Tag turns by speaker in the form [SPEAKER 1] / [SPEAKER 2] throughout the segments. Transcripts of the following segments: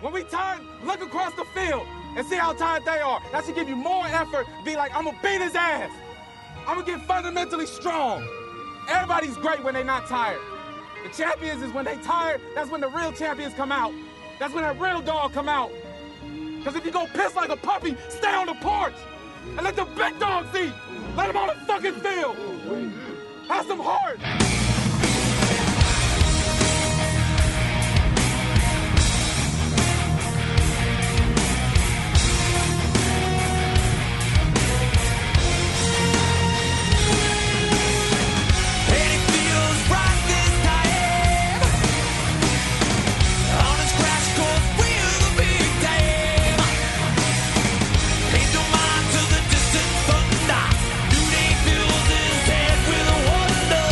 [SPEAKER 1] When we tired, look across the field and see how tired they are. That should give you more effort. Be like, I'm gonna beat his ass. I'm gonna get fundamentally strong. Everybody's great when they're not tired. The champions is when they tired. That's when the real champions come out. That's when that real dog come out. Cause if you go piss like a puppy, stay on the porch and let the big dogs eat. Let them on the fucking field. Have some heart.
[SPEAKER 2] And it feels right this time. On this crash course, we're the big time. Paid no mind to the distant thunder. New day fills his head with a wonder.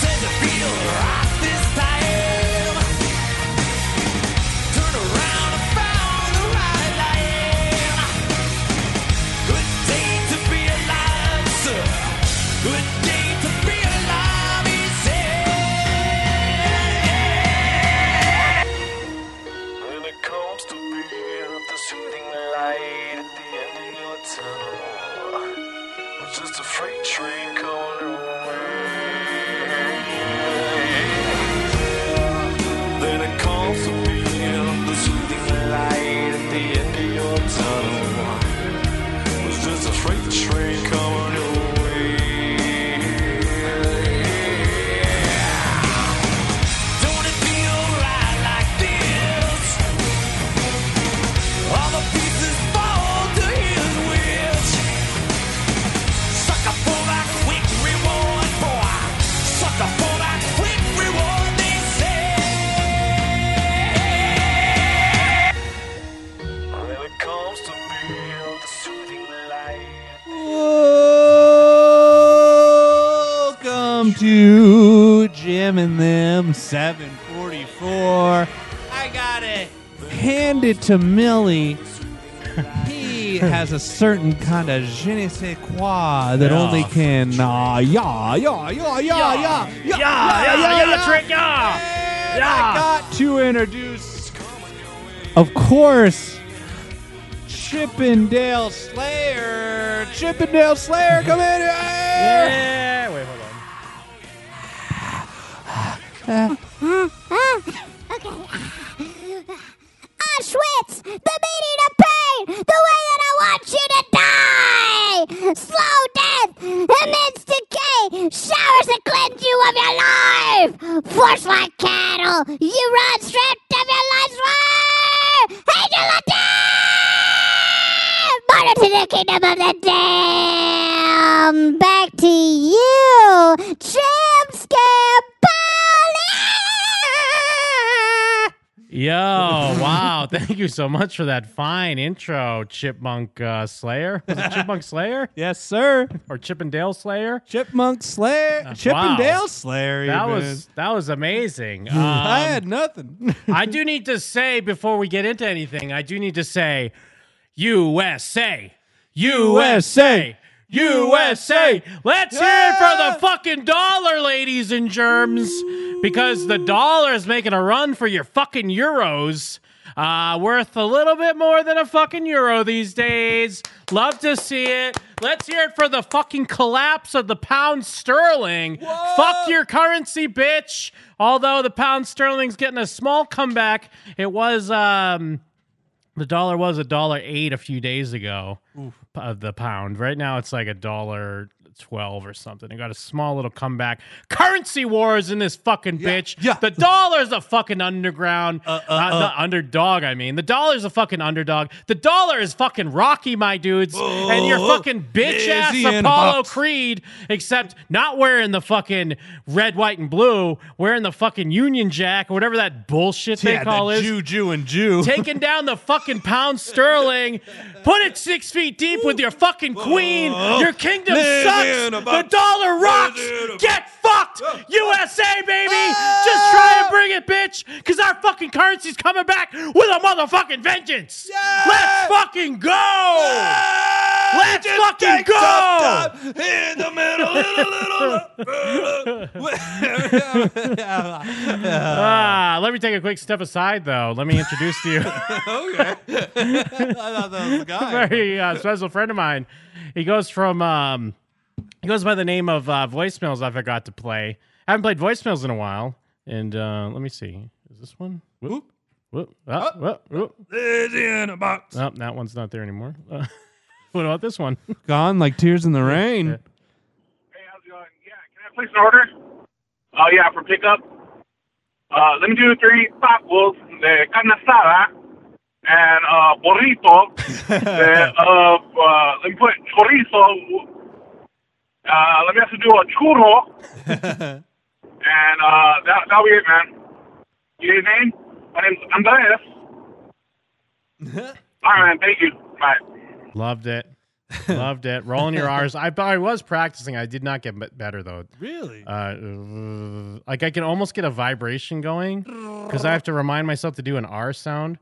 [SPEAKER 2] Said it feels right this time. Turn around and found the right line. Good day to be alive, sir. Good day to be alive, he said.
[SPEAKER 3] When it comes to being the soothing light at the end of your tunnel, I'm just a freight train coming your way. When it comes to being the soothing light at the end of your tunnel, it's just a freight train coming your way.
[SPEAKER 2] Don't it feel right like this? All the pieces fall to his wish. Sucker for that quick reward, boy. Sucker for that quick reward, they say.
[SPEAKER 3] When it comes to being the soothing light.
[SPEAKER 4] Welcome to Jim and Them 744. I gotta hand it to Millie. He has a certain kind of je ne sais quoi that
[SPEAKER 5] Yeah.
[SPEAKER 4] only can uh, yeah, yeah, yeah, yeah, yeah, yeah,
[SPEAKER 5] trick, yeah.
[SPEAKER 4] And
[SPEAKER 5] Yeah.
[SPEAKER 4] I got to introduce, of course, Chippendale Slayer. Chippendale Slayer, come in here.
[SPEAKER 5] Yeah. Wait, hold on.
[SPEAKER 6] Auschwitz, the meaning of pain, the way that I want you to die. Slow death, immense decay, showers that cleanse you of your life. Force like cattle, you run stripped of your life's worth. Angel of death, martyr to the kingdom of the damned. Back to you, Jim Scampoli.
[SPEAKER 5] Yo, wow. Thank you so much for that fine intro, Chipmunk uh, Slayer. Was it Chipmunk Slayer
[SPEAKER 4] Yes, sir.
[SPEAKER 5] or Chippendale Slayer?
[SPEAKER 4] Chipmunk Slayer, Chippendale Slayer.
[SPEAKER 5] That
[SPEAKER 4] even.
[SPEAKER 5] was that was amazing.
[SPEAKER 4] I
[SPEAKER 5] Um,
[SPEAKER 4] had nothing.
[SPEAKER 5] I do need to say before we get into anything, I do need to say USA, USA, USA. Let's hear it for the fucking dollar, ladies and germs, because the dollar is making a run for your fucking euros. Uh, worth a little bit more than a fucking euro these days. Love to see it. Let's hear it for the fucking collapse of the pound sterling. Fuck your currency, bitch. Although the pound sterling's getting a small comeback, it was um the dollar was a dollar eight a few days ago of the pound. Right now it's like a dollar twelve or something. It got a small little comeback. Currency wars in this fucking bitch.
[SPEAKER 4] yeah.
[SPEAKER 5] The dollar's a fucking underground, uh, the underdog. I mean, the dollar's a fucking underdog. The dollar is fucking Rocky, my dudes, and your fucking bitch ass
[SPEAKER 4] Oh, Is he in a
[SPEAKER 5] Apollo
[SPEAKER 4] box?
[SPEAKER 5] Creed, except not wearing the fucking red, white, and blue, wearing the fucking Union Jack or whatever that bullshit they
[SPEAKER 4] yeah,
[SPEAKER 5] call
[SPEAKER 4] the
[SPEAKER 5] is
[SPEAKER 4] Jew, Jew, and Jew.
[SPEAKER 5] taking down the fucking pound sterling. Put it six feet deep with your fucking queen. Your kingdom
[SPEAKER 4] Live
[SPEAKER 5] sucks.
[SPEAKER 4] in a
[SPEAKER 5] The
[SPEAKER 4] box.
[SPEAKER 5] dollar rocks.
[SPEAKER 4] Live in a
[SPEAKER 5] Get fucked, USA, baby.
[SPEAKER 7] Ah.
[SPEAKER 5] Just try and bring it, bitch, because our fucking currency's coming back with a motherfucking vengeance. Let's fucking go. Let's
[SPEAKER 7] just
[SPEAKER 5] fucking
[SPEAKER 7] takes
[SPEAKER 5] go! Oh!
[SPEAKER 7] up time In the middle, in a little.
[SPEAKER 5] Ah, let me take a quick step aside, though. Let me introduce to you a
[SPEAKER 7] okay. I thought that was a guy.
[SPEAKER 5] very uh, special friend of mine. He goes from um, he goes by the name of uh, voicemails. I forgot to play. I haven't played voicemails in a while. And uh, let me see. Is this one? Whoop,
[SPEAKER 7] Oop.
[SPEAKER 5] whoop, ah, whoop, whoop.
[SPEAKER 7] It's in a box.
[SPEAKER 5] Oh, that one's not there anymore. Uh, what about this one?
[SPEAKER 7] Gone like tears in the rain.
[SPEAKER 8] Hey, how's it going? Yeah, can I place an order? Oh, yeah, for pickup. Uh, let me do three tacos de carne asada and uh, burrito. de, uh, uh, let me put chorizo. Uh, let me have to do a churro. and uh, that, that'll be it, man. You need a name? My name's Andres. All right, man. Thank you. Bye.
[SPEAKER 5] Loved it. Loved it. Rolling your R's. I, I was practicing. I did not get b- better, though.
[SPEAKER 7] Really?
[SPEAKER 5] Uh, like I can almost get a vibration going because I have to remind myself to do an R sound.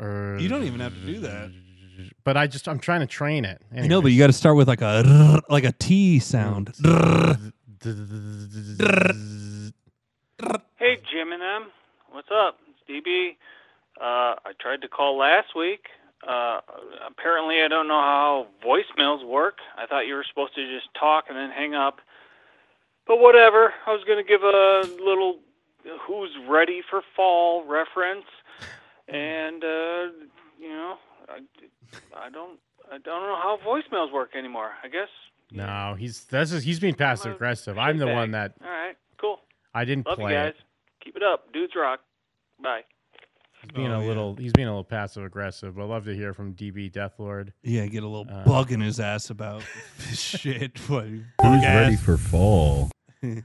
[SPEAKER 5] Or,
[SPEAKER 7] You don't even have to do that.
[SPEAKER 5] But I just I'm trying to train it.
[SPEAKER 7] I know, but you got to start with like a like a T sound.
[SPEAKER 5] Uh,
[SPEAKER 9] Hey, Jim and them. What's up? It's DB. Uh, I tried to call last week. Uh, apparently, I don't know how voicemails work. I thought you were supposed to just talk and then hang up. But whatever. I was going to give a little who's ready for fall reference. And, uh, you know, I, I don't. I don't know how voicemails work anymore. I guess.
[SPEAKER 5] no, he's this is he's being passive aggressive. I'm the
[SPEAKER 9] Hey,
[SPEAKER 5] one that
[SPEAKER 9] All right. Cool.
[SPEAKER 5] I didn't
[SPEAKER 9] Love
[SPEAKER 5] play.
[SPEAKER 9] you
[SPEAKER 5] it.
[SPEAKER 9] guys. Keep it up. Dudes rock. Bye.
[SPEAKER 5] He's being
[SPEAKER 7] Oh,
[SPEAKER 5] a
[SPEAKER 7] yeah.
[SPEAKER 5] little he's being a little passive aggressive. But love to hear from DB Deathlord.
[SPEAKER 7] Yeah, get a little
[SPEAKER 5] Uh,
[SPEAKER 7] bug in his ass about shit. What,
[SPEAKER 4] Who's ready for fall?
[SPEAKER 5] Uh,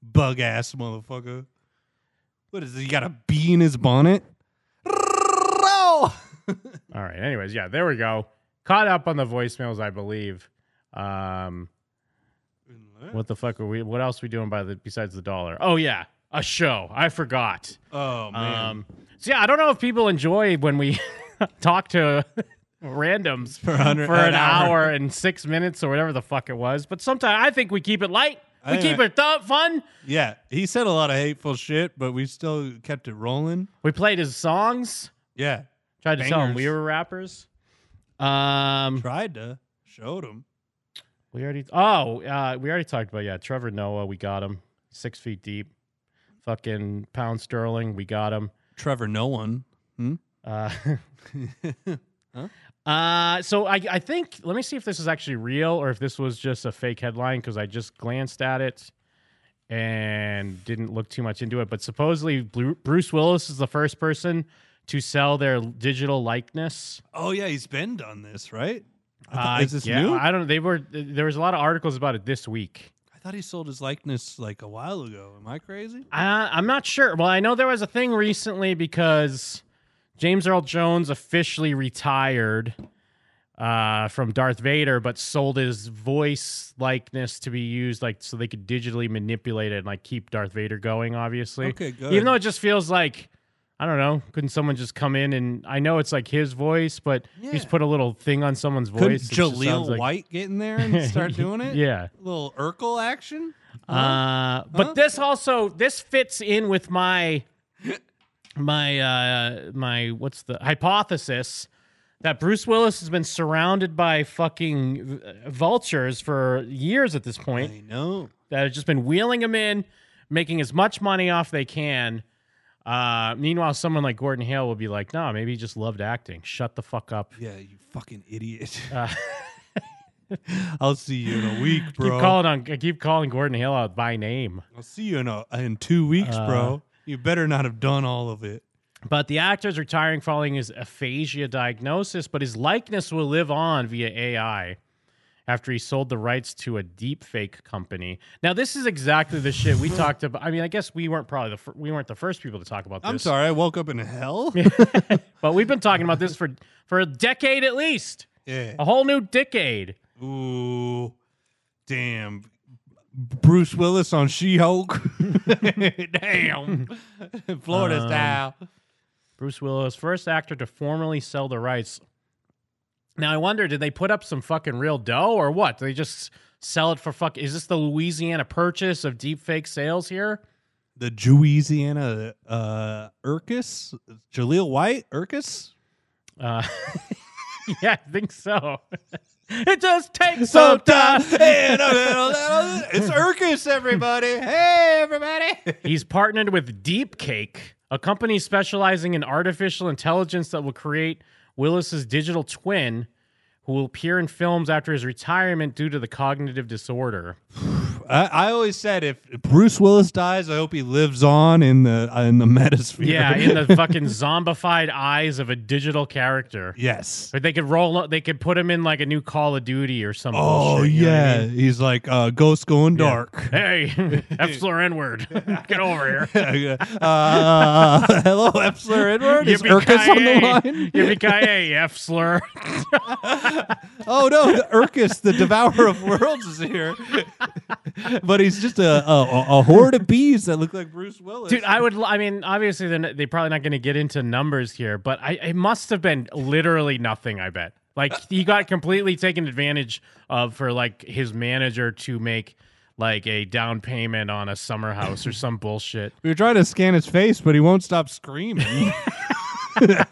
[SPEAKER 7] bug ass motherfucker. What is it? He got a bee in his bonnet? Roll!
[SPEAKER 5] All right. Anyways, yeah, there we go. Caught up on the voicemails, I believe. Um, what the fuck are we? What else we doing by the besides the dollar? Oh yeah, a show. I forgot.
[SPEAKER 7] oh man.
[SPEAKER 5] Um, so yeah, I don't know if people enjoy when we talk to randoms
[SPEAKER 7] For a hundred-
[SPEAKER 5] for an hour. and six minutes or whatever the fuck it was. But sometimes I think we keep it light.
[SPEAKER 7] I
[SPEAKER 5] We
[SPEAKER 7] think
[SPEAKER 5] keep it th- fun.
[SPEAKER 7] Yeah, he said a lot of hateful shit, but we still kept it rolling.
[SPEAKER 5] We played his songs.
[SPEAKER 7] Yeah,
[SPEAKER 5] Tried to tell him
[SPEAKER 7] Bangers.
[SPEAKER 5] we were rappers. Um,
[SPEAKER 7] tried to showed him.
[SPEAKER 5] We already oh uh, we already talked about yeah Trevor Noah we got him six feet deep, fucking pound sterling we got him.
[SPEAKER 7] Trevor, no one.
[SPEAKER 5] Uh, uh, so I I think let me see if this is actually real or if this was just a fake headline because I just glanced at it and didn't look too much into it. But supposedly Bru- Bruce Willis is the first person to sell their digital likeness.
[SPEAKER 7] oh yeah, he's been done this, right? I
[SPEAKER 5] Uh,
[SPEAKER 7] thought- is this
[SPEAKER 5] yeah,
[SPEAKER 7] new? I,
[SPEAKER 5] I don't. They were there was a lot of articles about it this week.
[SPEAKER 7] thought he sold his likeness like a while ago. Am I crazy?
[SPEAKER 5] Uh, I'm not sure. Well, I know there was a thing recently because James Earl Jones officially retired uh, from Darth Vader, but sold his voice likeness to be used, like so they could digitally manipulate it and like keep Darth Vader going. Obviously,
[SPEAKER 7] Okay, good.
[SPEAKER 5] Even though it just feels like I don't know, couldn't someone just come in and I know it's like his voice, but you just
[SPEAKER 7] Yeah.
[SPEAKER 5] put a little thing on someone's
[SPEAKER 7] Couldn't
[SPEAKER 5] voice. it just sounds
[SPEAKER 7] Jaleel
[SPEAKER 5] like-
[SPEAKER 7] White get in there and start doing it?
[SPEAKER 5] Yeah.
[SPEAKER 7] little Urkel action.
[SPEAKER 5] Uh, but
[SPEAKER 7] Huh?
[SPEAKER 5] this also this fits in with my my uh my what's the hypothesis that Bruce Willis has been surrounded by fucking uh, vultures for years at this point
[SPEAKER 7] I know.
[SPEAKER 5] that have just been wheeling him in, making as much money off they can. Uh, meanwhile, someone like Gordon Hale will be like, "Nah, maybe he just loved acting. Shut the fuck up.
[SPEAKER 7] Yeah, you fucking idiot.
[SPEAKER 5] Uh,
[SPEAKER 7] I'll see you in a week, bro.
[SPEAKER 5] Keep calling on. Keep calling Gordon Hale out by name."
[SPEAKER 7] I'll see you in a in two weeks,
[SPEAKER 5] Uh,
[SPEAKER 7] bro. You better not have done all of it.
[SPEAKER 5] But the actor's retiring following his aphasia diagnosis, but his likeness will live on via AI after he sold the rights to a deepfake company. Now, this is exactly the shit we talked about. I mean, I guess we weren't probably the fir- we weren't the first people to talk about this.
[SPEAKER 7] I'm sorry, I woke up in hell.
[SPEAKER 5] but we've been talking about this for for a decade at least,
[SPEAKER 7] Yeah.
[SPEAKER 5] a whole new decade.
[SPEAKER 7] Ooh, damn. Bruce Willis on She-Hulk. damn. Florida
[SPEAKER 5] Um,
[SPEAKER 7] style.
[SPEAKER 5] Bruce Willis, first actor to formally sell the rights Now I wonder, did they put up some fucking real dough or what? Do they just sell it for fuck? Is this the Louisiana purchase of deep fake sales here?
[SPEAKER 4] The Louisiana uh, Urkus, Jaleel White Urkus.
[SPEAKER 5] Uh, yeah, I think so. it just takes some time.
[SPEAKER 4] Sometimes and a little, little- it's Urkus, everybody. Hey, everybody.
[SPEAKER 5] He's partnered with Deep Cake, a company specializing in artificial intelligence that will create Willis's digital twin, who will appear in films after his retirement due to the cognitive disorder.
[SPEAKER 4] I, I always said if Bruce Willis dies, I hope he lives on in the in the metasphere.
[SPEAKER 5] Yeah, in the fucking zombified eyes of a digital character.
[SPEAKER 4] yes.
[SPEAKER 5] Or they could roll up, they could put him in like a new Call of Duty or something.
[SPEAKER 4] Oh yeah, he's like uh, ghost going dark.
[SPEAKER 5] Hey, Epsilon N word. Get over here.
[SPEAKER 4] uh, hello, Epsler Edward. Is Urkus on the line?
[SPEAKER 5] Yippee-ki-yay, F slur.
[SPEAKER 4] Oh no, the Urkus, the devourer of worlds, is here. but he's just a, a a horde of bees that look like Bruce Willis.
[SPEAKER 5] Dude, I would. l- I mean, obviously, they're, n- they're probably not going to get into numbers here, but I, it must have been literally nothing. I bet. Like he got completely taken advantage of for like his manager to make like a down payment on a summer house or some bullshit.
[SPEAKER 4] we were trying to scan his face, but he won't stop screaming.
[SPEAKER 5] Plus,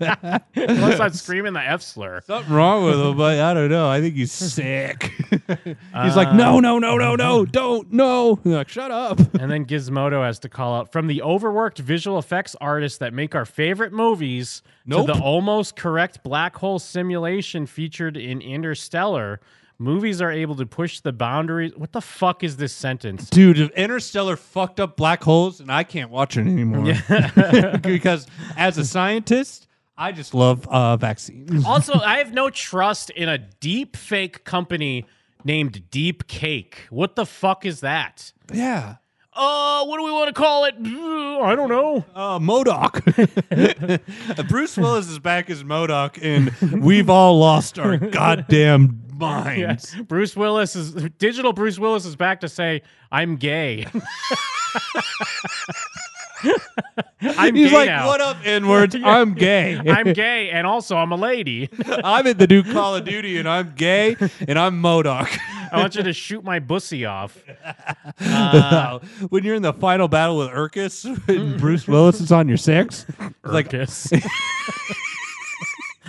[SPEAKER 5] I'm screaming the F slur.
[SPEAKER 4] Something wrong with him, but I don't know. I think he's sick. he's like, no, no, no, no, no, don't, no. And they're like, shut up.
[SPEAKER 5] And then Gizmodo has to call out from the overworked visual effects artists that make our favorite movies
[SPEAKER 4] Nope.
[SPEAKER 5] to the almost correct black hole simulation featured in Interstellar. Movies are able to push the boundaries. What the fuck is this sentence?
[SPEAKER 4] Dude, if Interstellar fucked up black holes, and I can't watch it anymore. because as a scientist, I just love uh, vaccines.
[SPEAKER 5] also, I have no trust in a deep fake company named Deep Cake. What the fuck is that?
[SPEAKER 4] Yeah.
[SPEAKER 5] Uh, what do we want to call it? I don't know.
[SPEAKER 4] Uh, Modoc. Bruce Willis is back as Modoc, and we've all lost our goddamn minds.
[SPEAKER 5] Bruce Willis is digital. Bruce Willis is back to say, "I'm gay." I'm
[SPEAKER 4] He's
[SPEAKER 5] gay
[SPEAKER 4] like,
[SPEAKER 5] now.
[SPEAKER 4] what up, inwards? I'm gay.
[SPEAKER 5] I'm gay, and also I'm a lady.
[SPEAKER 4] I'm in the new Call of Duty and I'm gay and I'm Modoc.
[SPEAKER 5] I want you to shoot my bussy off.
[SPEAKER 4] Uh. when you're in the final battle with Urkus and Bruce Willis is on your six, like
[SPEAKER 5] Kiss.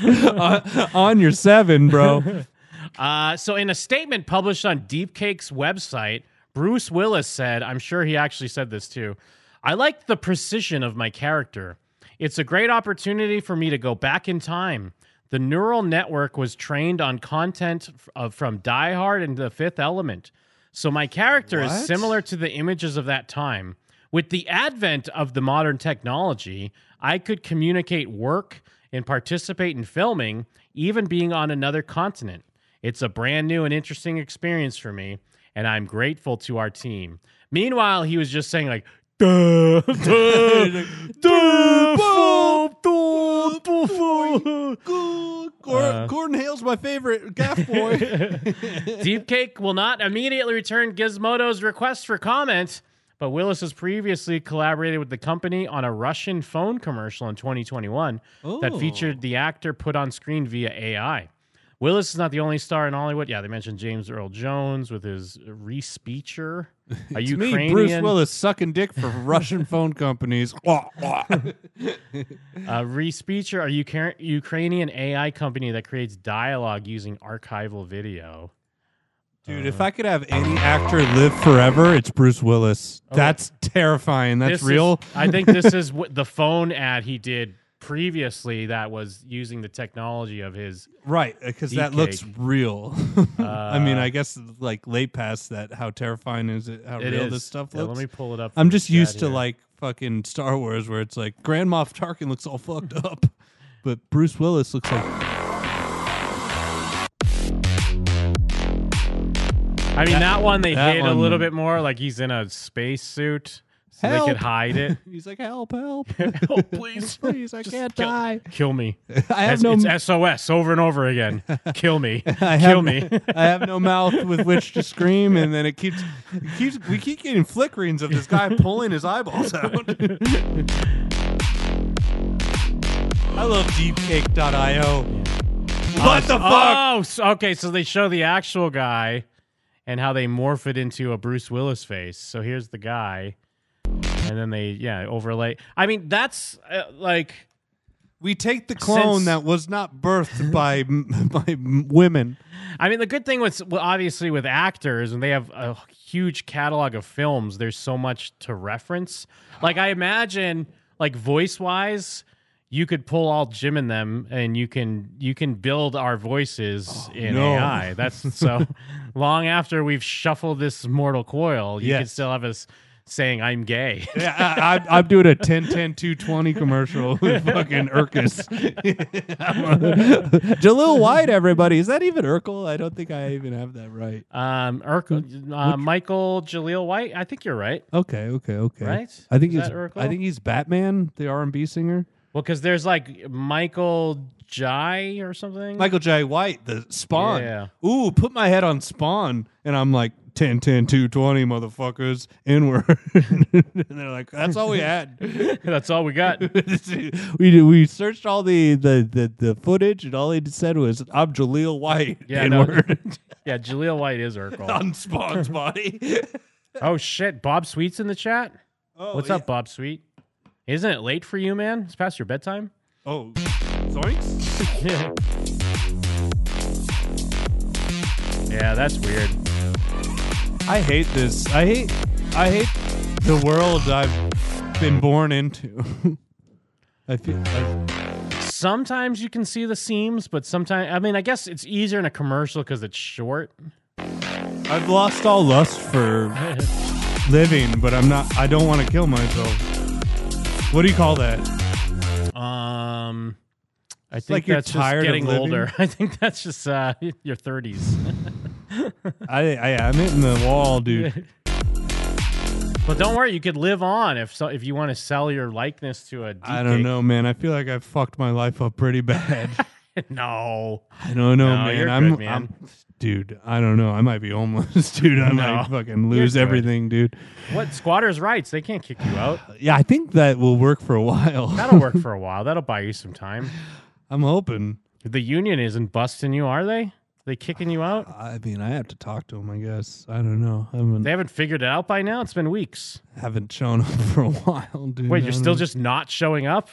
[SPEAKER 4] on, on your seven, bro.
[SPEAKER 5] Uh, so, in a statement published on Deepcake's website, Bruce Willis said, I'm sure he actually said this too I like the precision of my character. It's a great opportunity for me to go back in time. The neural network was trained on content f- of, from Die Hard and The Fifth Element. So, my character is
[SPEAKER 4] What?
[SPEAKER 5] similar to the images of that time. With the advent of the modern technology, I could communicate work and participate in filming, even being on another continent. It's a brand new and interesting experience for me, and I'm grateful to our team. Meanwhile, he was just saying, like, duh, duh, duh, fool, duh, duh, fool.
[SPEAKER 4] Gor- Gordon Hale's my favorite gaff boy.
[SPEAKER 5] Deepcake will not immediately return Gizmodo's request for comment, but Willis has previously collaborated with the company on a Russian phone commercial in 2021 that featured the actor put on screen via AI. Willis is not the only star in Hollywood. Yeah, they mentioned James Earl Jones with his respeecher. A
[SPEAKER 4] to
[SPEAKER 5] Ukrainian.
[SPEAKER 4] me, Bruce Willis sucking dick for Russian phone companies. Wah, wah.
[SPEAKER 5] Uh, Respeecher, a Ucar- Ukrainian AI company that creates dialogue using archival video.
[SPEAKER 4] Dude, if I could have any actor live forever, it's Bruce Willis. That's terrifying. That's
[SPEAKER 5] This is-
[SPEAKER 4] real.
[SPEAKER 5] I think this is what the phone ad he did previously that was using the technology of his.
[SPEAKER 4] Right, because that
[SPEAKER 5] Deep
[SPEAKER 4] looks
[SPEAKER 5] cake. Uh,
[SPEAKER 4] real. I mean, I guess like late past that. How terrifying is it? How
[SPEAKER 5] It
[SPEAKER 4] real
[SPEAKER 5] is.
[SPEAKER 4] this stuff
[SPEAKER 5] Yeah,
[SPEAKER 4] looks.
[SPEAKER 5] let me pull it up.
[SPEAKER 4] I'm
[SPEAKER 5] for
[SPEAKER 4] just
[SPEAKER 5] the
[SPEAKER 4] used
[SPEAKER 5] chat
[SPEAKER 4] to
[SPEAKER 5] here.
[SPEAKER 4] like fucking Star Wars, where it's like Grand Moff Tarkin looks all fucked up, but Bruce Willis looks like
[SPEAKER 5] I mean, that one they
[SPEAKER 4] that
[SPEAKER 5] hid a little
[SPEAKER 4] one-
[SPEAKER 5] bit more. Like he's in a space suit, so they
[SPEAKER 4] Help.
[SPEAKER 5] could hide it.
[SPEAKER 4] he's like help, help,
[SPEAKER 5] oh, please,
[SPEAKER 4] please, I
[SPEAKER 5] Just
[SPEAKER 4] can't
[SPEAKER 5] kill-
[SPEAKER 4] die.
[SPEAKER 5] Kill me.
[SPEAKER 4] I have
[SPEAKER 5] It's,
[SPEAKER 4] no.
[SPEAKER 5] it's SOS over and over again. Kill me.
[SPEAKER 4] I have,
[SPEAKER 5] Kill me.
[SPEAKER 4] I have no mouth with which to scream, and then it keeps, it keeps. We keep getting flickerings of this guy pulling his eyeballs out. I love deepcake.io. What the fuck?
[SPEAKER 5] Oh, so- okay. So they show the actual guy and how they morph it into a Bruce Willis face. So here's the guy, and then they yeah overlay. I mean, that's uh, like
[SPEAKER 4] We take the clone
[SPEAKER 5] Since-
[SPEAKER 4] that was not birthed by by women.
[SPEAKER 5] I mean, the good thing with well, obviously with actors, and they have a huge catalog of films. There's so much to reference. Like I imagine, like voice wise, you could pull all Jim and them, and you can you can build our voices in
[SPEAKER 4] Oh, no.
[SPEAKER 5] AI. That's so long after we've shuffled this mortal coil, you can
[SPEAKER 4] Yes.
[SPEAKER 5] still have us saying I'm gay.
[SPEAKER 4] Yeah, I, I, I'm doing a 10 10 220 commercial with fucking Urkus. Jalil White, everybody. Is that even Urkel? I don't think I even have that right.
[SPEAKER 5] Um, Urkel, uh, Michael Jaleel White. I think you're right.
[SPEAKER 4] Okay, okay, okay.
[SPEAKER 5] Right?
[SPEAKER 4] I think
[SPEAKER 5] Is
[SPEAKER 4] he's
[SPEAKER 5] that Urkel?
[SPEAKER 4] I think he's Batman, the R&B singer.
[SPEAKER 5] Well, because there's like Michael Jai or something.
[SPEAKER 4] Michael J. White, the Spawn.
[SPEAKER 5] Yeah.
[SPEAKER 4] Ooh, put my head on Spawn, and I'm like 10, 10, 220, motherfuckers, inward. and they're like, that's all we had.
[SPEAKER 5] That's all we got.
[SPEAKER 4] we did, we searched all the, the, the, the footage, and all they said was, I'm Jaleel White,
[SPEAKER 5] Yeah, no.
[SPEAKER 4] inward,
[SPEAKER 5] Yeah, Jaleel White is Urkel.
[SPEAKER 4] on Spawn's body.
[SPEAKER 5] oh shit, Bob Sweet's in the chat.
[SPEAKER 4] Oh,
[SPEAKER 5] What's
[SPEAKER 4] yeah.
[SPEAKER 5] up, Bob Sweet? Isn't it late for you, man? It's past your bedtime.
[SPEAKER 4] Oh, zoinks.
[SPEAKER 5] yeah, that's weird.
[SPEAKER 4] I hate this. I hate, I hate the world I've been born into. I feel like,
[SPEAKER 5] Sometimes you can see the seams, but sometimes I mean, I guess it's easier in a commercial because it's short.
[SPEAKER 4] I've lost all lust for living, but I'm not. I don't want to kill myself. What do you call that?
[SPEAKER 5] Um, I think
[SPEAKER 4] like you're
[SPEAKER 5] that's
[SPEAKER 4] tired of
[SPEAKER 5] just getting
[SPEAKER 4] living.
[SPEAKER 5] older. I think that's just uh, your thirties.
[SPEAKER 4] I, I I'm hitting the wall, dude.
[SPEAKER 5] but don't worry, you could live on if so, if you want to sell your likeness to a.
[SPEAKER 4] I don't
[SPEAKER 5] deepfake.
[SPEAKER 4] know, man. I feel like I fucked my life up pretty bad.
[SPEAKER 5] no.
[SPEAKER 4] I don't know,
[SPEAKER 5] No,
[SPEAKER 4] man.
[SPEAKER 5] you're
[SPEAKER 4] I'm,
[SPEAKER 5] good, man.
[SPEAKER 4] I'm, dude. I don't know. I might be homeless, dude. I might
[SPEAKER 5] No,
[SPEAKER 4] fucking lose
[SPEAKER 5] good.
[SPEAKER 4] everything, dude.
[SPEAKER 5] What squatters' rights? They can't kick you out.
[SPEAKER 4] Yeah, I think that will work for a while.
[SPEAKER 5] That'll work for a while. That'll buy you some time.
[SPEAKER 4] I'm hoping.
[SPEAKER 5] The union isn't busting you, are they? They kicking you out?
[SPEAKER 4] I mean, I have to talk to him. I guess. I don't know. I haven't
[SPEAKER 5] They haven't figured it out by now. It's been weeks.
[SPEAKER 4] haven't shown up for a while, dude.
[SPEAKER 5] Wait,
[SPEAKER 4] I
[SPEAKER 5] you're still
[SPEAKER 4] don't-
[SPEAKER 5] just not showing up?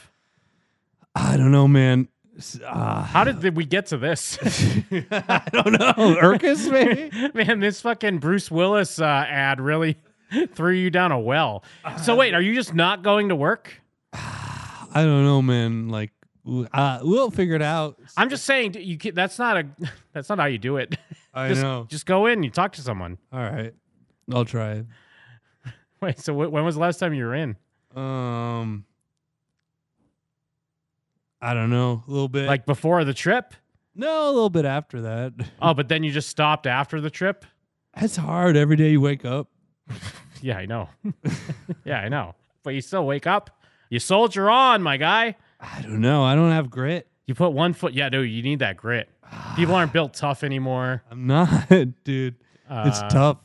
[SPEAKER 4] I don't know, man. S- Ah.
[SPEAKER 5] How did, did we get to this?
[SPEAKER 4] I don't know. Urkus, maybe?
[SPEAKER 5] Man, this fucking Bruce Willis uh, ad really threw you down a well. So wait, are you just not going to work?
[SPEAKER 4] I don't know, man. Like, w- uh, we'll figure it out.
[SPEAKER 5] I'm just saying d- you. ca- That's not a. That's not how you do it.
[SPEAKER 4] I
[SPEAKER 5] just,
[SPEAKER 4] know.
[SPEAKER 5] Just go in. and You talk to someone.
[SPEAKER 4] All right. I'll try it.
[SPEAKER 5] Wait. So wh- when was the last time you were in?
[SPEAKER 4] Um, I don't know. A little bit.
[SPEAKER 5] Like before the trip?
[SPEAKER 4] no, a little bit after that.
[SPEAKER 5] Oh, but then you just stopped after the trip?
[SPEAKER 4] That's hard every day you wake up.
[SPEAKER 5] Yeah, I know. yeah, I know. But you still wake up. You soldier on, my guy.
[SPEAKER 4] I don't know. I don't have grit.
[SPEAKER 5] You put one foot. Yeah, dude, you need that grit. People aren't built tough anymore.
[SPEAKER 4] I'm not, dude. it's
[SPEAKER 5] Uh,
[SPEAKER 4] tough.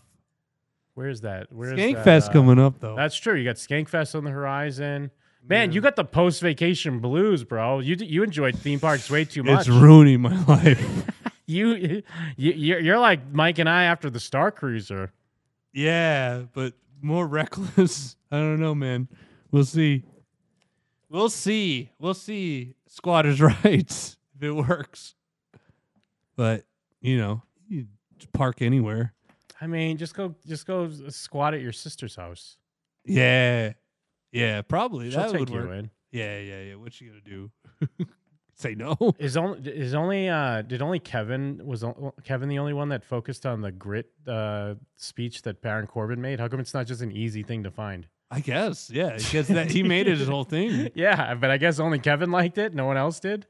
[SPEAKER 5] Where's that? Where's
[SPEAKER 4] Skank
[SPEAKER 5] that,
[SPEAKER 4] Fest
[SPEAKER 5] uh,
[SPEAKER 4] coming up, though.
[SPEAKER 5] That's true. You got Skankfest on the horizon. Man, you got the post vacation blues, bro. You d- you enjoyed theme parks way too much.
[SPEAKER 4] It's ruining my life.
[SPEAKER 5] you, you you're you're like Mike and I after the Star Cruiser.
[SPEAKER 4] Yeah, but more reckless. I don't know, man. We'll see. We'll see. We'll see. Squatters' rights if it works. But you know, you just park anywhere.
[SPEAKER 5] I mean, just go just go squat at your sister's house.
[SPEAKER 4] Yeah, yeah, probably
[SPEAKER 5] She'll
[SPEAKER 4] that
[SPEAKER 5] take
[SPEAKER 4] would
[SPEAKER 5] you
[SPEAKER 4] work.
[SPEAKER 5] in.
[SPEAKER 4] Yeah, yeah, yeah. What you gonna do? Say no.
[SPEAKER 5] Is only is only uh did only Kevin was o- Kevin the only one that focused on the grit uh speech that Baron Corbin made? How come it's not just an easy thing to find?
[SPEAKER 4] I guess. Yeah, because that he made it his whole thing.
[SPEAKER 5] Yeah, but I guess only Kevin liked it. No one else did.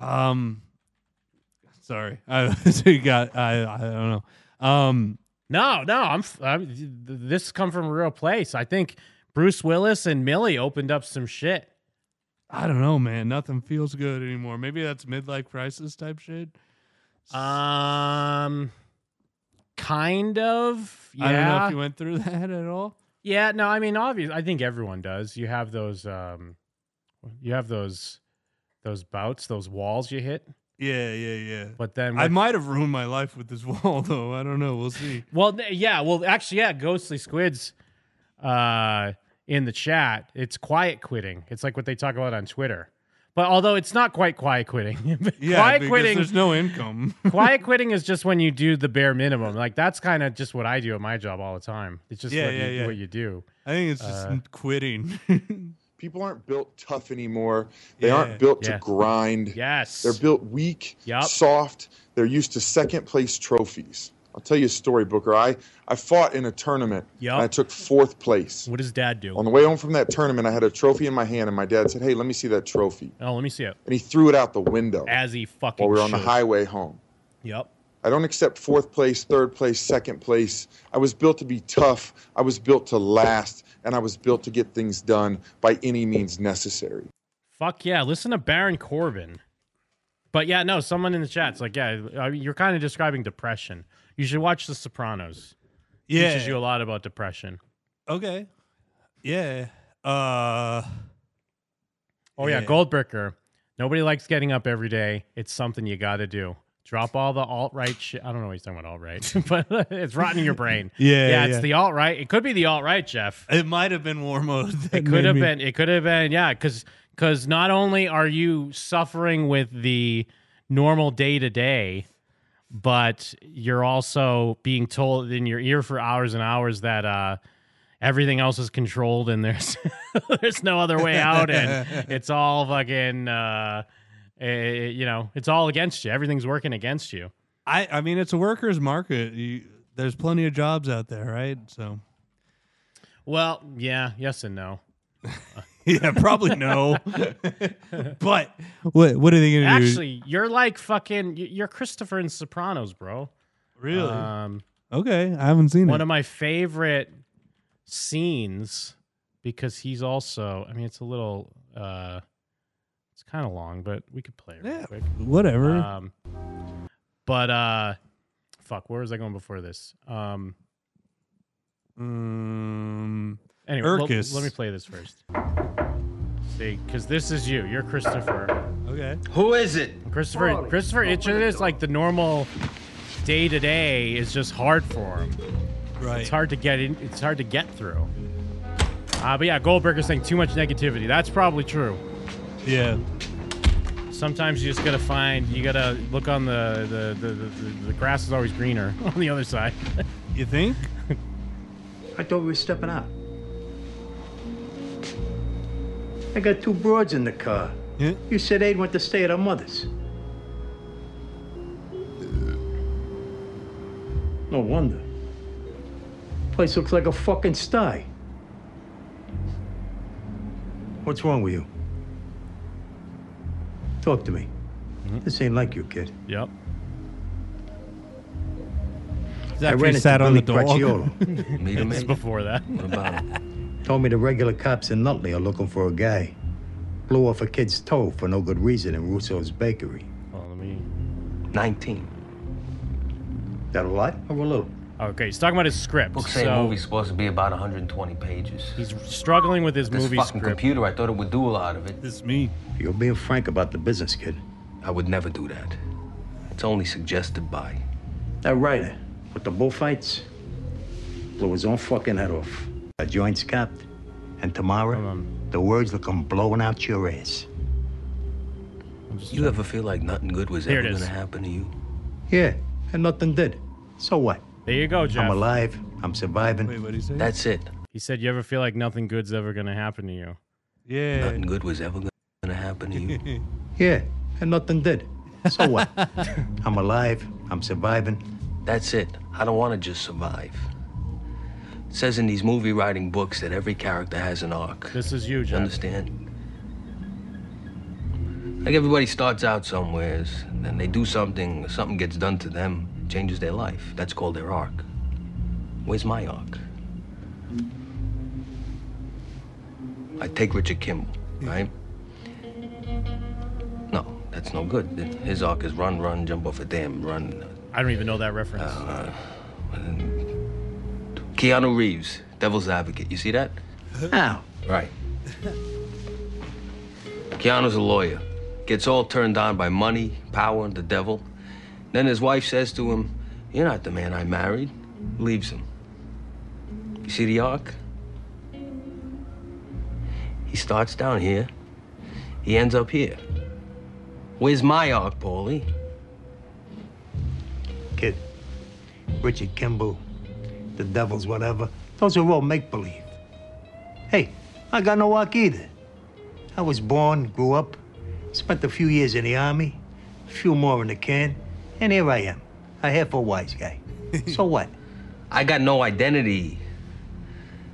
[SPEAKER 4] Um, sorry. I you got. I I don't know. Um.
[SPEAKER 5] No, no, I'm, f- I'm th- this come from a real place. I think Bruce Willis and Millie opened up some shit.
[SPEAKER 4] I don't know, man. Nothing feels good anymore. Maybe that's midlife crisis type shit.
[SPEAKER 7] Uh,
[SPEAKER 5] Um kind of yeah
[SPEAKER 4] I don't know if you went through that at all.
[SPEAKER 5] Yeah, no, I mean, obvious. I think everyone does. You have those, um, you have those, those bouts, those walls you hit.
[SPEAKER 7] Yeah, yeah, yeah.
[SPEAKER 5] But then,
[SPEAKER 7] I
[SPEAKER 5] with-
[SPEAKER 7] might have ruined my life with this wall, though. I don't know. We'll see.
[SPEAKER 5] well, n- yeah, well, actually, yeah, ghostly squids uh, in the chat. It's quiet quitting. It's like what they talk about on Twitter. But although it's not quite quiet quitting,
[SPEAKER 7] Yeah,
[SPEAKER 5] quiet
[SPEAKER 7] because
[SPEAKER 5] quitting
[SPEAKER 7] There's no income.
[SPEAKER 5] quiet quitting is just when you do the bare minimum. Like that's kind of just what I do at my job all the time. It's just
[SPEAKER 7] Yeah,
[SPEAKER 5] what,
[SPEAKER 7] yeah,
[SPEAKER 5] you,
[SPEAKER 7] yeah.
[SPEAKER 5] what you do.
[SPEAKER 7] I think it's just
[SPEAKER 5] Uh,
[SPEAKER 7] quitting.
[SPEAKER 10] People aren't built tough anymore. They
[SPEAKER 7] Yeah.
[SPEAKER 10] aren't built
[SPEAKER 5] Yeah.
[SPEAKER 10] to grind.
[SPEAKER 5] Yes.
[SPEAKER 10] They're built weak,
[SPEAKER 5] Yup.
[SPEAKER 10] soft. They're used to second place trophies. I'll tell you a story, Booker. I, I fought in a tournament
[SPEAKER 5] Yup.
[SPEAKER 10] and I took fourth place.
[SPEAKER 5] what does dad do?
[SPEAKER 10] On the way home from that tournament, I had a trophy in my hand, and my dad said, Hey, let me see that trophy.
[SPEAKER 5] Oh, let me see it.
[SPEAKER 10] And he threw it out the window
[SPEAKER 5] As he fucking.
[SPEAKER 10] while we were on the
[SPEAKER 5] should.
[SPEAKER 10] highway home.
[SPEAKER 5] Yep.
[SPEAKER 10] I don't accept fourth place, third place, second place. I was built to be tough. I was built to last, and I was built to get things done by any means necessary.
[SPEAKER 5] Fuck yeah! Listen to Baron Corbin. But yeah, no. Someone in the chat's like, yeah, I mean, you're kind of describing depression. You should watch The Sopranos.
[SPEAKER 7] yeah.
[SPEAKER 5] Teaches you a lot about depression.
[SPEAKER 7] okay. Yeah. Uh.
[SPEAKER 5] Oh yeah,
[SPEAKER 7] Yeah.
[SPEAKER 5] Goldbricker. Nobody likes getting up every day. It's something you got to do. Drop all the alt right shit. I don't know what he's talking about alt right, but it's rotting in your brain.
[SPEAKER 7] Yeah.
[SPEAKER 5] yeah, it's the alt right. It could be the alt right, Jeff.
[SPEAKER 7] It might have been war mode. that
[SPEAKER 5] It could
[SPEAKER 7] made
[SPEAKER 5] have
[SPEAKER 7] me-
[SPEAKER 5] been. It could have been. Yeah, because because not only are you suffering with the normal day to day, but you're also being told in your ear for hours and hours that uh, everything else is controlled and there's there's no other way out and it's all fucking. Uh, eh, you know, it's all against you. Everything's working against you.
[SPEAKER 7] I. I mean, it's a workers' market. You, there's plenty of jobs out there, right? So.
[SPEAKER 5] Well, yeah, yes and no.
[SPEAKER 7] Yeah, probably no. but what what are they gonna
[SPEAKER 5] Actually, you're like fucking. y- You're Christopher in Sopranos, bro.
[SPEAKER 7] do? Really?
[SPEAKER 5] Um,
[SPEAKER 7] okay, I haven't seen
[SPEAKER 5] one
[SPEAKER 7] it.
[SPEAKER 5] of my favorite scenes because he's also i mean it's a little uh it's kind of long but we could play it real
[SPEAKER 7] Yeah.
[SPEAKER 5] quick
[SPEAKER 7] Whatever.
[SPEAKER 5] um but uh fuck where was i going before this um
[SPEAKER 7] um,
[SPEAKER 5] anyway well,
[SPEAKER 7] Urkus.
[SPEAKER 5] let me play this first see because this is you you're christopher
[SPEAKER 7] okay.
[SPEAKER 11] Who is it?
[SPEAKER 5] christopher christopher it's it's like the normal day to day is just hard for him
[SPEAKER 7] Right.
[SPEAKER 5] It's hard to get in. It's hard to get through. Uh, but yeah, Goldberger's saying too much negativity. That's probably true.
[SPEAKER 7] Yeah.
[SPEAKER 5] Sometimes you just gotta find. You gotta look on the the the, the, the, the grass is always greener on the other side.
[SPEAKER 7] You think?
[SPEAKER 11] I thought we were stepping out. I got two broads in the car.
[SPEAKER 7] Yeah.
[SPEAKER 11] You said Aid went to stay at our mother's. No wonder. Place looks like a fucking sty. What's wrong with you? Talk to me. This ain't like you, kid.
[SPEAKER 5] yep.
[SPEAKER 11] I
[SPEAKER 7] after
[SPEAKER 11] ran
[SPEAKER 7] he
[SPEAKER 11] into
[SPEAKER 7] sat on
[SPEAKER 11] Billy
[SPEAKER 7] the dog.
[SPEAKER 11] Bracciolo.
[SPEAKER 12] Meet him
[SPEAKER 5] It's
[SPEAKER 12] in.
[SPEAKER 5] before that.
[SPEAKER 11] Told me the regular cops in Nutley are looking for a guy. Blew off a kid's toe for no good reason in Russo's bakery.
[SPEAKER 5] Hold on, let me.
[SPEAKER 12] 19.
[SPEAKER 11] That a lot or a little?
[SPEAKER 5] Okay, he's talking about his script.
[SPEAKER 12] Book saying
[SPEAKER 5] So
[SPEAKER 12] movie's supposed to be about 120 pages.
[SPEAKER 5] he's struggling with his
[SPEAKER 12] This
[SPEAKER 5] movie
[SPEAKER 12] fucking
[SPEAKER 5] script.
[SPEAKER 12] computer, I thought it would do a lot of it.
[SPEAKER 7] This is me.
[SPEAKER 11] You're being frank about the business, kid.
[SPEAKER 12] I would never do that. It's only suggested by.
[SPEAKER 11] That writer with the bullfights blew his own fucking head off. The joint's capped. And tomorrow, the words that come blowing out your ass.
[SPEAKER 12] You ever feel like nothing good was
[SPEAKER 5] Here
[SPEAKER 12] ever
[SPEAKER 5] it is.
[SPEAKER 12] gonna happen to you?
[SPEAKER 11] Yeah, and nothing did. So what?
[SPEAKER 5] There you go,
[SPEAKER 11] I'm
[SPEAKER 5] Jeff.
[SPEAKER 11] alive. I'm surviving.
[SPEAKER 7] Wait, what do you say?
[SPEAKER 12] That's it.
[SPEAKER 5] He said, "You ever feel like nothing good's ever gonna happen to you?"
[SPEAKER 7] yeah.
[SPEAKER 12] Nothing good was ever gonna happen to you.
[SPEAKER 11] Yeah, and nothing did. So what? I'm alive. I'm surviving.
[SPEAKER 12] That's it. I don't want to just survive. It says in these movie writing books that every character has an arc.
[SPEAKER 5] This is you,
[SPEAKER 12] You
[SPEAKER 5] Jeff.
[SPEAKER 12] understand? Like everybody starts out somewhere, and then they do something, something gets done to them, changes their life. That's called their arc. Where's my arc? I take Richard Kimball, right? No, that's no good. His arc is run, run, jump off a dam, run,
[SPEAKER 5] I don't even know that reference.
[SPEAKER 12] Oh. Keanu Reeves, Devil's Advocate. You see that?
[SPEAKER 11] How?
[SPEAKER 12] Right. Keanu's a lawyer. gets all turned on by money, power, and the devil. Then his wife says to him, You're not the man I married. Leaves him. You see the arc? He starts down here. He ends up here. Where's my arc, Paulie?
[SPEAKER 11] Kid, Richard Kimball, the Devils, whatever, those are all make believe. Hey, I got no arc either. I was born, grew up, spent a few years in the army, a few more in the can, and here I am, a half a wise guy. so what?
[SPEAKER 12] I got no identity.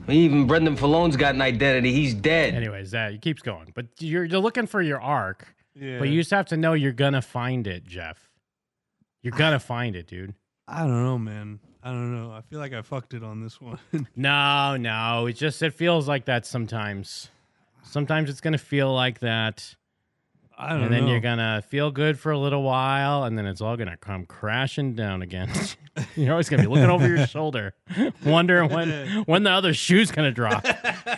[SPEAKER 12] I mean, even Brendan Falone's got an identity. He's dead.
[SPEAKER 5] Anyways, that it keeps going. But you're you're looking for your arc.
[SPEAKER 4] Yeah.
[SPEAKER 5] But you just have to know you're gonna find it, Jeff. You're gonna find it, dude.
[SPEAKER 4] I don't know, man. I don't know. I feel like I fucked it on this one.
[SPEAKER 5] No, no. It just it feels like that sometimes. Sometimes it's gonna feel like that.
[SPEAKER 4] I don't
[SPEAKER 5] and then you're
[SPEAKER 4] know.
[SPEAKER 5] gonna feel good for a little while, and then it's all gonna come crashing down again. you're always gonna be looking over your shoulder, wondering when when the other shoe's gonna drop,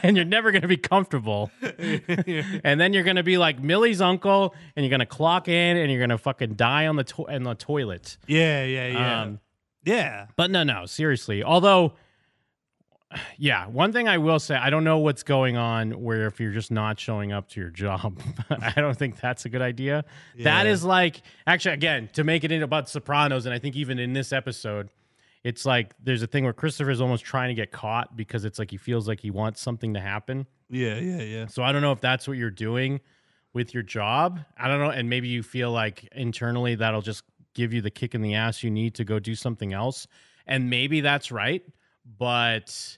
[SPEAKER 5] and you're never gonna be comfortable. and then you're gonna be like Millie's uncle, and you're gonna clock in, and you're gonna fucking die on the to- in the toilet.
[SPEAKER 4] yeah, yeah, yeah.
[SPEAKER 5] Um,
[SPEAKER 4] yeah.
[SPEAKER 5] but no, no, seriously. Although, yeah, one thing I will say, I don't know what's going on where if you're just not showing up to your job, I don't think that's a good idea. That
[SPEAKER 4] Yeah.
[SPEAKER 5] is like, actually, again, to make it in about Sopranos, and I think even in this episode, it's like there's a thing where Christopher's almost trying to get caught because it's like he feels like he wants something to happen.
[SPEAKER 4] Yeah, yeah, yeah.
[SPEAKER 5] So I don't know if that's what you're doing with your job. I don't know. And maybe you feel like internally that'll just give you the kick in the ass you need to go do something else. And maybe that's right. But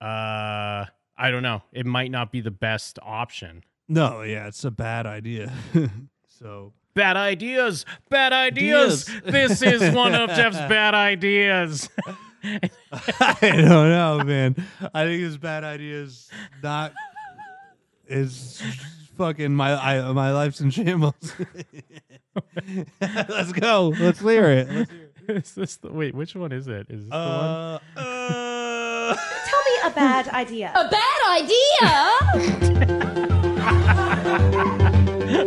[SPEAKER 5] uh I don't know. It might not be the best option.
[SPEAKER 4] No, yeah, it's a bad idea. so
[SPEAKER 5] Bad ideas, bad ideas.
[SPEAKER 4] Ideas.
[SPEAKER 5] This is one of Jeff's bad ideas.
[SPEAKER 4] I don't know, man. I think this bad idea is not is fucking my I, my life's in shambles. Let's go. Let's hear it. Let's hear it.
[SPEAKER 5] is this the, wait, which one is it? Is this
[SPEAKER 4] Uh,
[SPEAKER 3] Tell me a bad idea.
[SPEAKER 6] A bad idea?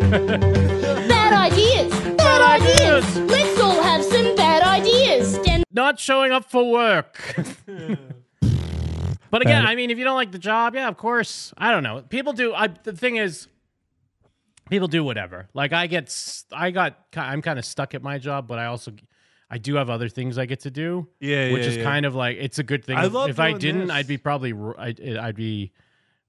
[SPEAKER 6] bad ideas. Bad ideas. Let's all have some bad ideas. Stand
[SPEAKER 5] the one? Not showing up for work. But again,
[SPEAKER 4] Bad-
[SPEAKER 5] I mean, if you don't like the job, yeah, of course. I don't know. People do. I, the thing is, people do whatever. Like I get, s- I got, ki- I'm kind of stuck at my job, but I also, I do have other things I get to do.
[SPEAKER 4] Yeah,
[SPEAKER 5] which
[SPEAKER 4] yeah,
[SPEAKER 5] is
[SPEAKER 4] yeah.
[SPEAKER 5] kind of like it's a good thing.
[SPEAKER 4] I
[SPEAKER 5] if
[SPEAKER 4] love
[SPEAKER 5] if I
[SPEAKER 4] doing
[SPEAKER 5] didn't,
[SPEAKER 4] this.
[SPEAKER 5] I'd be probably, r- I'd, I'd be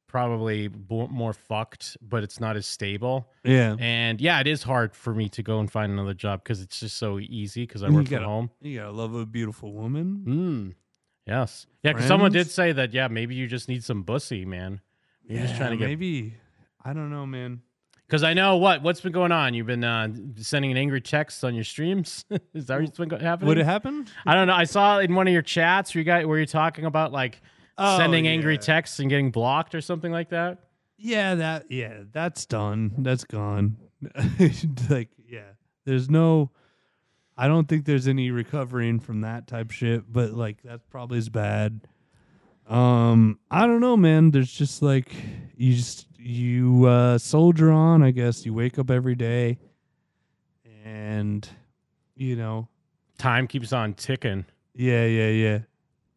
[SPEAKER 5] probably bo- more fucked. But it's not as stable.
[SPEAKER 4] Yeah.
[SPEAKER 5] and yeah, it is hard for me to go and find another job because it's just so easy because I
[SPEAKER 4] You
[SPEAKER 5] work from
[SPEAKER 4] gotta-
[SPEAKER 5] home.
[SPEAKER 4] You gotta love a beautiful woman.
[SPEAKER 5] Mm. Yes. Yeah, because someone
[SPEAKER 4] Friends?
[SPEAKER 5] did say that. Yeah, maybe you just need some bussy, man. You're just trying to get.
[SPEAKER 4] maybe. I don't know, man.
[SPEAKER 5] Because I know what what's been going on. You've been uh, sending an angry text on your streams. Is that what's been go- happening?
[SPEAKER 4] Would it happen?
[SPEAKER 5] I don't know. I saw in one of your chats where you got where you're talking about like
[SPEAKER 4] Oh,
[SPEAKER 5] sending angry
[SPEAKER 4] yeah.
[SPEAKER 5] texts and getting blocked or something like that.
[SPEAKER 4] Yeah, that yeah, that's done. That's gone. like, yeah. There's no I don't think there's any recovering from that type shit, but like that's probably as bad. Um, I don't know, man. There's just like you just you uh soldier on, I guess. You wake up every day and you know,
[SPEAKER 5] Time keeps on ticking.
[SPEAKER 4] yeah, yeah, yeah.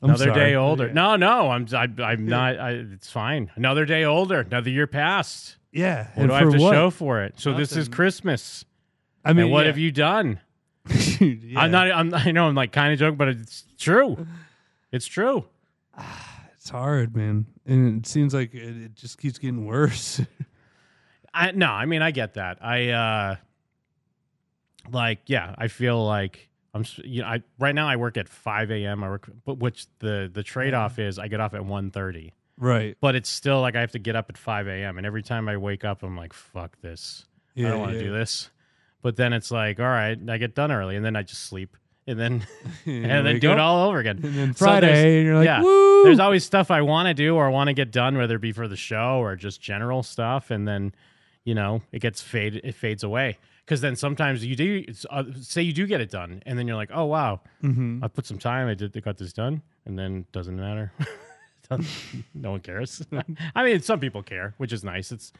[SPEAKER 4] I'm
[SPEAKER 5] Another
[SPEAKER 4] sorry.
[SPEAKER 5] day older.
[SPEAKER 4] Yeah.
[SPEAKER 5] No, no, I'm I, I'm not. I, it's fine. Another day older. Another year passed.
[SPEAKER 4] Yeah.
[SPEAKER 5] What
[SPEAKER 4] and
[SPEAKER 5] do I have
[SPEAKER 4] for
[SPEAKER 5] to
[SPEAKER 4] what?
[SPEAKER 5] show for it? So this is
[SPEAKER 4] Nothing.
[SPEAKER 5] Christmas.
[SPEAKER 4] I mean,
[SPEAKER 5] and what
[SPEAKER 4] yeah.
[SPEAKER 5] have you done?
[SPEAKER 4] Yeah.
[SPEAKER 5] I'm not. I'm, I know. I'm like kind of joking, but it's true. It's true.
[SPEAKER 4] It's hard, man, and it seems like it, it just keeps getting worse.
[SPEAKER 5] I no. I mean, I get that. I uh, like yeah. I feel like I'm. s- You know, I right now I work at 5 a.m. I work, but which the the trade off is I get off at 1:30,
[SPEAKER 4] right.
[SPEAKER 5] but it's still like I have to get up at 5 a.m. And every time I wake up, I'm like, fuck this. I
[SPEAKER 4] Yeah,
[SPEAKER 5] don't want to
[SPEAKER 4] yeah.
[SPEAKER 5] do this. But then it's like, all right, I get done early, and then I just sleep, and then and, then
[SPEAKER 4] wake
[SPEAKER 5] do
[SPEAKER 4] up,
[SPEAKER 5] it all over again.
[SPEAKER 4] and then
[SPEAKER 5] So there's-
[SPEAKER 4] Friday, and you're like,
[SPEAKER 5] yeah,
[SPEAKER 4] "Woo!"
[SPEAKER 5] There's always stuff I want to do or want to get done, whether it be for the show or just general stuff, and then you know it gets fade, it fades away. Because then sometimes you do it's, uh, say you do get it done, and then you're like, oh wow,
[SPEAKER 4] Mhm.
[SPEAKER 5] I put some time, I did, I got this done, and then it doesn't matter. Doesn't- no one cares. I mean, some people care, which is nice. It's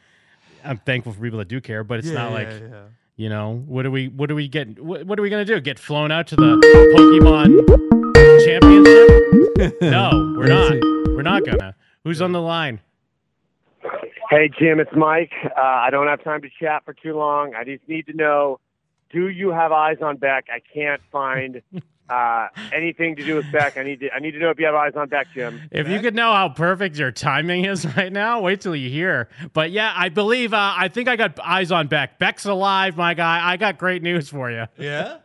[SPEAKER 5] I'm thankful for people that do care, but it's
[SPEAKER 13] Yeah,
[SPEAKER 5] not
[SPEAKER 13] yeah,
[SPEAKER 5] like
[SPEAKER 13] yeah.
[SPEAKER 5] you know what do we what do we get what, what are we gonna do? Get flown out to the Pokemon Championship? no, we're not. We're not gonna. Who's on the line?
[SPEAKER 14] Hey, Jim, it's Mike. Uh, I don't have time to chat for too long. I just need to know do you have eyes on Beck? I can't find uh, anything to do with Beck. I need to, I need to know if you have eyes on Beck, Jim.
[SPEAKER 5] If you could know how perfect your timing is right now, wait till you hear. But yeah, I believe uh, I think I got eyes on Beck. Beck's alive, my guy. I got great news for you.
[SPEAKER 14] Yeah?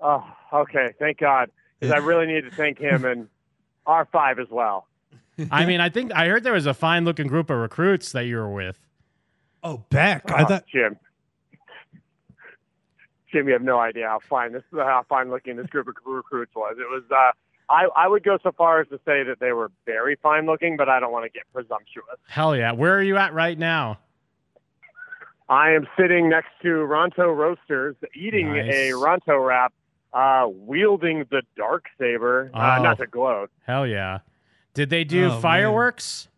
[SPEAKER 14] Oh, okay. Thank God. 'Cause I really need to thank him and R5 as well.
[SPEAKER 5] I mean, I think I heard there was a fine looking group of recruits that you were with.
[SPEAKER 14] Oh,
[SPEAKER 13] Beck. I thought
[SPEAKER 14] Jim. Jim, you have no idea how fine this how fine looking this group of recruits was. It was uh, I I would go so far as to say that they were very fine looking, but I don't want to get presumptuous.
[SPEAKER 5] Hell yeah. Where are you at right now?
[SPEAKER 14] I am sitting next to Ronto Roasters, eating
[SPEAKER 5] Nice.
[SPEAKER 14] a Ronto wrap, uh, wielding the dark saber, uh,
[SPEAKER 5] Oh.
[SPEAKER 14] not to gloat.
[SPEAKER 5] Hell yeah. Did they do
[SPEAKER 14] Oh, man.
[SPEAKER 5] fireworks?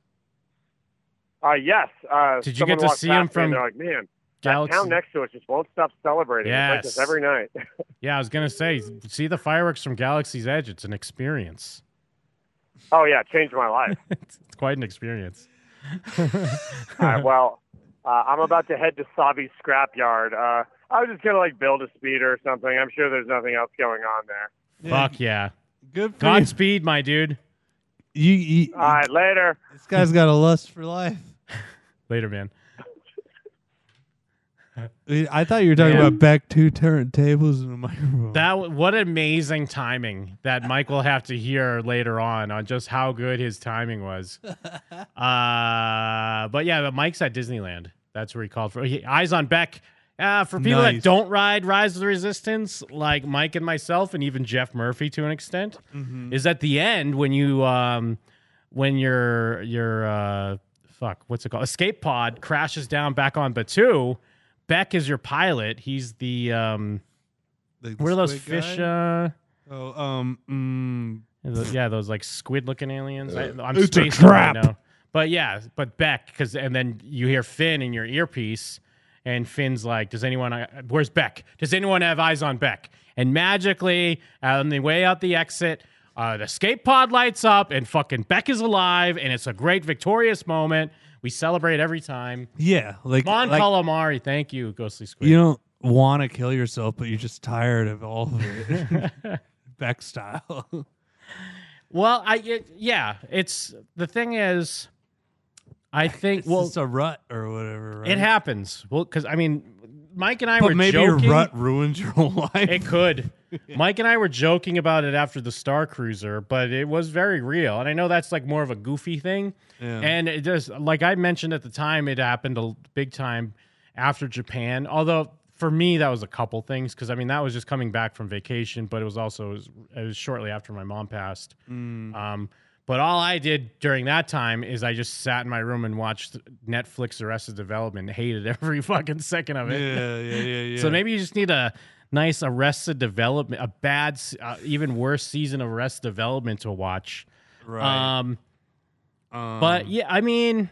[SPEAKER 14] Uh, yes. Uh,
[SPEAKER 5] Did you
[SPEAKER 14] someone
[SPEAKER 5] get to
[SPEAKER 14] walked
[SPEAKER 5] see 'em
[SPEAKER 14] past me and
[SPEAKER 5] from
[SPEAKER 14] They're like, man, that
[SPEAKER 5] Galaxy-
[SPEAKER 14] town next to us just won't stop celebrating. It's like
[SPEAKER 5] Yes.
[SPEAKER 14] this every night.
[SPEAKER 5] Yeah, I was gonna say, see the fireworks from Galaxy's Edge. It's an experience.
[SPEAKER 14] oh yeah, it changed my life.
[SPEAKER 5] It's quite an experience.
[SPEAKER 14] All right, well, uh, I'm about to head to Savi's scrapyard. Uh, I was just gonna like build a speeder or something. I'm sure there's nothing else going on there.
[SPEAKER 5] Fuck yeah.
[SPEAKER 7] Good for you.
[SPEAKER 5] Godspeed, my dude.
[SPEAKER 7] You, you
[SPEAKER 14] All
[SPEAKER 15] Ah.
[SPEAKER 14] right, later.
[SPEAKER 7] this guy's got a lust for life.
[SPEAKER 5] Later, man.
[SPEAKER 7] I thought you were talking
[SPEAKER 5] Man.
[SPEAKER 7] about back two turntables and a microphone.
[SPEAKER 5] That w- what amazing timing that Mike will have to hear later on on just how good his timing was. Uh, but yeah, but Mike's at Disneyland. That's where he called for he, eyes on Beck. Uh, for people
[SPEAKER 7] Nice.
[SPEAKER 5] that don't ride Rise of the Resistance, like Mike and myself, and even Jeff Murphy to an extent,
[SPEAKER 7] Mhm.
[SPEAKER 5] is at the end when you um, when your your uh, fuck what's it called escape pod crashes down back on Batu. Beck is your pilot. He's the um, what are those
[SPEAKER 7] squid
[SPEAKER 5] fish?
[SPEAKER 7] guy?
[SPEAKER 5] Uh,
[SPEAKER 7] Oh, um,
[SPEAKER 5] yeah, tho- yeah, those like squid-looking aliens. I,
[SPEAKER 7] Uh,
[SPEAKER 5] I'm
[SPEAKER 7] it's a
[SPEAKER 5] spacing right
[SPEAKER 7] trap.
[SPEAKER 5] now. But yeah, but Beck, because and then you hear Finn in your earpiece, and Finn's like, "Does anyone? Where's Beck? Does anyone have eyes on Beck?" And magically, on the way out the exit, uh, the escape pod lights up, and fucking Beck is alive, and it's a great victorious moment. We celebrate every time.
[SPEAKER 7] Yeah, like-
[SPEAKER 5] Mon
[SPEAKER 7] like-
[SPEAKER 5] Calamari, thank you, Ghostly Squid.
[SPEAKER 7] you don't want to kill yourself, but you're just tired of all of it. Beck style.
[SPEAKER 5] Well, I it, yeah, it's the thing is, I think well,
[SPEAKER 7] just a rut or whatever. Right?
[SPEAKER 5] it happens. Well, because I mean, Mike and I
[SPEAKER 7] But
[SPEAKER 5] were
[SPEAKER 7] maybe your
[SPEAKER 5] joking.
[SPEAKER 7] rut ruins your whole life.
[SPEAKER 5] It could. Mike and I were joking about it after the Star Cruiser, but it was very real, and I know that's like more of a goofy thing.
[SPEAKER 7] Yeah.
[SPEAKER 5] And it just like I mentioned at the time, it happened a l- big time after Japan. Although for me, that was a couple things because I mean that was just coming back from vacation, but it was also it was, it was shortly after my mom passed.
[SPEAKER 7] Mm.
[SPEAKER 5] Um, but all I did during that time is I just sat in my room and watched Netflix Arrested Development, and hated every fucking second of it.
[SPEAKER 7] Yeah, yeah, yeah,
[SPEAKER 5] So
[SPEAKER 7] yeah.
[SPEAKER 5] maybe you just need a nice Arrested Development, a bad, s- uh, even worse season of Arrested Development to watch.
[SPEAKER 7] Right.
[SPEAKER 5] Um,
[SPEAKER 7] Um,
[SPEAKER 5] but yeah, I mean,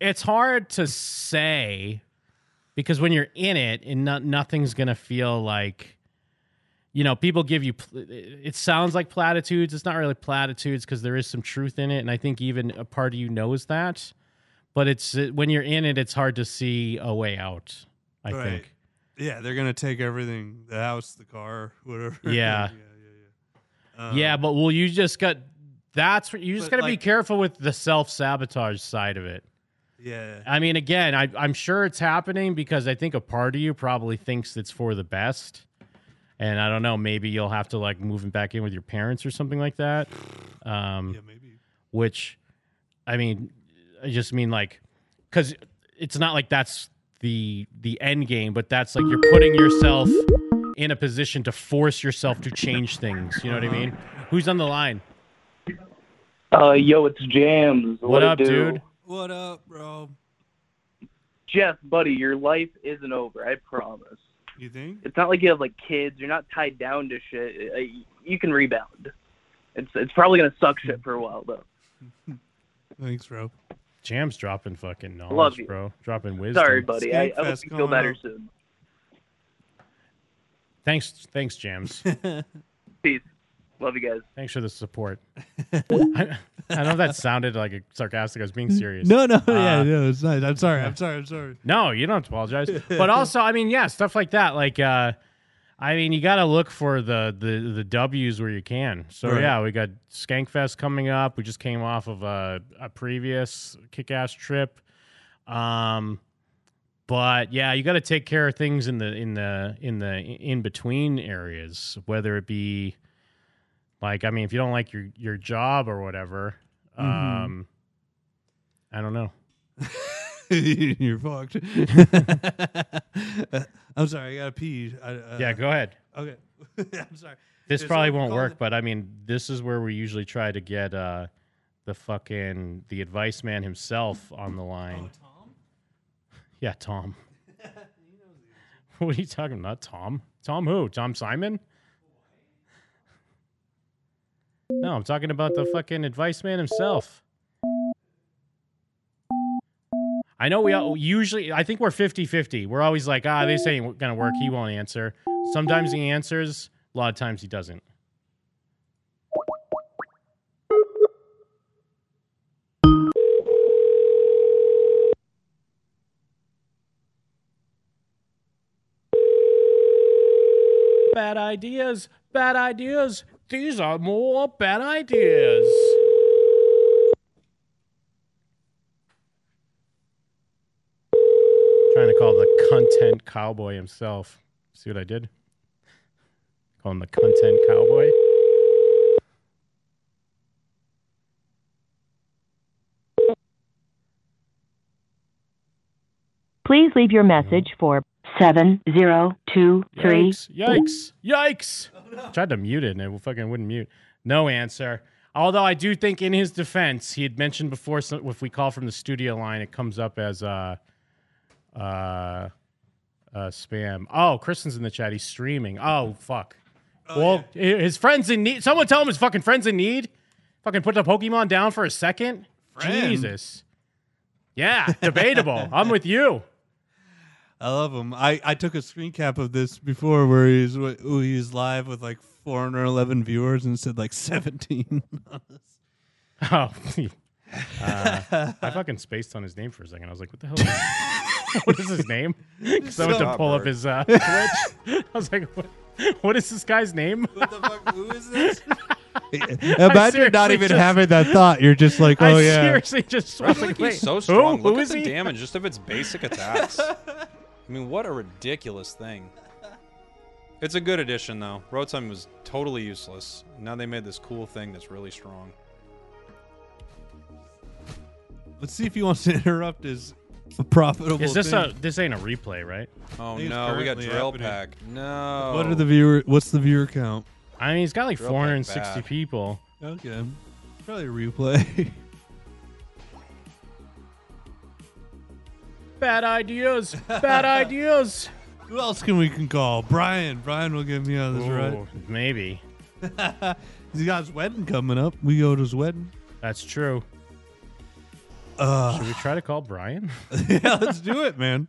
[SPEAKER 5] it's hard to say because when you're in it, and no, nothing's gonna feel like, you know, people give you. Pl- it sounds like platitudes. It's not really platitudes because there is some truth in it, and I think even a part of you knows that. But it's uh, when you're in it, it's hard to see a way out. I
[SPEAKER 7] Right.
[SPEAKER 5] think.
[SPEAKER 7] Yeah, they're gonna take everything: the house, the car, whatever.
[SPEAKER 5] Yeah.
[SPEAKER 7] yeah.
[SPEAKER 5] yeah, but well, you just got. That's what you just
[SPEAKER 7] um, But,
[SPEAKER 5] got to be
[SPEAKER 7] like-
[SPEAKER 5] careful with the self sabotage side of it.
[SPEAKER 7] Yeah.
[SPEAKER 5] I mean, again, I, I'm sure it's happening because I think a part of you probably thinks it's for the best. And I don't know, maybe you'll have to like move back in with your parents or something like that. Um, yeah,
[SPEAKER 7] maybe.
[SPEAKER 5] Which, I mean, I just mean like, because it's not like that's the the end game, but that's like you're putting yourself in a position to force yourself to change things. You know what I mean? Who's on the line?
[SPEAKER 16] Uh, yo, it's Jams.
[SPEAKER 5] What
[SPEAKER 16] it
[SPEAKER 5] up,
[SPEAKER 16] do?
[SPEAKER 5] dude?
[SPEAKER 7] What up, bro?
[SPEAKER 16] Jeff, buddy, your life isn't over. I promise.
[SPEAKER 7] You think?
[SPEAKER 16] It's not like you have like kids. You're not tied down to shit. Uh, You can rebound. It's it's probably gonna suck shit for a while though.
[SPEAKER 7] Thanks, bro.
[SPEAKER 5] Jam's dropping fucking knowledge,
[SPEAKER 16] Love you.
[SPEAKER 5] bro. Dropping wisdom.
[SPEAKER 16] Sorry, buddy. I, I hope you feel better soon.
[SPEAKER 5] Thanks, thanks, Jams.
[SPEAKER 16] Peace. Love you guys.
[SPEAKER 5] thanks for the support. I, I know that sounded like sarcastic. I was being serious.
[SPEAKER 4] No, no,
[SPEAKER 5] Uh,
[SPEAKER 4] yeah, no, it's nice. I'm sorry, I'm sorry, I'm sorry.
[SPEAKER 5] No, you don't have to apologize. but also, I mean, yeah, stuff like that. Like, uh, I mean, you got to look for the, the the W's where you can. So
[SPEAKER 4] Right.
[SPEAKER 5] yeah, we got Skankfest coming up. We just came off of a, a previous kick-ass trip. Um, but yeah, you got to take care of things in the in the in the in between areas, whether it be like, I mean, if you don't like your your job or whatever,
[SPEAKER 4] Mhm.
[SPEAKER 5] um, I don't know.
[SPEAKER 4] You're fucked. Uh, I'm sorry, I gotta pee. I, uh,
[SPEAKER 5] Yeah, go ahead.
[SPEAKER 4] Okay, I'm sorry.
[SPEAKER 5] This
[SPEAKER 4] Is
[SPEAKER 5] probably
[SPEAKER 4] that
[SPEAKER 5] won't
[SPEAKER 4] called-
[SPEAKER 5] work, but I mean, this is where we usually try to get uh, the fucking the advice man himself on the line.
[SPEAKER 4] Oh,
[SPEAKER 5] Yeah, Tom. what are you talking about, Tom? Tom who? Tom Simon? No, I'm talking about the fucking advice man himself. I know we all, usually, I think we're 50 50. We're always like, ah, this ain't going to work. He won't answer. Sometimes he answers, a lot of times he doesn't. Bad ideas, bad ideas. These are more bad ideas. Trying to call the content cowboy himself. See what I did? Call him the content cowboy.
[SPEAKER 13] Please leave your message for 7023.
[SPEAKER 5] Yikes! Yikes! Yikes! Tried to mute it and it fucking wouldn't mute. No answer. Although I do think, in his defense, he had mentioned before, so if we call from the studio line, it comes up as uh, uh, uh, spam. Oh, Kristen's in the chat. He's streaming. Oh, fuck. well, hi- his friends in need. Someone tell him his fucking friends in need. Fucking put the Pokemon down for a second.
[SPEAKER 4] Friend?
[SPEAKER 5] Jesus. Yeah, debatable. I'm with you.
[SPEAKER 4] I love him. I, I took a screen cap of this before where he's wh- who he's live with like 411 viewers and said like 17.
[SPEAKER 5] Oh, uh, I fucking spaced on his name for a second. I was like, "What the hell? Is his- what is his name?" Because I went to
[SPEAKER 4] Stop,
[SPEAKER 5] pull up
[SPEAKER 4] Bert.
[SPEAKER 5] his uh, Twitch. I was like, what, "What is this guy's name?" What
[SPEAKER 4] the fuck? Who is this?
[SPEAKER 5] I
[SPEAKER 4] Imagine not
[SPEAKER 5] seriously
[SPEAKER 4] even
[SPEAKER 5] just-
[SPEAKER 4] having that thought. You're just like,
[SPEAKER 5] I
[SPEAKER 4] oh yeah.
[SPEAKER 5] seriously just was
[SPEAKER 10] Right,
[SPEAKER 5] like,
[SPEAKER 10] like,
[SPEAKER 5] "Wait,
[SPEAKER 10] he's so
[SPEAKER 5] who?
[SPEAKER 10] strong. Look
[SPEAKER 5] Who
[SPEAKER 10] at
[SPEAKER 5] is
[SPEAKER 10] the
[SPEAKER 5] he?"
[SPEAKER 10] damage just of its basic attacks. I mean, what a ridiculous thing. It's a good addition, though. Rotom was totally useless. Now they made this cool thing that's really strong.
[SPEAKER 4] Let's see if he wants to interrupt his profitable.
[SPEAKER 5] Is this
[SPEAKER 4] thing.
[SPEAKER 5] a? This ain't a replay, right?
[SPEAKER 10] Oh no, we got Drill Pack. No.
[SPEAKER 4] What are the viewer? What's the viewer count?
[SPEAKER 5] I mean, he's got like
[SPEAKER 10] Drill Pack
[SPEAKER 5] 460
[SPEAKER 10] bad.
[SPEAKER 5] people.
[SPEAKER 4] Okay, probably a replay.
[SPEAKER 5] Bad ideas. Bad ideas.
[SPEAKER 4] Who else can we can call? Brian. Brian will give me on this,
[SPEAKER 5] Ooh, Maybe.
[SPEAKER 4] right? he got his wedding coming up. We go to his wedding.
[SPEAKER 5] That's true.
[SPEAKER 4] Uh,
[SPEAKER 5] Should we try to call Brian?
[SPEAKER 4] yeah, let's do it, man.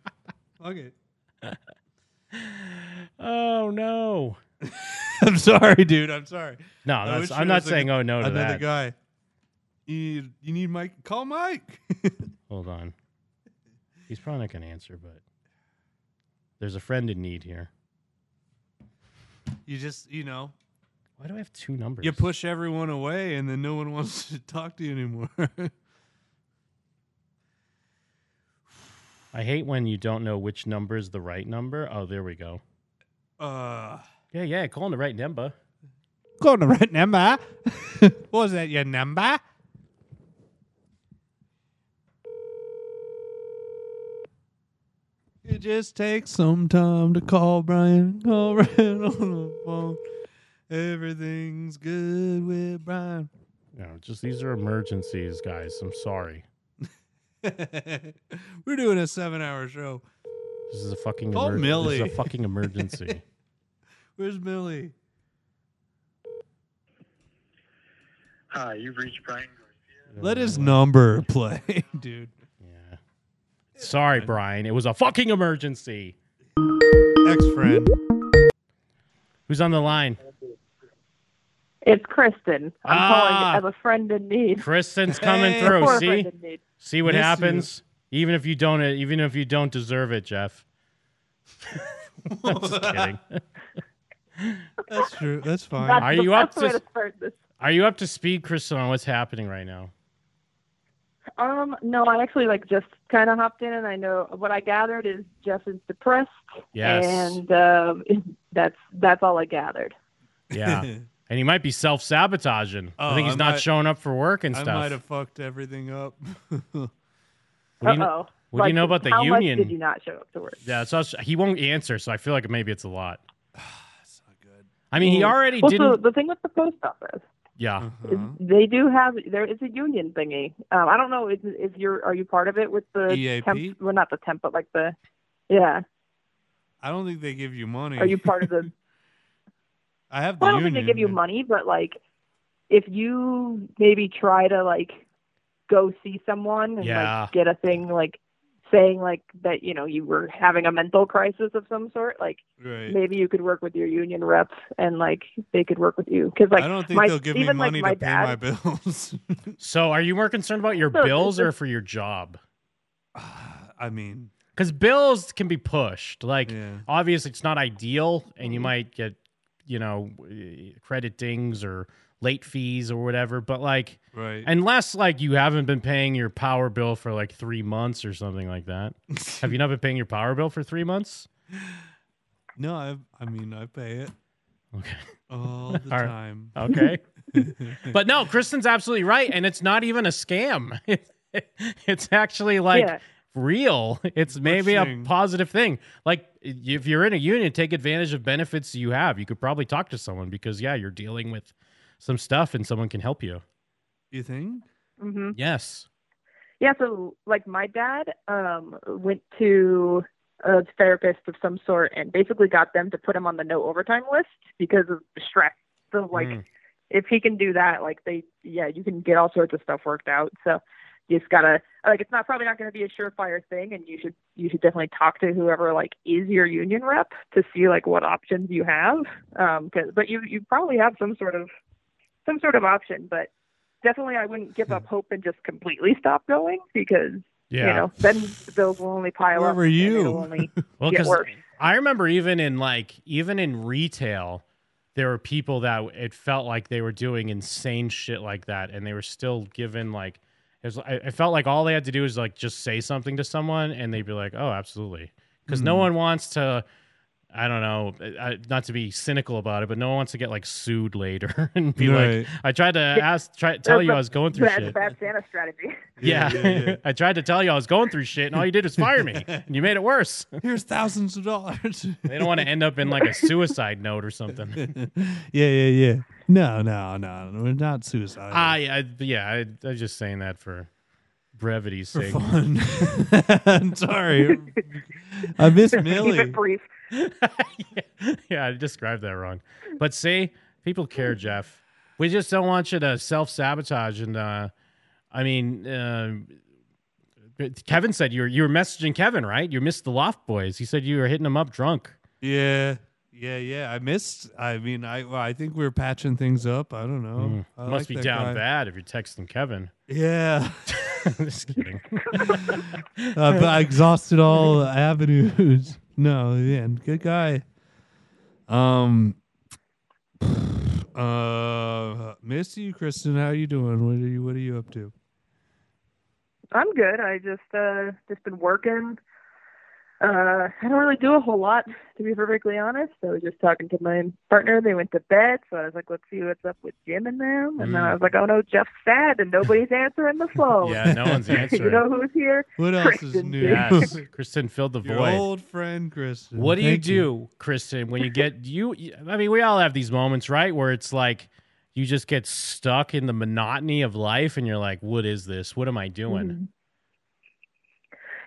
[SPEAKER 4] Okay.
[SPEAKER 5] Oh no.
[SPEAKER 4] I'm sorry, dude. I'm sorry.
[SPEAKER 5] No,
[SPEAKER 4] I
[SPEAKER 5] that's-
[SPEAKER 4] wish
[SPEAKER 5] I'm
[SPEAKER 4] there
[SPEAKER 5] not
[SPEAKER 4] was, like,
[SPEAKER 5] saying, oh, no to
[SPEAKER 4] another
[SPEAKER 5] that.
[SPEAKER 4] guy. You need, you need Mike. Call Mike.
[SPEAKER 5] Hold on. He's probably not going to answer, but there's a friend in need here.
[SPEAKER 4] You just, you know,
[SPEAKER 5] Why do I have two numbers?
[SPEAKER 4] you push everyone away, and then no one wants to talk to you anymore.
[SPEAKER 5] I hate when you don't know which number is the right number. Oh, there we go.
[SPEAKER 4] uh,
[SPEAKER 5] Yeah, yeah, calling the right number.
[SPEAKER 4] calling the right number. Was that your number? It just takes some time to call Brian. Call Brian on the phone. Everything's good with Brian.
[SPEAKER 5] No, just these are emergencies, guys. I'm sorry.
[SPEAKER 4] We're doing a seven-hour show.
[SPEAKER 5] This is a fucking
[SPEAKER 4] Call
[SPEAKER 5] emergency. This
[SPEAKER 4] Millie.
[SPEAKER 5] is a fucking emergency.
[SPEAKER 4] Where's Millie?
[SPEAKER 3] Hi, you've reached Brian.
[SPEAKER 7] Let his number play, dude.
[SPEAKER 5] Sorry, Brian. It was a fucking emergency.
[SPEAKER 7] Ex friend.
[SPEAKER 5] Who's on the line?
[SPEAKER 15] It's Kristen. I'm
[SPEAKER 5] Ah.
[SPEAKER 15] calling as a friend in need.
[SPEAKER 5] Kristen's coming
[SPEAKER 15] Hey.
[SPEAKER 5] through.
[SPEAKER 15] Poor
[SPEAKER 5] See,
[SPEAKER 15] friend indeed.
[SPEAKER 5] see what
[SPEAKER 15] Miss you.
[SPEAKER 5] happens. Even if you don't, even if you don't deserve it, Jeff. I'm just kidding.
[SPEAKER 7] That's true. That's fine.
[SPEAKER 5] Are you up
[SPEAKER 15] That's the way
[SPEAKER 5] to?
[SPEAKER 15] to start this.
[SPEAKER 5] Are you up to speed, Kristen, on what's happening right now?
[SPEAKER 15] Um, no, I actually like just kind of hopped in, and I know what I gathered is Jeff is depressed,
[SPEAKER 5] Yes.
[SPEAKER 15] and um, that's that's all I gathered.
[SPEAKER 5] Yeah. and he might be self sabotaging. I
[SPEAKER 7] Oh,
[SPEAKER 5] think he's
[SPEAKER 7] I
[SPEAKER 5] not
[SPEAKER 7] might-
[SPEAKER 5] showing up for work and
[SPEAKER 7] I
[SPEAKER 5] stuff.
[SPEAKER 7] might have fucked everything up.
[SPEAKER 5] What do you kn-
[SPEAKER 15] Uh-oh.
[SPEAKER 5] what do you know about the
[SPEAKER 15] how
[SPEAKER 5] union?
[SPEAKER 15] Much did you not show up to work?
[SPEAKER 5] Yeah, so I was- he won't answer, so I feel like maybe it's a lot. That's not good. I mean, he
[SPEAKER 15] Mm.
[SPEAKER 5] already
[SPEAKER 15] Well, so
[SPEAKER 5] didn't.
[SPEAKER 15] the thing with the post office,
[SPEAKER 5] yeah.
[SPEAKER 7] Uh-huh.
[SPEAKER 15] they do have there is a union thingy. Um, I don't know if, if you're are you part of it with the
[SPEAKER 5] E
[SPEAKER 7] EAP?
[SPEAKER 15] temp? Well, not the temp, but like the yeah.
[SPEAKER 7] I don't think they give you money.
[SPEAKER 15] Are you part of the?
[SPEAKER 7] I have the
[SPEAKER 15] I don't
[SPEAKER 7] union.
[SPEAKER 15] think they give you money, but like if you maybe try to like go see someone and
[SPEAKER 5] Yeah.
[SPEAKER 15] like get a thing like saying like that you know you were having a mental crisis of some sort, like
[SPEAKER 7] Right.
[SPEAKER 15] maybe you could work with your union rep and like they could work with you because like
[SPEAKER 5] I don't think
[SPEAKER 15] my,
[SPEAKER 5] they'll give me
[SPEAKER 15] even, like,
[SPEAKER 5] money to
[SPEAKER 15] my
[SPEAKER 5] pay
[SPEAKER 15] dad,
[SPEAKER 5] my
[SPEAKER 7] bills.
[SPEAKER 5] So, are you more concerned about your
[SPEAKER 15] So it's
[SPEAKER 5] bills or
[SPEAKER 15] just-
[SPEAKER 5] for your job?
[SPEAKER 7] Ah, I mean,
[SPEAKER 5] because bills can be pushed. Like, obviously, it's not ideal, and
[SPEAKER 15] Mm-hmm.
[SPEAKER 5] you might get, you know, eh, credit dings or late fees or whatever. But like,
[SPEAKER 7] Right.
[SPEAKER 5] unless like you haven't been paying your power bill for like three months or something like that. Have you not been paying your power bill for three months?
[SPEAKER 7] No, I I mean I pay it.
[SPEAKER 5] Okay.
[SPEAKER 7] All the
[SPEAKER 5] All right.
[SPEAKER 7] time.
[SPEAKER 5] Okay. but no, Kristen's absolutely right, and it's not even a scam. it's actually like
[SPEAKER 7] Yeah.
[SPEAKER 5] real. It's maybe a
[SPEAKER 7] Pushing.
[SPEAKER 5] positive thing. Like if you're in a union, take advantage of benefits you have. You could probably talk to someone because yeah, you're dealing with some stuff, and someone can help you.
[SPEAKER 7] You think?
[SPEAKER 15] Mhm.
[SPEAKER 5] Yes.
[SPEAKER 15] Yeah, so like my dad um went to a therapist of some sort and basically got them to put him on the no overtime list because of stress. So like if he can do that, like they yeah, you can get all sorts of stuff worked out. So you just gotta like it's not probably not gonna be a surefire thing and you should you should definitely talk to whoever like is your union rep to see like what options you have. Um 'cause but you you probably have some sort of some sort of option, but definitely I wouldn't give up hope and just completely stop going because you
[SPEAKER 5] Hmm. Yeah.
[SPEAKER 15] know then the bills will only pile
[SPEAKER 5] Where
[SPEAKER 15] up.
[SPEAKER 5] were
[SPEAKER 15] and
[SPEAKER 5] you?
[SPEAKER 15] it'll only
[SPEAKER 5] Well,
[SPEAKER 15] get
[SPEAKER 5] 'cause
[SPEAKER 15] worse.
[SPEAKER 5] I remember even in like even in retail, there were people that it felt like they were doing insane shit like that, and they were still given like it, was, I- it felt like all they had to do is like just say something to someone, and they'd be like, "Oh, absolutely," because no
[SPEAKER 7] Mhm.
[SPEAKER 5] one wants to. I don't know, I, I- not to be cynical about it, but no one wants to get like sued later and be
[SPEAKER 7] Right.
[SPEAKER 5] like, "I tried to ask, try, tell
[SPEAKER 15] That's
[SPEAKER 5] you
[SPEAKER 15] a
[SPEAKER 5] I was going through
[SPEAKER 15] bad,
[SPEAKER 5] shit."
[SPEAKER 15] Bad Santa strategy.
[SPEAKER 5] Yeah,
[SPEAKER 7] yeah, yeah.
[SPEAKER 5] I tried to tell you I was going through shit, and all you did was fire me, and you made it worse.
[SPEAKER 7] Here's thousands of dollars.
[SPEAKER 5] They don't want to end up in like a suicide note or something.
[SPEAKER 7] Yeah, yeah, yeah. No, no, no, no. We're not suicide.
[SPEAKER 5] I, I Ah, yeah, I, I was just saying that for brevity's
[SPEAKER 7] For
[SPEAKER 5] sake.
[SPEAKER 7] fun. I'm sorry. I miss
[SPEAKER 5] Keep
[SPEAKER 7] Millie.
[SPEAKER 5] it brief. yeah, I described that wrong. But see, people care, Jeff. We just don't want you to self sabotage. And uh, I mean, uh, Kevin said you were you were messaging Kevin, right? You missed the Loft Boys. He said you were hitting him up drunk.
[SPEAKER 7] Yeah. Yeah, yeah. I missed. I mean, I well, I think we're patching things up. I don't know.
[SPEAKER 5] Mm.
[SPEAKER 7] I
[SPEAKER 5] Must
[SPEAKER 7] like
[SPEAKER 5] be
[SPEAKER 7] that
[SPEAKER 5] down
[SPEAKER 7] guy.
[SPEAKER 5] bad if you're texting Kevin.
[SPEAKER 7] Yeah.
[SPEAKER 5] Just kidding.
[SPEAKER 7] Uh, but I exhausted all avenues. No, yeah, good guy. Um, uh, miss you, Kristen. How you doing? What are you What are you up to?
[SPEAKER 15] I'm good. I just uh just been working. Uh, I don't really do a whole lot, to be perfectly honest. I was just talking to my partner. They went to bed, so I was like, "Let's see what's up with Jim and them." And then I was like, "Oh no, Jeff's sad, and nobody's answering the phone."
[SPEAKER 5] Hmm. Yeah, no one's
[SPEAKER 15] Oh. you
[SPEAKER 5] answering.
[SPEAKER 15] know who's here?
[SPEAKER 7] What else is
[SPEAKER 15] Kristen.
[SPEAKER 7] new?
[SPEAKER 5] Yes, Kristen filled the
[SPEAKER 7] Your
[SPEAKER 5] void.
[SPEAKER 7] old friend, Kristen.
[SPEAKER 5] What do you
[SPEAKER 7] Thank
[SPEAKER 5] do, Kristen, when you get you? I mean, we all have these moments, right, where it's like you just get stuck in the monotony of life, and you're like, "What is this? What am I doing?"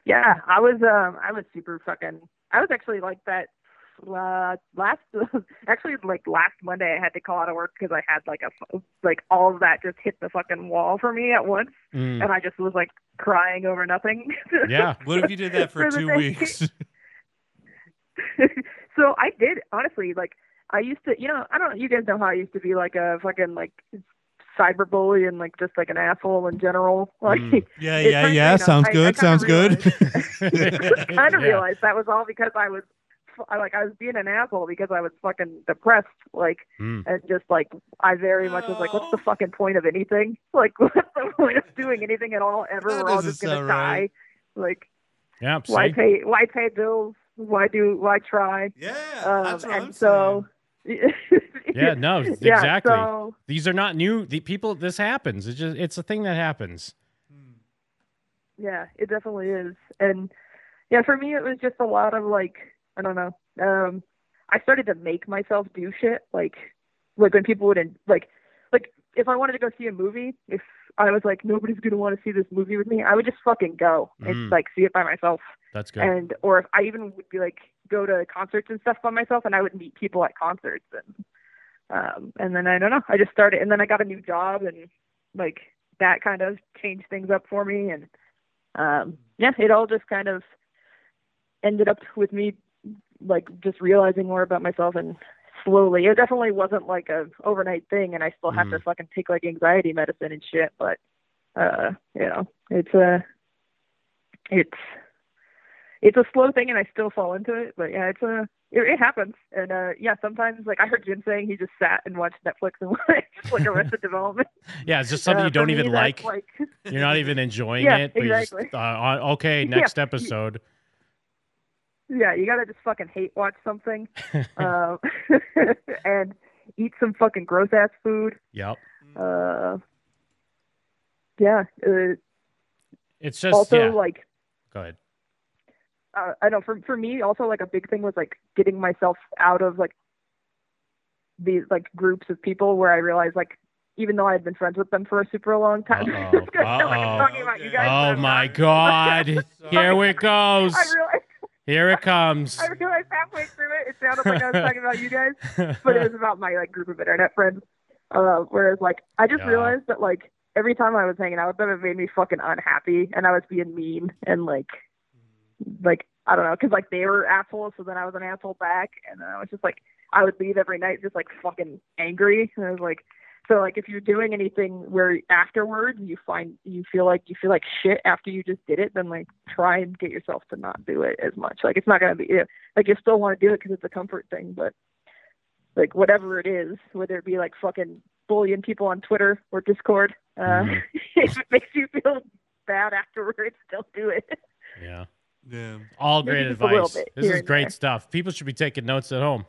[SPEAKER 15] Yeah, I was um I was super fucking I was actually like that uh, last actually like last Monday I had to call out of work because I had like a fu- like all of that just hit the fucking wall for me at once,
[SPEAKER 7] Mm.
[SPEAKER 15] and I just was like crying over nothing.
[SPEAKER 7] What if you did that for
[SPEAKER 15] the
[SPEAKER 7] two
[SPEAKER 15] thing.
[SPEAKER 7] weeks?
[SPEAKER 15] So I did honestly like I used to you know I don't you guys know how I used to be like a fucking like cyberbully and like just like an asshole in general like
[SPEAKER 7] Yeah,
[SPEAKER 15] it
[SPEAKER 7] yeah,
[SPEAKER 15] turned
[SPEAKER 7] yeah.
[SPEAKER 15] out-
[SPEAKER 7] Sounds
[SPEAKER 15] I- I
[SPEAKER 7] good.
[SPEAKER 15] kinda
[SPEAKER 7] sounds good.
[SPEAKER 3] Mm,
[SPEAKER 15] kind of realized that was all because I was I, like I was being an asshole because I was fucking depressed like
[SPEAKER 3] Mm.
[SPEAKER 15] and just like I very much was like what's the fucking point of anything like what's the point of doing anything at all ever
[SPEAKER 3] That
[SPEAKER 15] we're all
[SPEAKER 3] doesn't
[SPEAKER 15] just gonna
[SPEAKER 3] sound
[SPEAKER 15] die
[SPEAKER 3] right.
[SPEAKER 15] like
[SPEAKER 5] Yeah.
[SPEAKER 15] why
[SPEAKER 5] see?
[SPEAKER 15] pay why pay bills why do why try
[SPEAKER 7] yeah
[SPEAKER 15] um, and so
[SPEAKER 5] Yeah, no,
[SPEAKER 15] Yeah,
[SPEAKER 5] exactly.
[SPEAKER 15] so-
[SPEAKER 5] These are not new. The people, this happens. It's just, it's a thing that happens.
[SPEAKER 15] Yeah, it definitely is. And yeah, for me it was just a lot of like I don't know. Um I started to make myself do shit like like when people would in, like like if I wanted to go see a movie, if I was like nobody's going to want to see this movie with me, I would just fucking go and
[SPEAKER 5] Mm.
[SPEAKER 15] like see it by myself.
[SPEAKER 5] That's good.
[SPEAKER 15] And or if I even would be like go to concerts and stuff by myself and I would meet people at concerts and um and then I don't know, I just started and then I got a new job and like that kind of changed things up for me and um yeah, it all just kind of ended up with me like just realizing more about myself and slowly. It definitely wasn't like a overnight thing and I still have to
[SPEAKER 3] Mm.
[SPEAKER 15] fucking take like anxiety medicine and shit, but uh you know, it's a it's it's a slow thing and I still fall into it, but yeah, it's a it, it happens. And uh yeah, sometimes like I heard Jim saying he just sat and watched Netflix and watched like Arrested Development.
[SPEAKER 5] Yeah, it's just something
[SPEAKER 15] Uh,
[SPEAKER 5] you don't
[SPEAKER 15] for me,
[SPEAKER 5] even
[SPEAKER 15] that's,
[SPEAKER 5] like. You're not even enjoying
[SPEAKER 15] Yeah,
[SPEAKER 5] it. But you're just,
[SPEAKER 15] exactly.
[SPEAKER 5] uh, on- okay,
[SPEAKER 15] Yeah,
[SPEAKER 5] next
[SPEAKER 15] you-
[SPEAKER 5] episode.
[SPEAKER 15] Yeah, you gotta just fucking hate watch something, um, and eat some fucking gross ass food.
[SPEAKER 5] Yep.
[SPEAKER 15] Uh, yeah. Uh,
[SPEAKER 5] It's just
[SPEAKER 15] also
[SPEAKER 5] yeah.
[SPEAKER 15] like
[SPEAKER 5] Go ahead.
[SPEAKER 15] uh, I know for for me also like a big thing was like getting myself out of like these like groups of people where I realized like even though I had been friends with them for a super long time, Just 'cause they're, like,
[SPEAKER 5] Uh-oh.
[SPEAKER 15] talking about you guys,
[SPEAKER 5] oh my god! Here it goes.
[SPEAKER 15] I realized
[SPEAKER 5] Here it comes.
[SPEAKER 15] I realized halfway through it, it sounded like I was talking about you guys, but it was about my like group of internet friends. Uh, whereas like I just
[SPEAKER 3] Yeah.
[SPEAKER 15] realized that like every time I was hanging out with them, it made me fucking unhappy, and I was being mean and like like I don't know, because like they were assholes, so then I was an asshole back, and then I was just like I would leave every night just like fucking angry, and I was like. So like if you're doing anything where afterwards you find you feel like you feel like shit after you just did it, then like try and get yourself to not do it as much. Like it's not gonna be like you still want to do it because it's a comfort thing, but like whatever it is, whether it be like fucking bullying people on Twitter or Discord, uh, if it makes you feel bad afterwards, don't do it.
[SPEAKER 5] Yeah.
[SPEAKER 7] Yeah.
[SPEAKER 5] All
[SPEAKER 15] Maybe
[SPEAKER 5] great
[SPEAKER 15] just a little
[SPEAKER 5] advice.
[SPEAKER 15] bit
[SPEAKER 5] This
[SPEAKER 15] here
[SPEAKER 5] is
[SPEAKER 15] and
[SPEAKER 5] great
[SPEAKER 15] there.
[SPEAKER 5] stuff. People should be taking notes at home.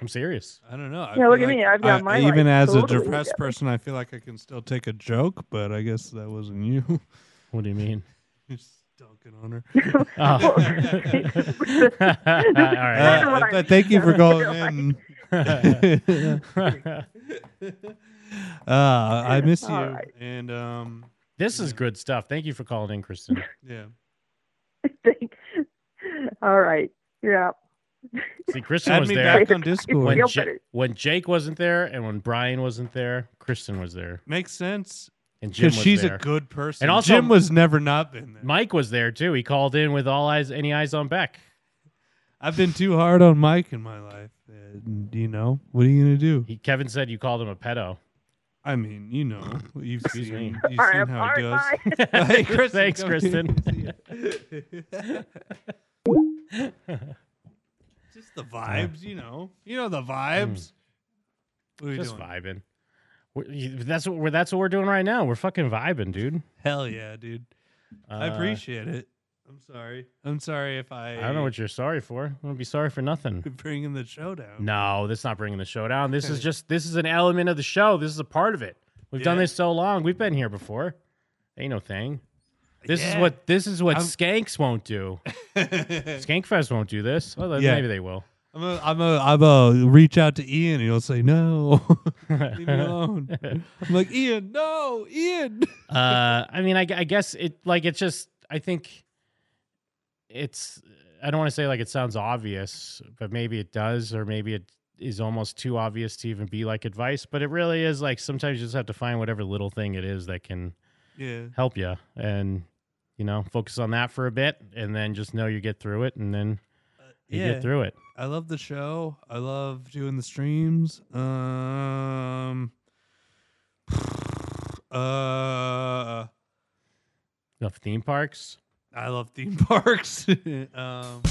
[SPEAKER 5] I'm serious.
[SPEAKER 7] I don't know. I
[SPEAKER 15] Yeah, look at me. I've got my life
[SPEAKER 4] even as a
[SPEAKER 15] totally
[SPEAKER 4] depressed
[SPEAKER 15] together.
[SPEAKER 4] person, I feel like I can still take a joke, but I guess that wasn't you.
[SPEAKER 5] What do you mean?
[SPEAKER 4] You're stalking on her.
[SPEAKER 5] Well,
[SPEAKER 4] Uh,
[SPEAKER 5] Oh. All right.
[SPEAKER 4] but thank you for calling in. uh, I miss you.
[SPEAKER 5] All right.
[SPEAKER 4] And um,
[SPEAKER 5] This is good stuff. Thank you for calling in, Kristen.
[SPEAKER 4] yeah.
[SPEAKER 15] All right. Yeah.
[SPEAKER 5] See, Kristen
[SPEAKER 4] Add
[SPEAKER 5] was
[SPEAKER 4] me
[SPEAKER 5] there.
[SPEAKER 4] back on Discord.
[SPEAKER 5] When,
[SPEAKER 4] Feel
[SPEAKER 5] Ja-
[SPEAKER 4] better.
[SPEAKER 5] when Jake wasn't there and when Brian wasn't there, Kristen was there.
[SPEAKER 4] Makes sense.
[SPEAKER 5] And Jim
[SPEAKER 4] Because
[SPEAKER 5] was
[SPEAKER 4] she's
[SPEAKER 5] there.
[SPEAKER 4] a good person.
[SPEAKER 5] And also,
[SPEAKER 4] Jim was never not been.
[SPEAKER 5] Mike was there too. He called in with all eyes, any eyes on Beck.
[SPEAKER 4] I've been too hard on Mike in my life. And, you know, what are you gonna do?
[SPEAKER 5] He, Kevin said you called him a pedo.
[SPEAKER 4] I mean, you know, you've
[SPEAKER 5] Excuse
[SPEAKER 4] seen,
[SPEAKER 5] me.
[SPEAKER 4] you've seen
[SPEAKER 5] All right,
[SPEAKER 4] how
[SPEAKER 5] all
[SPEAKER 4] it
[SPEAKER 5] right,
[SPEAKER 4] goes.
[SPEAKER 5] bye.
[SPEAKER 4] Hey, Kristen,
[SPEAKER 5] Thanks,
[SPEAKER 4] come
[SPEAKER 5] Kristen.
[SPEAKER 4] here. Just the vibes, you know. You know the vibes. What are you
[SPEAKER 5] Hmm. Just
[SPEAKER 4] doing?
[SPEAKER 5] vibing. We're, you- that's what we're. That's what we're doing right now. We're fucking vibing, dude.
[SPEAKER 4] Hell yeah, dude. I
[SPEAKER 5] Uh,
[SPEAKER 4] appreciate it. I'm sorry. I'm sorry if I.
[SPEAKER 5] I don't know what you're sorry for. I'm gonna be sorry for nothing.
[SPEAKER 4] bringing the show down.
[SPEAKER 5] No, that's not bringing the show down. This is just. This is an element of the show. This is a part of it. We've done
[SPEAKER 4] Yeah.
[SPEAKER 5] this so long. We've been here before. Ain't no thing. This is
[SPEAKER 4] Yeah.
[SPEAKER 5] what. This is what
[SPEAKER 4] I'm-
[SPEAKER 5] skanks won't do. Skankfest won't do this. Well,
[SPEAKER 4] Yeah.
[SPEAKER 5] maybe they will.
[SPEAKER 4] I'm a, I'm a, I'm a reach out to Ian and he'll say no, leave me alone. I'm like Ian, no, Ian.
[SPEAKER 5] uh, I mean, I, I guess it like it's just I think it's I don't want to say like it sounds obvious, but maybe it does, or maybe it is almost too obvious to even be like advice. But it really is like sometimes you just have to find whatever little thing it is that can
[SPEAKER 4] Yeah.
[SPEAKER 5] help you, and you know focus on that for a bit, and then just know you get through it, and then you
[SPEAKER 4] yeah.
[SPEAKER 5] get through it.
[SPEAKER 4] I love the show. I love doing the streams. Um, uh,
[SPEAKER 5] love theme parks.
[SPEAKER 4] I love theme parks. um,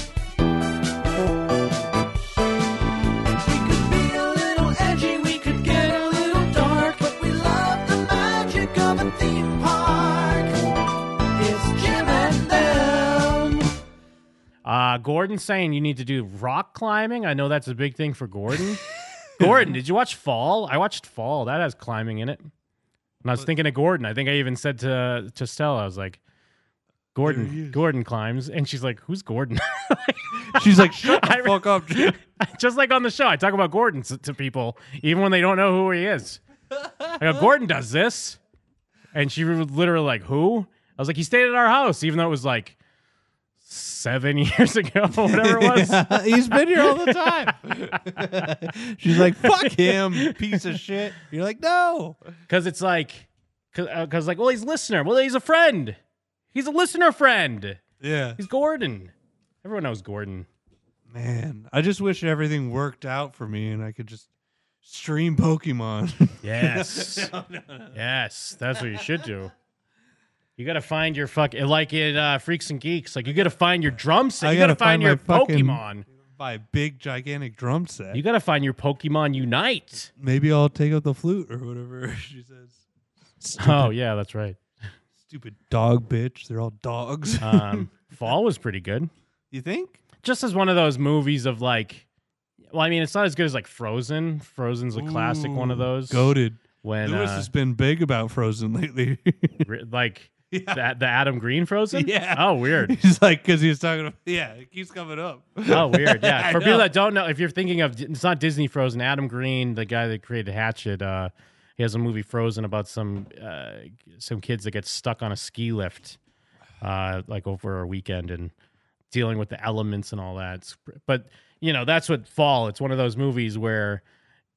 [SPEAKER 3] edgy, we could get a little dark, but we love the magic of a theme park. It's Jim and them.
[SPEAKER 5] Uh, Gordon saying you need to do rock climbing. I know that's a big thing for Gordon. Gordon, did you watch Fall? I watched Fall. That has climbing in it. And I was thinking of Gordon. I think I even said to to Stella, I was like,
[SPEAKER 4] There he
[SPEAKER 5] Gordon,
[SPEAKER 4] is.
[SPEAKER 5] Gordon climbs, and she's like, "Who's Gordon?"
[SPEAKER 4] she's like, "Shut the fuck up,
[SPEAKER 5] Just like on the show, I talk about Gordon to, to people, even when they don't know who he is. I go, "Gordon does this," and she was literally like, "Who?" I was like, "He stayed at our house, even though it was like seven years ago, whatever it was."
[SPEAKER 4] Yeah, he's been here all the time. She's like, "Fuck him, piece of shit." You're like, "No,"
[SPEAKER 5] because it's like, because like, well, he's a listener. Well, he's a friend. He's a listener friend.
[SPEAKER 4] Yeah,
[SPEAKER 5] he's Gordon. Everyone knows Gordon.
[SPEAKER 4] man, I just wish everything worked out for me and I could just stream Pokemon.
[SPEAKER 5] Yes. Yes. That's what you should do. You gotta find your fuck like it uh, freaks and geeks. Like you gotta find your drum set. You gotta, find, your
[SPEAKER 4] my fucking-
[SPEAKER 5] Pokemon.
[SPEAKER 4] Buy a big gigantic drum set.
[SPEAKER 5] You gotta find your Pokemon Unite.
[SPEAKER 4] Maybe I'll take out the flute or whatever she says.
[SPEAKER 5] Oh yeah, that's right.
[SPEAKER 4] Stupid dog bitch. They're all dogs.
[SPEAKER 5] um, Fall was pretty good.
[SPEAKER 4] You think?
[SPEAKER 5] Just as one of those movies of like, well, I mean, it's not as good as like Frozen. Frozen's a classic one of
[SPEAKER 4] Ooh,
[SPEAKER 5] those.
[SPEAKER 4] Goaded.
[SPEAKER 5] When
[SPEAKER 4] Lewis
[SPEAKER 5] uh,
[SPEAKER 4] has been big about Frozen lately.
[SPEAKER 5] re- like that the Adam Green Frozen.
[SPEAKER 4] Yeah.
[SPEAKER 5] Oh, weird.
[SPEAKER 4] He's like, because he was talking about, yeah, it keeps coming up.
[SPEAKER 5] Oh, weird. Yeah.
[SPEAKER 4] I
[SPEAKER 5] For people
[SPEAKER 4] know.
[SPEAKER 5] that don't know, if you're thinking of, it's not Disney Frozen. Adam Green, the guy that created Hatchet, uh, he has a movie Frozen about some uh, some kids that get stuck on a ski lift, uh, like over a weekend and dealing with the elements and all that. It's pr- But you know, that's what Fall. It's one of those movies where,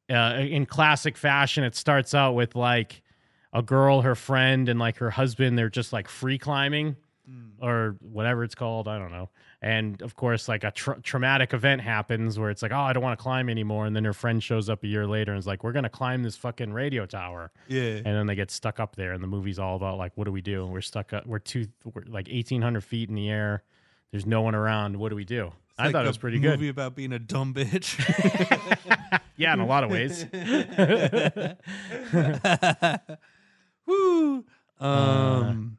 [SPEAKER 5] uh, in classic fashion, it starts out with like a girl, her friend, and like her husband. They're just like free climbing
[SPEAKER 4] Hmm.
[SPEAKER 5] or whatever it's called. I don't know. And of course, like a tra- traumatic event happens where it's like, oh, I don't want to climb anymore. And then her friend shows up a year later and is like, we're going to climb this fucking radio tower.
[SPEAKER 4] Yeah.
[SPEAKER 5] And then they get stuck up there. And the movie's all about like, what do we do? And we're stuck up, we're two, we're like 1,800 feet in the air. There's no one around. What do we do?
[SPEAKER 4] It's
[SPEAKER 5] I
[SPEAKER 4] like
[SPEAKER 5] thought
[SPEAKER 4] a
[SPEAKER 5] it was pretty
[SPEAKER 4] movie
[SPEAKER 5] good.
[SPEAKER 4] about being a dumb bitch.
[SPEAKER 5] Yeah, in a lot of ways.
[SPEAKER 4] Woo.
[SPEAKER 5] Uh,
[SPEAKER 4] Um,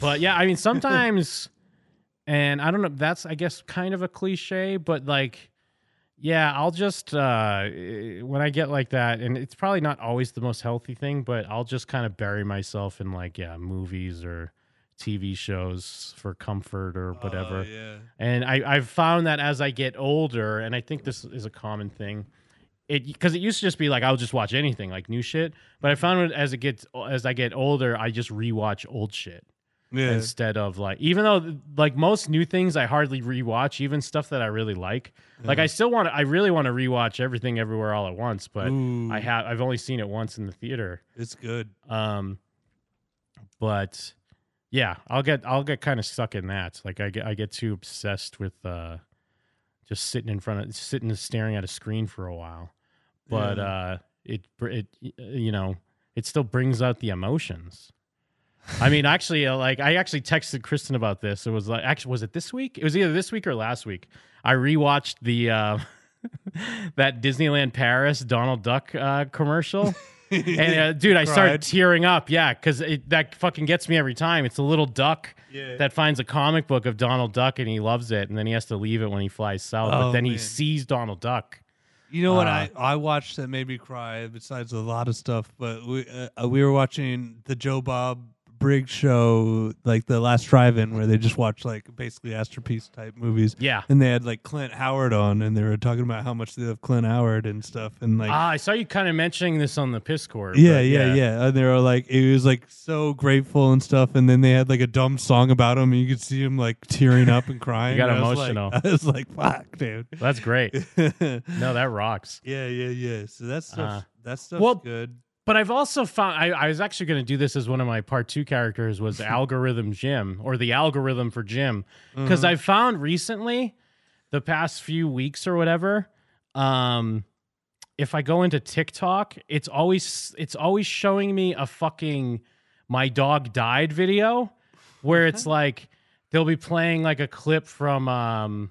[SPEAKER 5] But yeah, I mean, sometimes, and I don't know, that's, I guess, kind of a cliche, but like, yeah, I'll just, uh, eh, when I get like that, and it's probably not always the most healthy thing, but I'll just kind of bury myself in like, yeah, movies or TV shows for comfort or whatever.
[SPEAKER 4] Oh, uh, yeah.
[SPEAKER 5] And I, I've found that as I get older, and I think this is a common thing, it because it used to just be like I'll just watch anything, like new shit. But I found it as it gets as I get older, I just rewatch old shit
[SPEAKER 4] Yeah.
[SPEAKER 5] instead of like even though like most new things I hardly rewatch, even stuff that I really like. Like
[SPEAKER 4] Yeah.
[SPEAKER 5] I still want to, I really want to rewatch everything everywhere all at once, but
[SPEAKER 4] Ooh.
[SPEAKER 5] I have I've only seen it once in the theater.
[SPEAKER 4] It's good.
[SPEAKER 5] Um, but yeah, I'll get I'll get kind of stuck in that. Like I get I get too obsessed with uh, just sitting in front of sitting and staring at a screen for a while. But
[SPEAKER 4] Yeah.
[SPEAKER 5] uh, it br- it y- you know it still brings out the emotions. I mean, actually, uh, like I actually texted Kristen about this. It was like, actually, was it this week? It was either this week or last week. I rewatched the uh, that Disneyland Paris Donald Duck uh, commercial, and uh, dude, I started
[SPEAKER 4] Cried.
[SPEAKER 5] tearing up. Yeah, because that fucking gets me every time. It's a little duck
[SPEAKER 4] Yeah.
[SPEAKER 5] that finds a comic book of Donald Duck and he loves it, and then he has to leave it when he flies south. but
[SPEAKER 4] Oh,
[SPEAKER 5] then he
[SPEAKER 4] man.
[SPEAKER 5] sees Donald Duck.
[SPEAKER 4] You know what
[SPEAKER 5] Uh,
[SPEAKER 4] I, I watched that made me cry besides a lot of stuff, but we uh, we were watching the Joe Bob Briggs show, like the last drive-in, where they just watch like basically masterpiece type movies.
[SPEAKER 5] Yeah.
[SPEAKER 4] and they had like Clint Howard on, and they were talking about how much they love Clint Howard and stuff, and like.
[SPEAKER 5] Ah, I saw you kind of mentioning this on the piss court.
[SPEAKER 4] yeah,
[SPEAKER 5] but
[SPEAKER 4] yeah, yeah, And they were like, it was like so grateful and stuff. And then they had like a dumb song about him, and you could see him like tearing up and crying.
[SPEAKER 5] You got
[SPEAKER 4] And I was like-
[SPEAKER 5] emotional.
[SPEAKER 4] I was like, fuck, dude.
[SPEAKER 5] That's great. no, that rocks.
[SPEAKER 4] Yeah, yeah, yeah. So that's
[SPEAKER 5] Uh,
[SPEAKER 4] stuff. that stuff's
[SPEAKER 5] well,
[SPEAKER 4] good.
[SPEAKER 5] But I've also found I, I was actually going to do this as one of my part two characters was algorithm Jim or the algorithm for Jim because
[SPEAKER 4] Mm-hmm.
[SPEAKER 7] Mhm.
[SPEAKER 5] I found recently the past few weeks or whatever um if I go into TikTok it's always it's always showing me a fucking my dog died video where it's like they'll be playing like a clip from um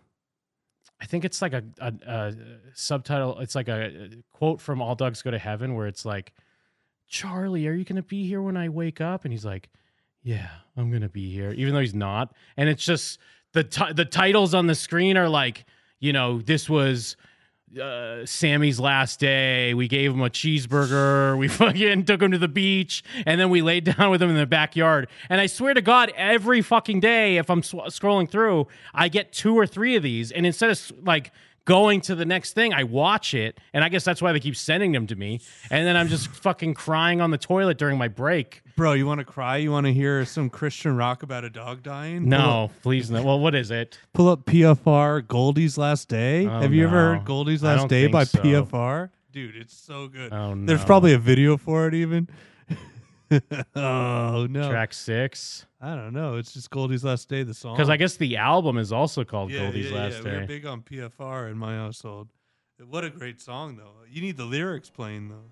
[SPEAKER 5] I think it's like a, a, a subtitle. It's like a quote from All Dogs Go to Heaven, where it's like, "Charlie, are you going to be here when I wake up?" And he's like, "Yeah, I'm going to be here," even though he's not. And it's just the ti- the titles on the screen are like, you know, this was uh, Sammy's last day. We gave him a cheeseburger. We fucking took him to the beach, and then we laid down with him in the backyard. And I swear to God, every fucking day, if I'm sw- scrolling through, I get two or three of these. And instead of s- like going to the next thing, I watch it, and I guess that's why they keep sending them to me. And then I'm just fucking crying on the toilet during my break.
[SPEAKER 4] Mm-hmm. Bro, you want to cry? You want to hear some Christian rock about a dog dying? Pull
[SPEAKER 5] No,
[SPEAKER 4] up,
[SPEAKER 5] please no. Well, what is it?
[SPEAKER 4] pull up PFR Goldie's Last Day.
[SPEAKER 5] Oh,
[SPEAKER 4] Have you ever
[SPEAKER 5] no.
[SPEAKER 4] heard Goldie's
[SPEAKER 5] I
[SPEAKER 4] Last
[SPEAKER 5] don't
[SPEAKER 4] Day
[SPEAKER 5] think
[SPEAKER 4] by
[SPEAKER 5] so.
[SPEAKER 4] PFR? Dude, it's so good.
[SPEAKER 5] Oh no.
[SPEAKER 4] There's probably a video for it even. oh no.
[SPEAKER 5] track six.
[SPEAKER 4] I don't know. It's just Goldie's Last Day, the song.
[SPEAKER 5] Because I guess the album is also called
[SPEAKER 4] yeah,
[SPEAKER 5] Goldie's
[SPEAKER 4] yeah,
[SPEAKER 5] Last
[SPEAKER 4] yeah.
[SPEAKER 5] Day.
[SPEAKER 4] We're big on PFR in my household. What a great song though. You need the lyrics playing though.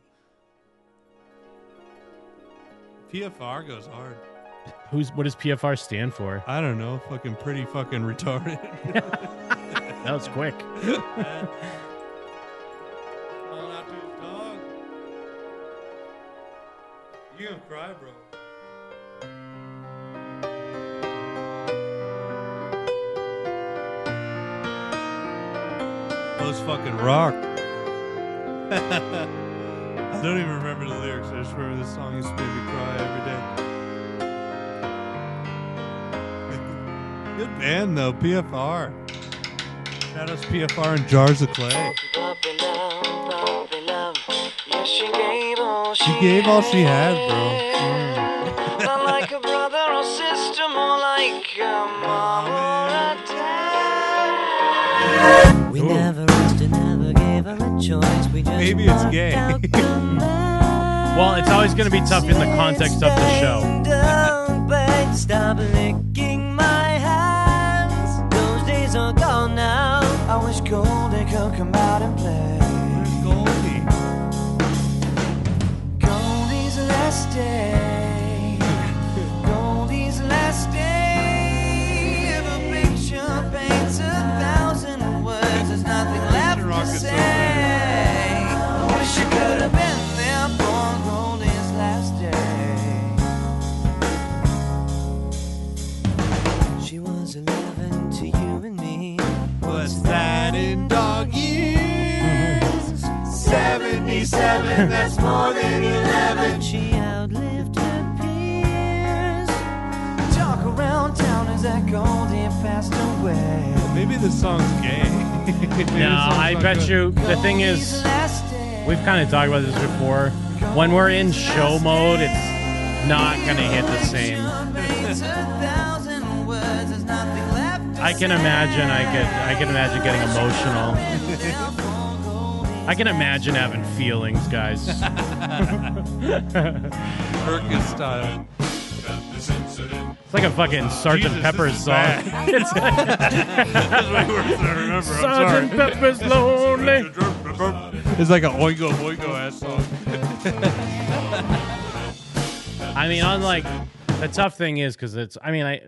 [SPEAKER 4] PFR goes hard.
[SPEAKER 5] Who's what does PFR stand for?
[SPEAKER 4] I don't know. Fucking pretty fucking retarded.
[SPEAKER 5] that was quick.
[SPEAKER 4] You gonna cry, bro? Those fucking rock. I don't even remember the lyrics. I just remember this song used to make me cry every day. Good band though, PFR. Shout outs PFR and Jars of Clay.
[SPEAKER 3] She gave all
[SPEAKER 4] She gave all she had, bro. Mm.
[SPEAKER 3] Not like a brother or sister, more like a mom or a dad. We never asked and never gave her a choice. We just
[SPEAKER 5] Maybe it's gay. well, it's always going to be tough in the context of the show.
[SPEAKER 3] Don't beg, stop licking my hands. Those days are gone now. I wish Goldie could come out and play. Where's
[SPEAKER 4] Goldie?
[SPEAKER 3] Goldie's last day. Goldie's last day. Every picture paints a thousand words. There's nothing left to say. Wish you could have been there for Goldie's last day. She was 11 to you and me. Was that in dog years? 77, that's more than 11. She outlived her peers. Talk around town as that Goldie passed away.
[SPEAKER 4] Maybe this song's gay.
[SPEAKER 5] No, I bet you the thing is, we've kind of talked about this before. When we're in show mode, it's not going to hit the same. I can imagine. I could. I can imagine getting emotional. I can imagine having feelings, guys.
[SPEAKER 4] Perkins style.
[SPEAKER 5] It's like a fucking Sergeant Pepper's song. It's- Sergeant Pepper's Lonely.
[SPEAKER 4] It's like a oingo boingo ass song.
[SPEAKER 5] I mean, unlike the tough thing is because it's. I mean, I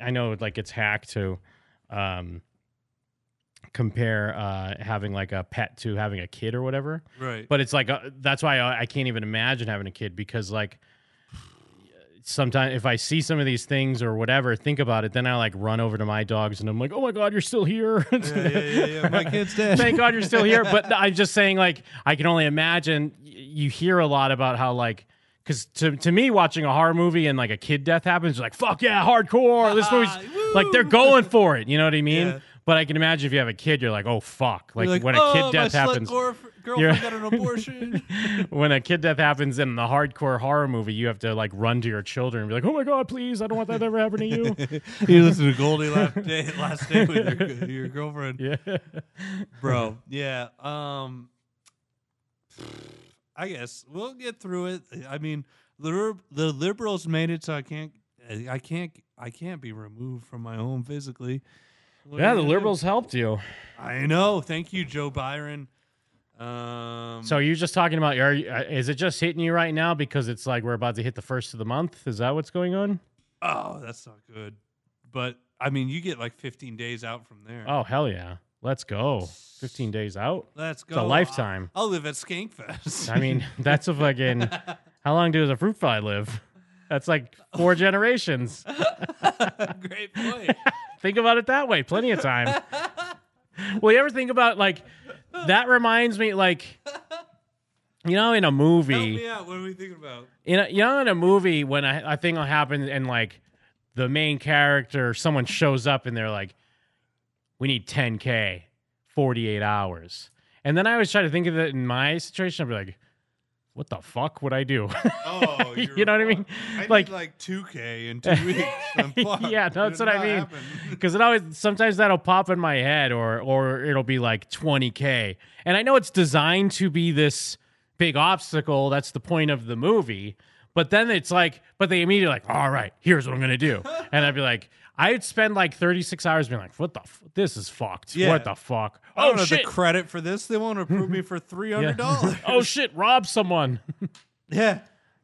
[SPEAKER 5] I know like it's hack to um, compare uh, having like a pet to having a kid or whatever.
[SPEAKER 4] Right.
[SPEAKER 5] But it's like uh, that's why I, I can't even imagine having a kid because like sometimes if I see some of these things or whatever, think about it, then I like run over to my dogs and I'm like, oh my god, you're still here.
[SPEAKER 4] yeah, yeah. My kid's dead.
[SPEAKER 5] Thank God you're still here. But I'm just saying, like, I can only imagine. y- You hear a lot about how like Because to, to me, watching a horror movie and like a kid death happens, like fuck yeah, hardcore.
[SPEAKER 4] Uh-huh.
[SPEAKER 5] This movie's like they're going for it. You know what I mean? But I can imagine if you have a kid, you're like, oh fuck. Like,
[SPEAKER 4] You're like,
[SPEAKER 5] when a
[SPEAKER 4] "Oh,
[SPEAKER 5] kid death
[SPEAKER 4] my slut
[SPEAKER 5] happens,
[SPEAKER 4] gorf- girlfriend
[SPEAKER 5] you're-
[SPEAKER 4] got an abortion.
[SPEAKER 5] when a kid death happens in the hardcore horror movie, you have to like run to your children and be like, oh my god, please, I don't want that to ever happen to you.
[SPEAKER 4] you listen to Goldie last day, last day with your, your girlfriend.
[SPEAKER 5] Yeah.
[SPEAKER 4] bro. Yeah. Um, I guess we'll get through it. I mean, the lib- the liberals made it, so I can't, I can't, I can't be removed from my home physically. What
[SPEAKER 5] yeah,
[SPEAKER 4] are you
[SPEAKER 5] the
[SPEAKER 4] gonna do?
[SPEAKER 5] liberals helped you.
[SPEAKER 4] I know. Thank you, Joe Byron. Um,
[SPEAKER 5] So you're just talking about are you, uh, is it just hitting you right now because it's like we're about to hit the first of the month? Is that what's going on?
[SPEAKER 4] oh, that's not good. But I mean, you get like 15 days out from there.
[SPEAKER 5] Oh hell yeah. Let's go. 15 days out.
[SPEAKER 4] Let's go.
[SPEAKER 5] It's a lifetime.
[SPEAKER 4] I'll, I'll live at Skankfest.
[SPEAKER 5] I mean, that's a fucking How long does a fruit fly live? That's like four generations.
[SPEAKER 4] Great point.
[SPEAKER 5] think about it that way. Plenty of time. well, you ever think about like that reminds me like you know in a movie
[SPEAKER 4] Help me out. What are we thinking about?
[SPEAKER 5] in a, you know in a movie when a, a thing will happen and like the main character or someone shows up and they're like we need 10k 48 hours and then i always try to think of it in my situation i'd be like what the fuck would i do
[SPEAKER 4] Oh, you're
[SPEAKER 5] you know what i mean
[SPEAKER 4] I need like, 2K in two weeks. I'm fucked.
[SPEAKER 5] yeah,
[SPEAKER 4] It
[SPEAKER 5] that's
[SPEAKER 4] did
[SPEAKER 5] what I
[SPEAKER 4] not
[SPEAKER 5] mean. Oh,
[SPEAKER 4] happen.
[SPEAKER 5] Because it always sometimes that'll pop in my head, or or it'll be like 20k, and I know it's designed to be this big obstacle. That's the point of the movie. But then it's like, but they immediately like, all right, here's what I'm gonna do, and I'd be like, I'd spend like 36 hours being like, what the, f- this is fucked.
[SPEAKER 4] Yeah.
[SPEAKER 5] What the fuck?
[SPEAKER 4] I don't
[SPEAKER 5] Oh
[SPEAKER 4] have
[SPEAKER 5] shit.
[SPEAKER 4] the credit for this. They won't approve me for three
[SPEAKER 5] Yeah.
[SPEAKER 4] hundred dollars.
[SPEAKER 5] oh shit, rob someone.
[SPEAKER 4] yeah.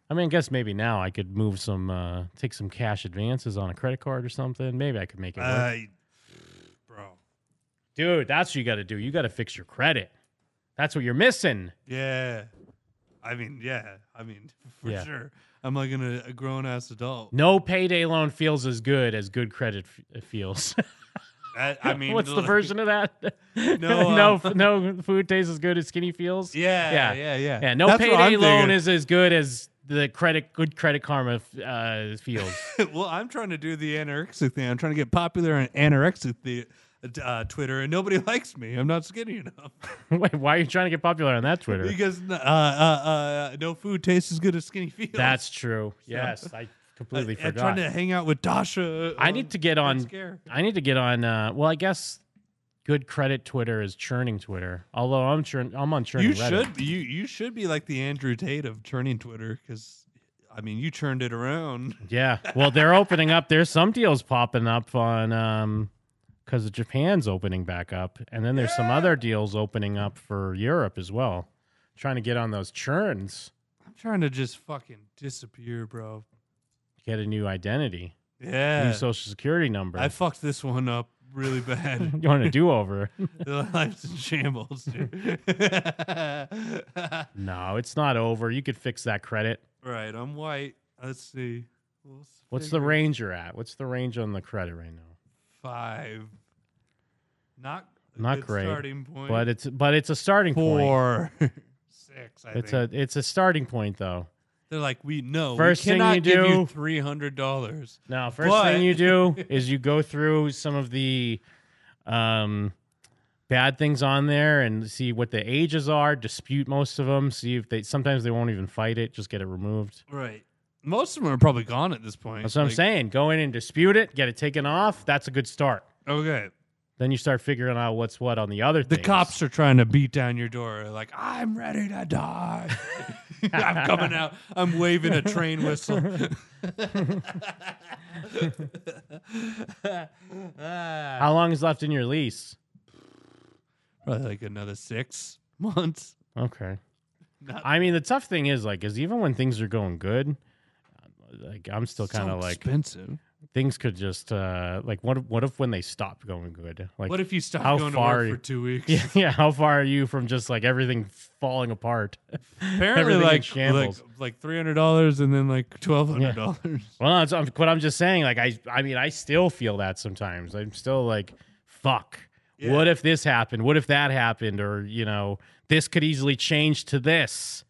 [SPEAKER 5] I mean, I guess maybe now I could move some, uh, take some cash advances on a credit card or something. Maybe I could make it work.
[SPEAKER 4] Uh, bro.
[SPEAKER 5] Dude, that's what you got to do. You got to fix your credit. That's what you're missing.
[SPEAKER 4] Yeah. I mean, yeah. I mean, for
[SPEAKER 5] Yeah.
[SPEAKER 4] sure. I'm like an, a grown ass adult.
[SPEAKER 5] No payday loan feels as good as good credit f- uh, feels.
[SPEAKER 4] I, I mean,
[SPEAKER 5] what's the version of that?
[SPEAKER 4] No,
[SPEAKER 5] no,
[SPEAKER 4] uh,
[SPEAKER 5] f- no food tastes as good as skinny feels.
[SPEAKER 4] Yeah, yeah, yeah.
[SPEAKER 5] no
[SPEAKER 4] That's what
[SPEAKER 5] payday
[SPEAKER 4] I'm
[SPEAKER 5] loan
[SPEAKER 4] thinking.
[SPEAKER 5] is as good as the credit, good credit karma f- uh, feels.
[SPEAKER 4] well, I'm trying to do the anorexic thing. I'm trying to get popular on anorexic the, uh, Twitter, and nobody likes me. I'm not skinny enough
[SPEAKER 5] Wait, why are you trying to get popular on that Twitter?
[SPEAKER 4] because uh, uh, uh, no food tastes as good as skinny feels.
[SPEAKER 5] That's true.
[SPEAKER 4] So-
[SPEAKER 5] Yes, I completely
[SPEAKER 4] I'm
[SPEAKER 5] forgot.
[SPEAKER 4] trying to hang out with Dasha. uh,
[SPEAKER 5] I need to get on.
[SPEAKER 4] Scare.
[SPEAKER 5] I need to get on. Uh, well, I guess good credit Twitter is churning Twitter. Although I'm churn, I'm on churning.
[SPEAKER 4] You
[SPEAKER 5] Reddit.
[SPEAKER 4] should be- you you should be like the Andrew Tate of churning Twitter because I mean you turned it around.
[SPEAKER 5] Yeah. Well, they're opening up. There's some deals popping up on um because Japan's opening back up, and then there's some other deals opening up for Europe as well. Trying to get on those churns,
[SPEAKER 4] I'm trying to just fucking disappear, bro.
[SPEAKER 5] get a new identity.
[SPEAKER 4] Yeah.
[SPEAKER 5] New social security number.
[SPEAKER 4] I fucked this one up really bad.
[SPEAKER 5] you want a do over?
[SPEAKER 4] The life's in shambles, dude.
[SPEAKER 5] no, it's not over. You could fix that credit.
[SPEAKER 4] right, I'm white. Let's see. We'll s-
[SPEAKER 5] What's the
[SPEAKER 4] figure
[SPEAKER 5] range you're at? What's the range on the credit right now?
[SPEAKER 4] Five. Not a
[SPEAKER 5] Not
[SPEAKER 4] good
[SPEAKER 5] great.
[SPEAKER 4] Starting point.
[SPEAKER 5] But it's but it's a starting
[SPEAKER 4] Four.
[SPEAKER 5] point.
[SPEAKER 4] six. I
[SPEAKER 5] It's
[SPEAKER 4] think.
[SPEAKER 5] a it's a starting point though.
[SPEAKER 4] They're like, we know.
[SPEAKER 5] First
[SPEAKER 4] we
[SPEAKER 5] thing you
[SPEAKER 4] cannot give
[SPEAKER 5] do-
[SPEAKER 4] you three hundred dollars.
[SPEAKER 5] Now, first thing you do is you go through some of the um, bad things on there and see what the ages are. Dispute most of them. See if they sometimes they won't even fight it. Just get it removed.
[SPEAKER 4] Right. Most of them are probably gone at this point.
[SPEAKER 5] That's what I'm
[SPEAKER 4] Like,
[SPEAKER 5] saying. Go in and dispute it. Get it taken off. That's a good start.
[SPEAKER 4] Okay.
[SPEAKER 5] Then you start figuring out what's what on the other.
[SPEAKER 4] The cops are trying to beat down your door. Like, I'm ready to die. I'm coming out. I'm waving a train whistle.
[SPEAKER 5] How long is left in your lease?
[SPEAKER 4] Probably like another six months.
[SPEAKER 5] Okay.
[SPEAKER 4] Not-
[SPEAKER 5] I mean, the tough thing is like, is even when things are going good, like I'm still kind of like
[SPEAKER 4] expensive.
[SPEAKER 5] Things could just uh like what? if- What if when they stop going good? Like,
[SPEAKER 4] What if you stop
[SPEAKER 5] how
[SPEAKER 4] going to
[SPEAKER 5] far
[SPEAKER 4] work
[SPEAKER 5] are you-
[SPEAKER 4] for two weeks?
[SPEAKER 5] Yeah, yeah, how far are you from just like everything falling apart?
[SPEAKER 4] Apparently,
[SPEAKER 5] Everything in
[SPEAKER 4] like, like
[SPEAKER 5] shambles.
[SPEAKER 4] like three hundred dollars and then like twelve hundred dollars.
[SPEAKER 5] Well, that's I'm- what I'm just saying. Like, I, I mean, I still feel that sometimes. I'm still like, fuck. What if this happened? What if that happened? Or you know, this could easily change to this.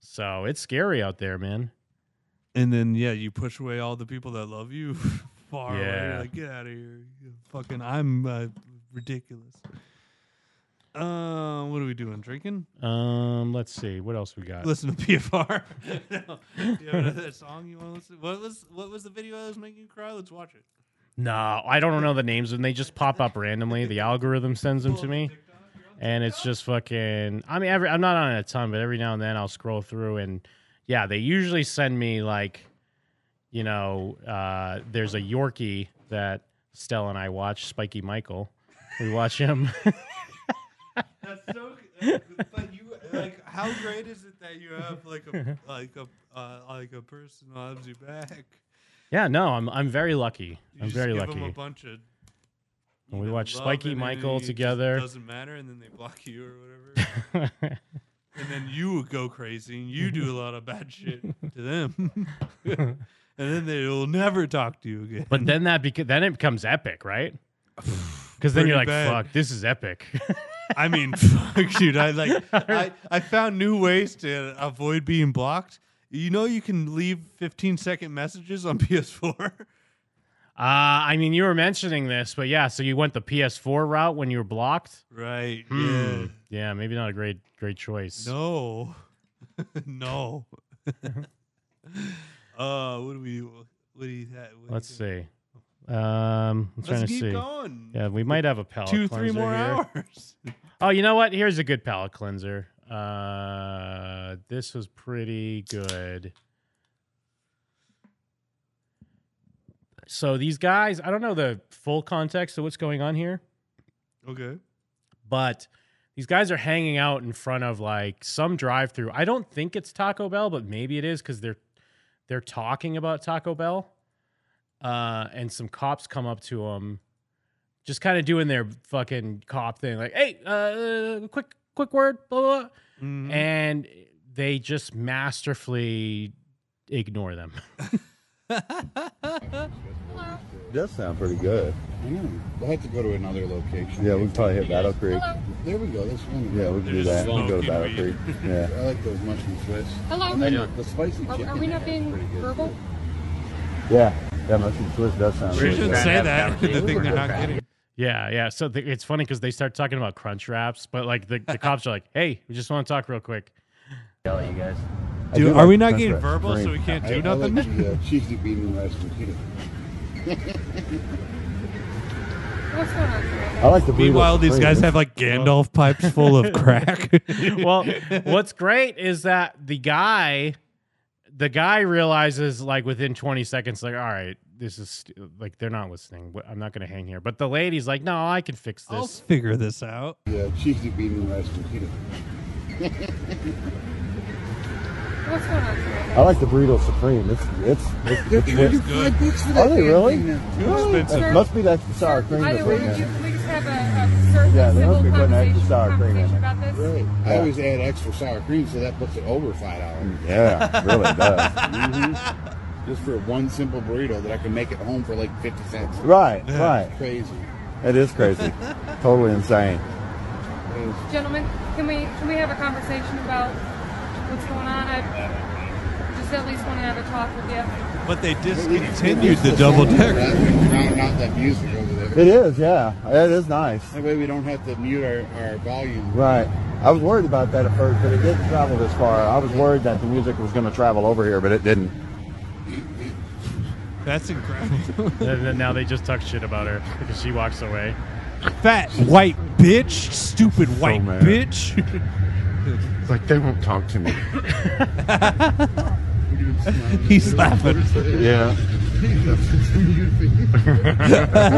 [SPEAKER 5] So it's scary out there, man.
[SPEAKER 4] and then yeah, you push away all the people that love you far away.
[SPEAKER 17] Yeah.
[SPEAKER 4] You're Like get out of here, you fucking! I'm uh, ridiculous. Uh, what are we doing? Drinking?
[SPEAKER 5] Um, let's see what else we got.
[SPEAKER 4] Listen to PFR. No. You ever heard that song you want to listen? What was what was the video that was making you cry? Let's watch it.
[SPEAKER 5] No, I don't know the names, and they just pop up randomly. The algorithm sends them to me, and it's just fucking. I mean, every I'm not on it a ton, but every now and then I'll scroll through, and yeah, they usually send me like, you know, uh, there's a Yorkie that Stella and I watch, Spiky Michael. We watch him.
[SPEAKER 4] That's so. good. But you like, how great is it that you have like a like a uh, like a person loves you back?
[SPEAKER 5] yeah, no, I'm I'm very lucky.
[SPEAKER 4] You
[SPEAKER 5] I'm
[SPEAKER 4] just
[SPEAKER 5] very
[SPEAKER 4] give
[SPEAKER 5] lucky.
[SPEAKER 4] Them a bunch of
[SPEAKER 5] and we watch
[SPEAKER 4] love
[SPEAKER 5] Spiky
[SPEAKER 4] and then
[SPEAKER 5] Michael
[SPEAKER 4] it just
[SPEAKER 5] together.
[SPEAKER 4] Doesn't matter, and then they block you or whatever. and then you go crazy and you do a lot of bad shit to them, and then they will never talk to you again.
[SPEAKER 5] But then that beca- then it becomes epic, right? Because then
[SPEAKER 4] Pretty
[SPEAKER 5] you're like,
[SPEAKER 4] bad.
[SPEAKER 5] fuck, this is epic. Uh,
[SPEAKER 4] I mean, fuck, dude. I like. I, I found new ways to avoid being blocked. You know, you can leave 15 second messages on PS4.
[SPEAKER 5] Uh, I mean, you were mentioning this, but yeah, so you went the PS4 route when you were blocked,
[SPEAKER 4] right?
[SPEAKER 5] Hmm. Yeah, maybe not a great great choice.
[SPEAKER 4] No, no. uh, what do we? What do you? What do you
[SPEAKER 5] Let's
[SPEAKER 4] think?
[SPEAKER 5] see. Um, I'm trying to
[SPEAKER 4] keep
[SPEAKER 5] see.
[SPEAKER 4] going.
[SPEAKER 5] Yeah, we might have a palate
[SPEAKER 4] Two, three
[SPEAKER 5] cleanser
[SPEAKER 4] more
[SPEAKER 5] here.
[SPEAKER 4] hours.
[SPEAKER 5] Oh, you know what? Here's a good palate cleanser. Uh, this was pretty good. So these guys, I don't know the full context of what's going on here.
[SPEAKER 4] Okay.
[SPEAKER 5] but these guys are hanging out in front of like some drive-through. I don't think it's Taco Bell, but maybe it is because they're they're talking about Taco Bell, uh, and some cops come up to them, just kind of doing their fucking cop thing, like, "Hey, uh, quick, quick word, blah blah,", blah. and they just masterfully ignore them.
[SPEAKER 18] It does sound pretty good.
[SPEAKER 19] Yeah, we'll have to go to another location.
[SPEAKER 18] Yeah, we can probably hit Battle Creek.
[SPEAKER 19] There we go. That's one.
[SPEAKER 18] Yeah, we can do that. We can go to Battle Creek. Yeah.
[SPEAKER 19] I like those mushroom twists.
[SPEAKER 20] Hello?
[SPEAKER 19] And then
[SPEAKER 18] Yeah.
[SPEAKER 19] the spicy
[SPEAKER 20] Are,
[SPEAKER 19] chicken.
[SPEAKER 20] are we not being verbal?
[SPEAKER 18] Yeah. Yeah, mushroom twist does sound
[SPEAKER 4] We
[SPEAKER 18] good.
[SPEAKER 4] shouldn't say that. They think they're not kidding.
[SPEAKER 5] Yeah, yeah. So th- it's funny because they start talking about crunch wraps, but like the, the cops are like, "Hey, we just want to talk real quick." Yell at you guys.
[SPEAKER 4] Dude, are we not getting verbal so we can't
[SPEAKER 19] I-
[SPEAKER 4] do
[SPEAKER 19] I
[SPEAKER 4] nothing?
[SPEAKER 19] Like the, uh, cheesy bean and rice potato.
[SPEAKER 20] What's going on?
[SPEAKER 18] I like the
[SPEAKER 4] Meanwhile, these guys have like Gandalf pipes full of crack.
[SPEAKER 5] well, what's great is that the guy, the guy realizes like within 20 seconds, like, all right, this is st- like they're not listening. Wh- I'm not going to hang here. But the lady's like, no, I can fix
[SPEAKER 4] Oh.
[SPEAKER 5] this.
[SPEAKER 4] Figure this out.
[SPEAKER 19] Yeah, cheesy bean and rice potato.
[SPEAKER 20] What's going on?
[SPEAKER 18] I like the burrito supreme. It's it's it's,
[SPEAKER 19] They're
[SPEAKER 18] it's
[SPEAKER 19] 25 bucks for
[SPEAKER 18] Are
[SPEAKER 19] that
[SPEAKER 18] they
[SPEAKER 19] damn
[SPEAKER 18] really?
[SPEAKER 19] thing now.
[SPEAKER 18] Really?
[SPEAKER 19] Expensive.
[SPEAKER 18] It must be that sour cream
[SPEAKER 20] By
[SPEAKER 18] that's
[SPEAKER 20] the way,
[SPEAKER 18] in
[SPEAKER 20] would you
[SPEAKER 18] there.
[SPEAKER 20] please have a, a sort of
[SPEAKER 18] Yeah, there
[SPEAKER 20] civil
[SPEAKER 18] must be putting extra
[SPEAKER 20] conversation,
[SPEAKER 18] sour cream in there.
[SPEAKER 20] conversation about this?
[SPEAKER 19] Really? I
[SPEAKER 18] Yeah.
[SPEAKER 19] always add extra sour cream, so that puts it over five dollars.
[SPEAKER 18] Yeah, it really does.
[SPEAKER 19] hmm Just for one simple burrito that I can make at home for like fifty cents.
[SPEAKER 18] Right, right.
[SPEAKER 19] Crazy.
[SPEAKER 18] It is crazy. totally insane.
[SPEAKER 20] Gentlemen, can we can we have a conversation about what's going on? I just at least want to have a talk with you.
[SPEAKER 4] But they
[SPEAKER 18] discontinued the double decker.
[SPEAKER 19] Drowning out that music over there.
[SPEAKER 18] It is, yeah. It is nice.
[SPEAKER 19] That way we don't have to mute our, our volume.
[SPEAKER 18] Right. I was worried about that at first, but it didn't travel this far. I was worried that the music was going to travel over here, but it didn't.
[SPEAKER 4] That's incredible.
[SPEAKER 5] and then now they just talk shit about her because she walks away.
[SPEAKER 4] Fat white bitch, stupid white
[SPEAKER 5] mad.
[SPEAKER 4] bitch.
[SPEAKER 19] like they won't talk to me.
[SPEAKER 4] He's laughing.
[SPEAKER 18] Yeah.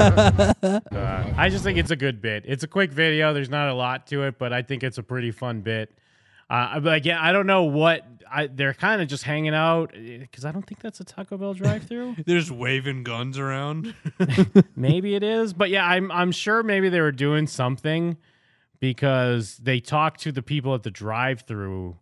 [SPEAKER 5] Uh, I just think it's a good bit. It's a quick video. There's not a lot to it, but I think it's a pretty fun bit. Uh, but again, I don't know what I, they're kind of just hanging out because I don't think that's a Taco Bell drive-through.
[SPEAKER 4] There's waving guns around.
[SPEAKER 5] maybe it is, but yeah, I'm I'm sure maybe they were doing something because they talked to the people at the drive-through,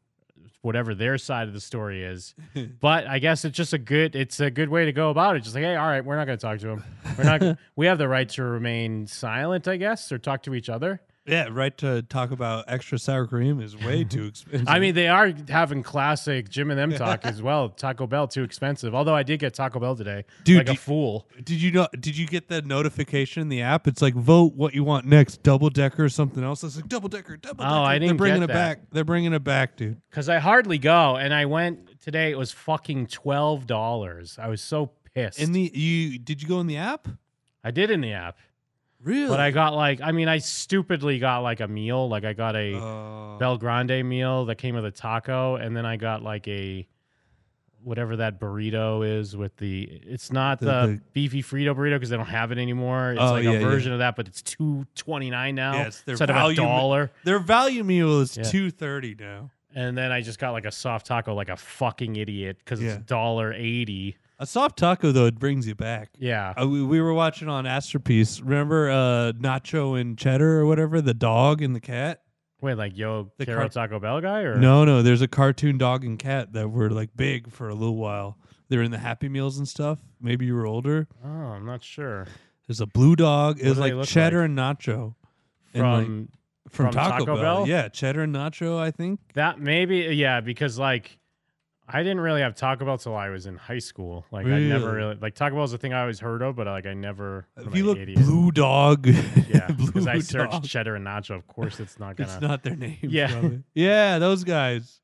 [SPEAKER 5] whatever their side of the story is. but I guess it's just a good it's a good way to go about it. Just like, hey, all right, we're not going to talk to them. We're not. we have the right to remain silent, I guess, or talk to each other.
[SPEAKER 4] Yeah, right to talk about extra sour cream is way too expensive.
[SPEAKER 5] I mean, they are having classic Jim and them talk as well. Taco Bell too expensive. Although I did get Taco Bell today,
[SPEAKER 4] Dude,
[SPEAKER 5] like a
[SPEAKER 4] you-
[SPEAKER 5] fool.
[SPEAKER 4] Did you know? Did you get the notification in the app? It's like vote what you want next, double decker or something else. It's like double decker, double.
[SPEAKER 5] Oh, I
[SPEAKER 4] decker.
[SPEAKER 5] didn't
[SPEAKER 4] They're bringing
[SPEAKER 5] get
[SPEAKER 4] it
[SPEAKER 5] that.
[SPEAKER 4] back. They're bringing it back, dude.
[SPEAKER 5] Because I hardly go, and I went today. It was fucking twelve dollars. I was so pissed. In
[SPEAKER 4] the you did you go in the app?
[SPEAKER 5] I did in the app.
[SPEAKER 4] Really?
[SPEAKER 5] But I got like I mean I stupidly got like a meal. Like I got a
[SPEAKER 4] Oh. Uh,
[SPEAKER 5] Bel Grande meal that came with a taco, and then I got like a whatever that burrito is with the. It's not the,
[SPEAKER 7] The- the-
[SPEAKER 5] beefy Frito burrito because they don't have it anymore. It's
[SPEAKER 4] Oh,
[SPEAKER 5] like
[SPEAKER 4] yeah,
[SPEAKER 5] a
[SPEAKER 4] yeah.
[SPEAKER 5] version of that, but it's two twenty nine now
[SPEAKER 4] Yeah, it's their
[SPEAKER 5] instead
[SPEAKER 4] value
[SPEAKER 5] of a dollar.
[SPEAKER 4] Their value meal is
[SPEAKER 5] Yeah.
[SPEAKER 4] two thirty now.
[SPEAKER 5] And then I just got like a soft taco, like a fucking idiot, because
[SPEAKER 4] Yeah.
[SPEAKER 5] it's dollar eighty.
[SPEAKER 4] A soft taco though it brings you back.
[SPEAKER 5] Yeah.
[SPEAKER 4] Uh, we, we were watching on Astropiece. Remember uh, Nacho and Cheddar or whatever, the dog and the cat.
[SPEAKER 5] Wait, like yo,
[SPEAKER 4] The
[SPEAKER 5] Carol Taco Bell guy or
[SPEAKER 4] No, no. There's a cartoon dog and cat that were like big for a little while. They're in the Happy Meals and stuff. Maybe you were older.
[SPEAKER 5] Oh, I'm not sure.
[SPEAKER 4] There's a blue dog.
[SPEAKER 5] What do
[SPEAKER 4] It's
[SPEAKER 5] they
[SPEAKER 4] like
[SPEAKER 5] look
[SPEAKER 4] cheddar and nacho.
[SPEAKER 5] From-
[SPEAKER 4] from,
[SPEAKER 5] from
[SPEAKER 4] Taco,
[SPEAKER 5] Taco
[SPEAKER 4] Bell.
[SPEAKER 5] Bell?
[SPEAKER 4] Yeah, cheddar and nacho, I think.
[SPEAKER 5] That maybe yeah, because like I didn't really have Taco Bell till I was in high school. Like I never
[SPEAKER 4] Really?
[SPEAKER 5] really like Taco Bell's a thing I always heard of, but like I never.
[SPEAKER 4] If
[SPEAKER 5] I'm
[SPEAKER 4] you
[SPEAKER 5] an
[SPEAKER 4] look
[SPEAKER 5] idiot.
[SPEAKER 4] blue dog,
[SPEAKER 5] yeah,
[SPEAKER 4] Blue
[SPEAKER 5] because I searched
[SPEAKER 4] Dog.
[SPEAKER 5] cheddar and nacho. Of course, it's not gonna.
[SPEAKER 4] It's not their name.
[SPEAKER 5] Yeah,
[SPEAKER 4] probably. yeah, those guys,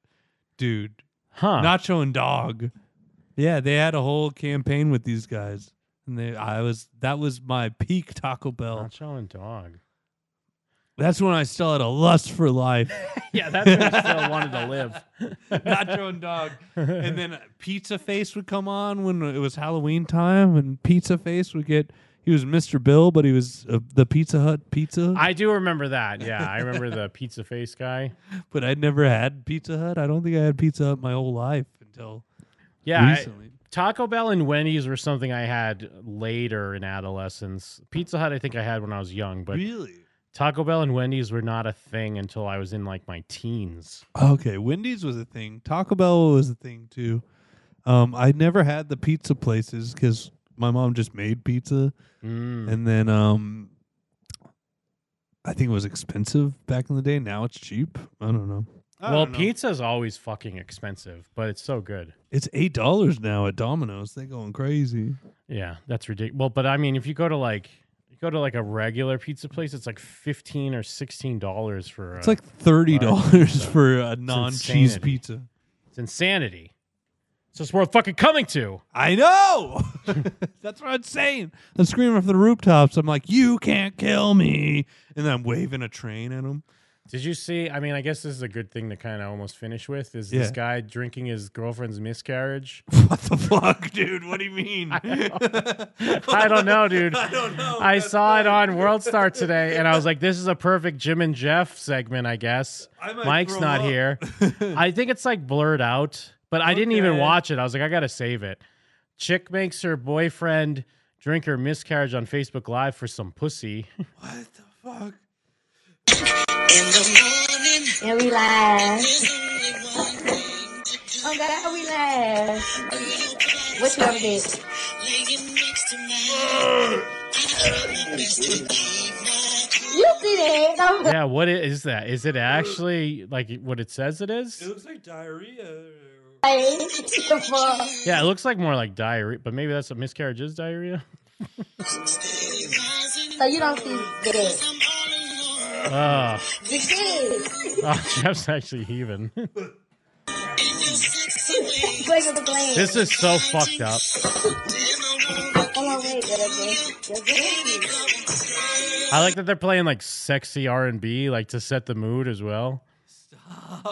[SPEAKER 4] dude.
[SPEAKER 5] Huh?
[SPEAKER 4] Nacho and Dog. Yeah, they had a whole campaign with these guys, and they. I was that was my peak Taco Bell.
[SPEAKER 5] Nacho and Dog.
[SPEAKER 4] That's when I still had a lust for life.
[SPEAKER 5] yeah, that's when I still wanted to live.
[SPEAKER 4] Nacho and Dog, and then Pizza Face would come on when it was Halloween time, and Pizza Face would get. He was Mr. Bill, but he was uh, the Pizza Hut pizza.
[SPEAKER 5] I do remember that. Yeah, I remember the pizza face guy.
[SPEAKER 4] but I'd never had Pizza Hut. I don't think I had Pizza Hut my whole life until
[SPEAKER 5] Yeah, I-
[SPEAKER 4] recently.
[SPEAKER 5] Taco Bell and Wendy's were something I had later in adolescence. Pizza Hut, I think I had when I was young, but
[SPEAKER 4] Really?
[SPEAKER 5] Taco Bell and Wendy's were not a thing until I was in like my teens.
[SPEAKER 4] Okay, Wendy's was a thing. Taco Bell was a thing too. Um, I never had the pizza places because my mom just made pizza,
[SPEAKER 5] Mm.
[SPEAKER 4] and then um, I think it was expensive back in the day. Now it's cheap. I don't know.
[SPEAKER 5] well, pizza's always fucking expensive, but it's so good.
[SPEAKER 4] It's eight dollars now at Domino's. They're going crazy.
[SPEAKER 5] Yeah, that's ridiculous. Well, but I mean, if you go to like you go to like a regular pizza place, it's like fifteen or sixteen dollars for.
[SPEAKER 4] It's
[SPEAKER 5] a
[SPEAKER 4] like thirty
[SPEAKER 5] large
[SPEAKER 4] dollars
[SPEAKER 5] pizza.
[SPEAKER 4] for a
[SPEAKER 5] It's
[SPEAKER 4] non-cheese
[SPEAKER 5] insanity.
[SPEAKER 4] pizza.
[SPEAKER 5] It's insanity. It's just worth fucking coming to.
[SPEAKER 4] I know. That's what I'm saying. I'm screaming from the rooftops. I'm like, "You can't kill me!" And then I'm waving a train at them.
[SPEAKER 5] Did you see? I mean, I guess this is a good thing to kind of almost finish with. Is this
[SPEAKER 4] Yeah.
[SPEAKER 5] guy drinking his girlfriend's miscarriage?
[SPEAKER 4] What the fuck, dude? What do you mean?
[SPEAKER 5] I don't know, dude. I don't
[SPEAKER 4] Oh,
[SPEAKER 5] know. I saw it on World Star today, and I was like, "This is a perfect Jim and Jeff segment, I guess."
[SPEAKER 4] might
[SPEAKER 5] Mike's
[SPEAKER 4] throw
[SPEAKER 5] not
[SPEAKER 4] up.
[SPEAKER 5] here. I think it's like blurred out, but I didn't even
[SPEAKER 4] Okay.
[SPEAKER 5] watch it. I was like, I gotta save it. Chick makes her boyfriend drink her miscarriage on Facebook Live for some pussy.
[SPEAKER 4] Fuck.
[SPEAKER 6] And we live. Oh God, how we live? What's wrong with it? You see that? Don't
[SPEAKER 5] yeah, what i- is that? Is it actually like what it says it is?
[SPEAKER 4] looks like diarrhea.
[SPEAKER 6] play. The fuck?
[SPEAKER 5] Yeah, it looks like more like diarrhea, but maybe that's what miscarriage is diarrhea.
[SPEAKER 6] So you don't see that?
[SPEAKER 5] Ugh.
[SPEAKER 6] You see?
[SPEAKER 5] oh, Jeff's actually heaving.
[SPEAKER 6] Break up the plan.
[SPEAKER 5] this is so fucked up.
[SPEAKER 6] Come on, wait, get up there. Get up there.
[SPEAKER 5] I like that they're playing like sexy R and B, like to set the mood as well.
[SPEAKER 6] You ain't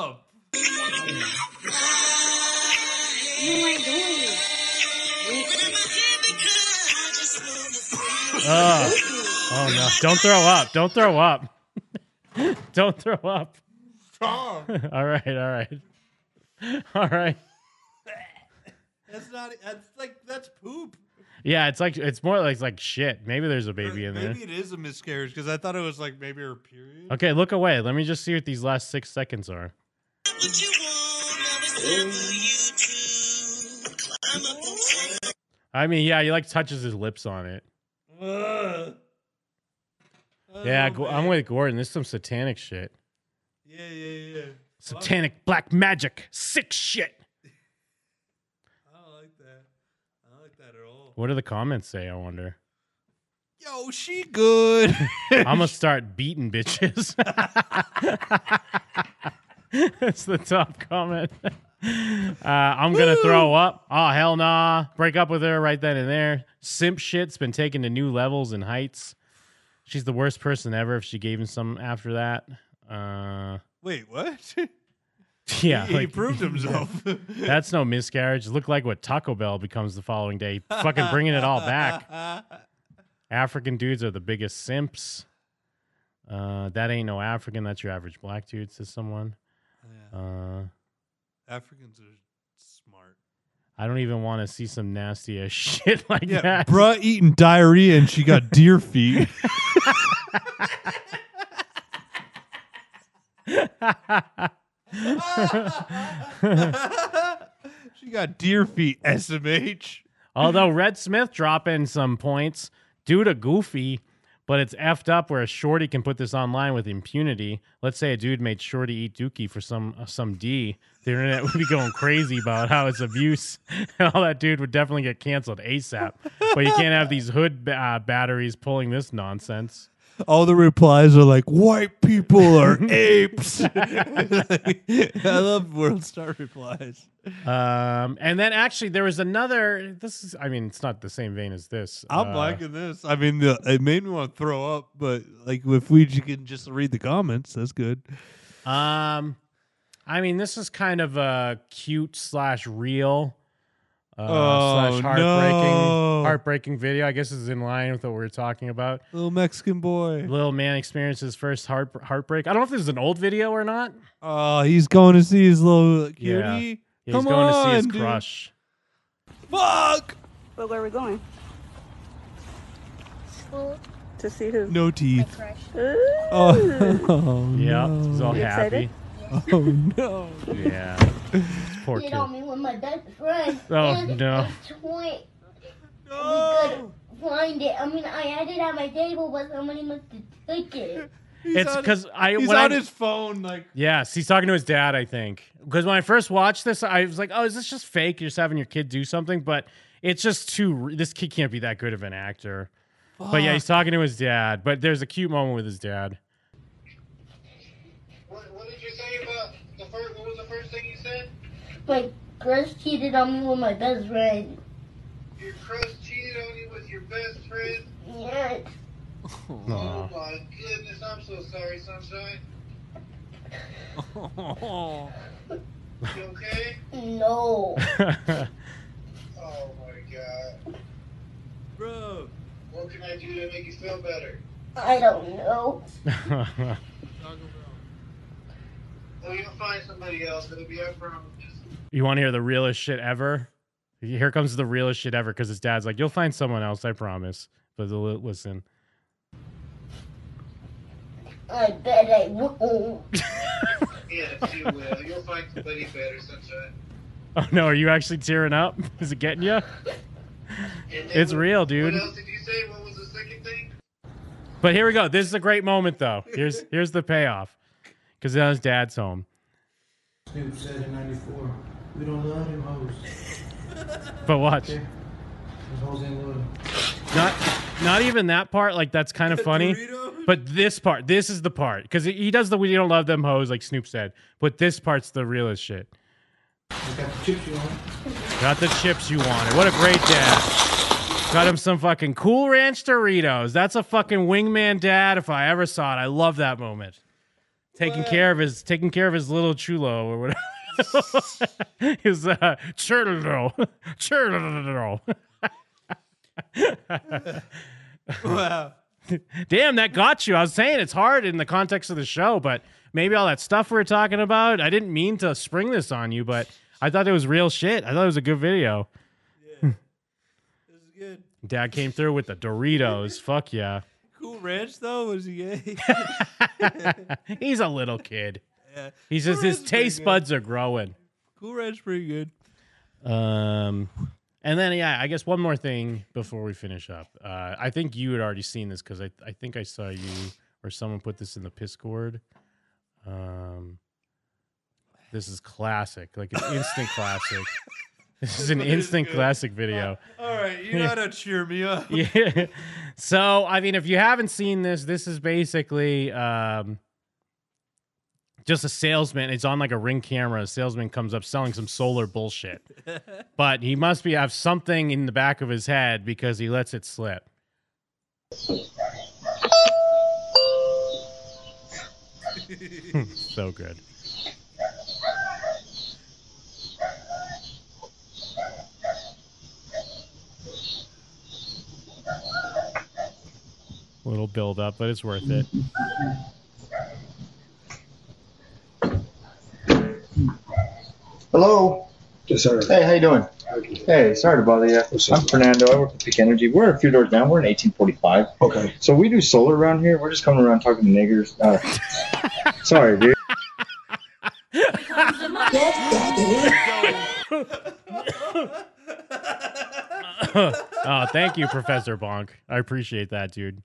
[SPEAKER 6] doing it.
[SPEAKER 5] Ugh. Oh no! Don't throw up! Don't throw up! Don't throw up! all right, all right, all right.
[SPEAKER 4] That's not. That's like that's poop.
[SPEAKER 5] Yeah, it's like it's more like it's like shit. Maybe there's a baby in there.
[SPEAKER 4] Maybe it is a miscarriage because I thought it was like maybe her period.
[SPEAKER 5] Okay, look away. Let me just see what these last six seconds are. I mean, yeah, he like touches his lips on it. yeah, Go- I'm with Gordon. This is some satanic shit.
[SPEAKER 4] Yeah, yeah, yeah.
[SPEAKER 5] Satanic black magic, sick shit.
[SPEAKER 4] I don't like that. I don't like that at all.
[SPEAKER 5] What do the comments say? I wonder.
[SPEAKER 4] Yo, she good.
[SPEAKER 5] I'm gonna start beating bitches. That's the top comment. Uh, I'm gonna throw up. Oh hell nah! Break up with her right then and there. Simp shit's been taken to new levels and heights. She's the worst person ever. If she gave him some after that, uh,
[SPEAKER 4] Wait, what?
[SPEAKER 5] yeah,
[SPEAKER 4] he, he
[SPEAKER 5] like-
[SPEAKER 4] proved himself.
[SPEAKER 5] That's no miscarriage. Look like what Taco Bell becomes the following day. Fucking bringing it all back.
[SPEAKER 4] Ah,
[SPEAKER 5] African dudes are the biggest simps. Uh, that ain't no African. That's your average black dude, says someone. Uh,
[SPEAKER 4] Africans are smart.
[SPEAKER 5] I don't even want to see some nasty ass shit like
[SPEAKER 4] Yeah,
[SPEAKER 5] that.
[SPEAKER 4] bruh eating diarrhea and she got deer feet. she got deer feet, SMH.
[SPEAKER 5] Although Red Smith dropping some points due to Goofy, but it's effed up where a shorty can put this online with impunity. Let's say a dude made Shorty eat Dookie for some uh, some D. The internet would be going crazy about how it's abuse, and all that dude would definitely get canceled ASAP. But you can't have these hood ba- uh, batteries pulling this nonsense.
[SPEAKER 4] All the replies are like, white people are apes. I love World Star replies.
[SPEAKER 5] Um, and then actually there was another. This is, I mean, it's not the same vein as this.
[SPEAKER 4] I'm
[SPEAKER 5] Uh,
[SPEAKER 4] liking this. I mean, the, it made me want to throw up, but like, if we j- can just read the comments, that's good.
[SPEAKER 5] Um, I mean, this is kind of a cute slash real uh,
[SPEAKER 4] Oh,
[SPEAKER 5] slash heartbreaking
[SPEAKER 4] no.
[SPEAKER 5] heartbreaking video. I guess this is in line with what we were talking about.
[SPEAKER 4] Little Mexican boy.
[SPEAKER 5] Little man experiences first heart heartbreak. I don't know if this is an old video or not.
[SPEAKER 4] Oh, he's going to see his little cutie.
[SPEAKER 5] Yeah, Yeah, he's
[SPEAKER 4] Come
[SPEAKER 5] going to see his
[SPEAKER 4] on, dude.
[SPEAKER 5] crush.
[SPEAKER 4] Fuck!
[SPEAKER 1] But where are we going? School. To see who?
[SPEAKER 4] No teeth.
[SPEAKER 1] Ooh.
[SPEAKER 4] Oh, oh
[SPEAKER 5] Yeah,
[SPEAKER 4] no.
[SPEAKER 5] he's all
[SPEAKER 1] You
[SPEAKER 5] happy.
[SPEAKER 1] excited?
[SPEAKER 4] Oh no!
[SPEAKER 5] Yeah, This poor
[SPEAKER 1] Get
[SPEAKER 5] kid.
[SPEAKER 1] on me with my best friend.
[SPEAKER 5] Oh,
[SPEAKER 1] And
[SPEAKER 5] no.
[SPEAKER 1] it's twin. No. We could find it. I mean, I had it on my table, but somebody must have taken it.
[SPEAKER 5] He's It's on- 'cause I-
[SPEAKER 4] He's
[SPEAKER 5] when
[SPEAKER 4] on
[SPEAKER 5] I-
[SPEAKER 4] his phone, like
[SPEAKER 5] Yes, he's talking to his dad, I think. Because when I first watched this, I was like, "Oh, is this just fake? You're just having your kid do something?" But it's just too. re- This kid can't be that good of an actor. But yeah, he's talking to his dad. But there's a cute moment with his dad.
[SPEAKER 1] My crush cheated on me with my best friend. Your crush cheated on you with your best friend? Yes.
[SPEAKER 5] Aw.
[SPEAKER 1] You okay? No.
[SPEAKER 21] Oh my god.
[SPEAKER 4] Bro.
[SPEAKER 21] What can I do to make you feel better?
[SPEAKER 1] I don't know.
[SPEAKER 21] Well, you'll find somebody else. It'll be our problem.
[SPEAKER 5] you want to hear the realest shit ever? Here comes the realest shit ever. Because his dad's like, "You'll find someone else, I promise." But the- listen,
[SPEAKER 1] I bet I won't.
[SPEAKER 21] Yes, you will. You'll find somebody better, sunshine.
[SPEAKER 5] oh no, are you actually tearing up? Is it getting you?
[SPEAKER 21] And then
[SPEAKER 5] It's
[SPEAKER 21] what-
[SPEAKER 5] real, dude.
[SPEAKER 21] What else did you say? What was the second thing?
[SPEAKER 5] But here we go. This is a great moment, though. Here's here's the payoff, because now his dad's home.
[SPEAKER 22] Snoop said in 94, we don't love them hoes.
[SPEAKER 5] But watch.
[SPEAKER 22] Okay? Those hoes ain't loyal.
[SPEAKER 5] Not not even that part. Like that's kind of funny. But this part, this is the part, because he does the "we don't love them hoes" like Snoop said. But this part's the realest shit.
[SPEAKER 22] I got the chips you want.
[SPEAKER 5] Got the chips you wanted. What a great dad. Got him some fucking Cool Ranch Doritos. That's a fucking wingman dad if I ever saw it. I love that moment. Taking care of his taking care of his little chulo or whatever. his uh churro. Churro.
[SPEAKER 4] Wow.
[SPEAKER 5] Damn, that got you. I was saying it's hard in the context of the show, but maybe all that stuff we are talking about, I didn't mean to spring this on you, but I thought it was real shit. I thought it was a good video. Dad came through with the Doritos. Fuck yeah.
[SPEAKER 4] cool ranch though. Was he gay?
[SPEAKER 5] He's a little kid.
[SPEAKER 4] Yeah.
[SPEAKER 5] He's just his
[SPEAKER 4] Doritos pretty
[SPEAKER 5] taste
[SPEAKER 4] good.
[SPEAKER 5] buds are growing.
[SPEAKER 4] cool ranch, pretty good.
[SPEAKER 5] Um, and and then yeah, I guess one more thing before we finish up. Uh, I think you had already seen this because I I think I saw you or someone put this in the Piscord. Um, this is classic, like an instant classic. This is an
[SPEAKER 4] This is
[SPEAKER 5] instant
[SPEAKER 4] good.
[SPEAKER 5] classic video.
[SPEAKER 4] All right, you gotta cheer me up.
[SPEAKER 5] yeah. So, I mean, if you haven't seen this, this is basically um, just a salesman. It's on like a ring camera. A salesman comes up selling some solar bullshit, but he must be have something in the back of his head because he lets it slip. so good. Little build up, but it's worth it.
[SPEAKER 23] Hello. Yes, sir. Hey, how you doing? Hey, sorry to bother you. I'm Fernando. I work at Peak Energy. We're a few doors down. We're in 1845. Okay. So we do solar around here. We're just coming around talking to niggers. Uh, sorry, dude.
[SPEAKER 5] oh, thank you, Professor Bonk. I appreciate that, dude.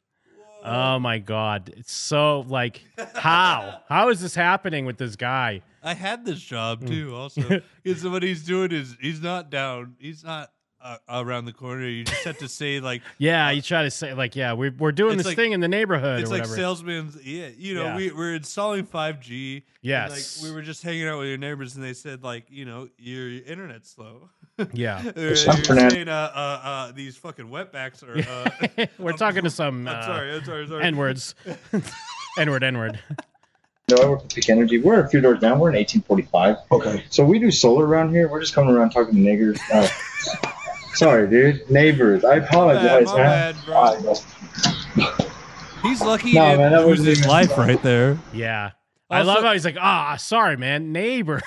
[SPEAKER 5] Oh my god. It's so like how? How is this happening with this guy?
[SPEAKER 4] I had this job too. Also, because what he's doing is he's not down. He's not uh, around the corner. You just have to say like
[SPEAKER 5] Yeah, you try to say like, yeah, we we're doing
[SPEAKER 4] It's
[SPEAKER 5] this
[SPEAKER 4] like-
[SPEAKER 5] thing in the neighborhood
[SPEAKER 4] it's
[SPEAKER 5] or
[SPEAKER 4] like
[SPEAKER 5] whatever.
[SPEAKER 4] salesman's. Yeah, you know,
[SPEAKER 5] Yeah.
[SPEAKER 4] we we're installing five G.
[SPEAKER 5] Yes.
[SPEAKER 4] like we were just hanging out with your neighbors, and they said like, you know, your internet's slow.
[SPEAKER 5] Yeah.
[SPEAKER 4] Or
[SPEAKER 5] There's
[SPEAKER 4] you're
[SPEAKER 5] something that-
[SPEAKER 4] saying, uh, uh, uh, these fucking wetbacks are. Uh,
[SPEAKER 5] we're talking to some
[SPEAKER 4] I'm
[SPEAKER 5] uh,
[SPEAKER 4] sorry. I'm sorry. sorry.
[SPEAKER 5] N-words. N-word, N-word.
[SPEAKER 23] No, I work at Peak Energy. We're a few doors down. We're in 1845. Okay. So we do solar around here. We're just coming around talking to niggers. Uh, sorry, dude. Neighbors. I apologize,
[SPEAKER 4] my
[SPEAKER 23] man.
[SPEAKER 4] bad,
[SPEAKER 23] bro.
[SPEAKER 4] He's lucky.
[SPEAKER 23] No,
[SPEAKER 4] to
[SPEAKER 23] man, that
[SPEAKER 4] lose
[SPEAKER 23] wasn't
[SPEAKER 4] his
[SPEAKER 23] even-
[SPEAKER 4] life right there.
[SPEAKER 5] Yeah. I
[SPEAKER 4] Also-
[SPEAKER 5] love how he's like, ah, sorry, man, neighbor.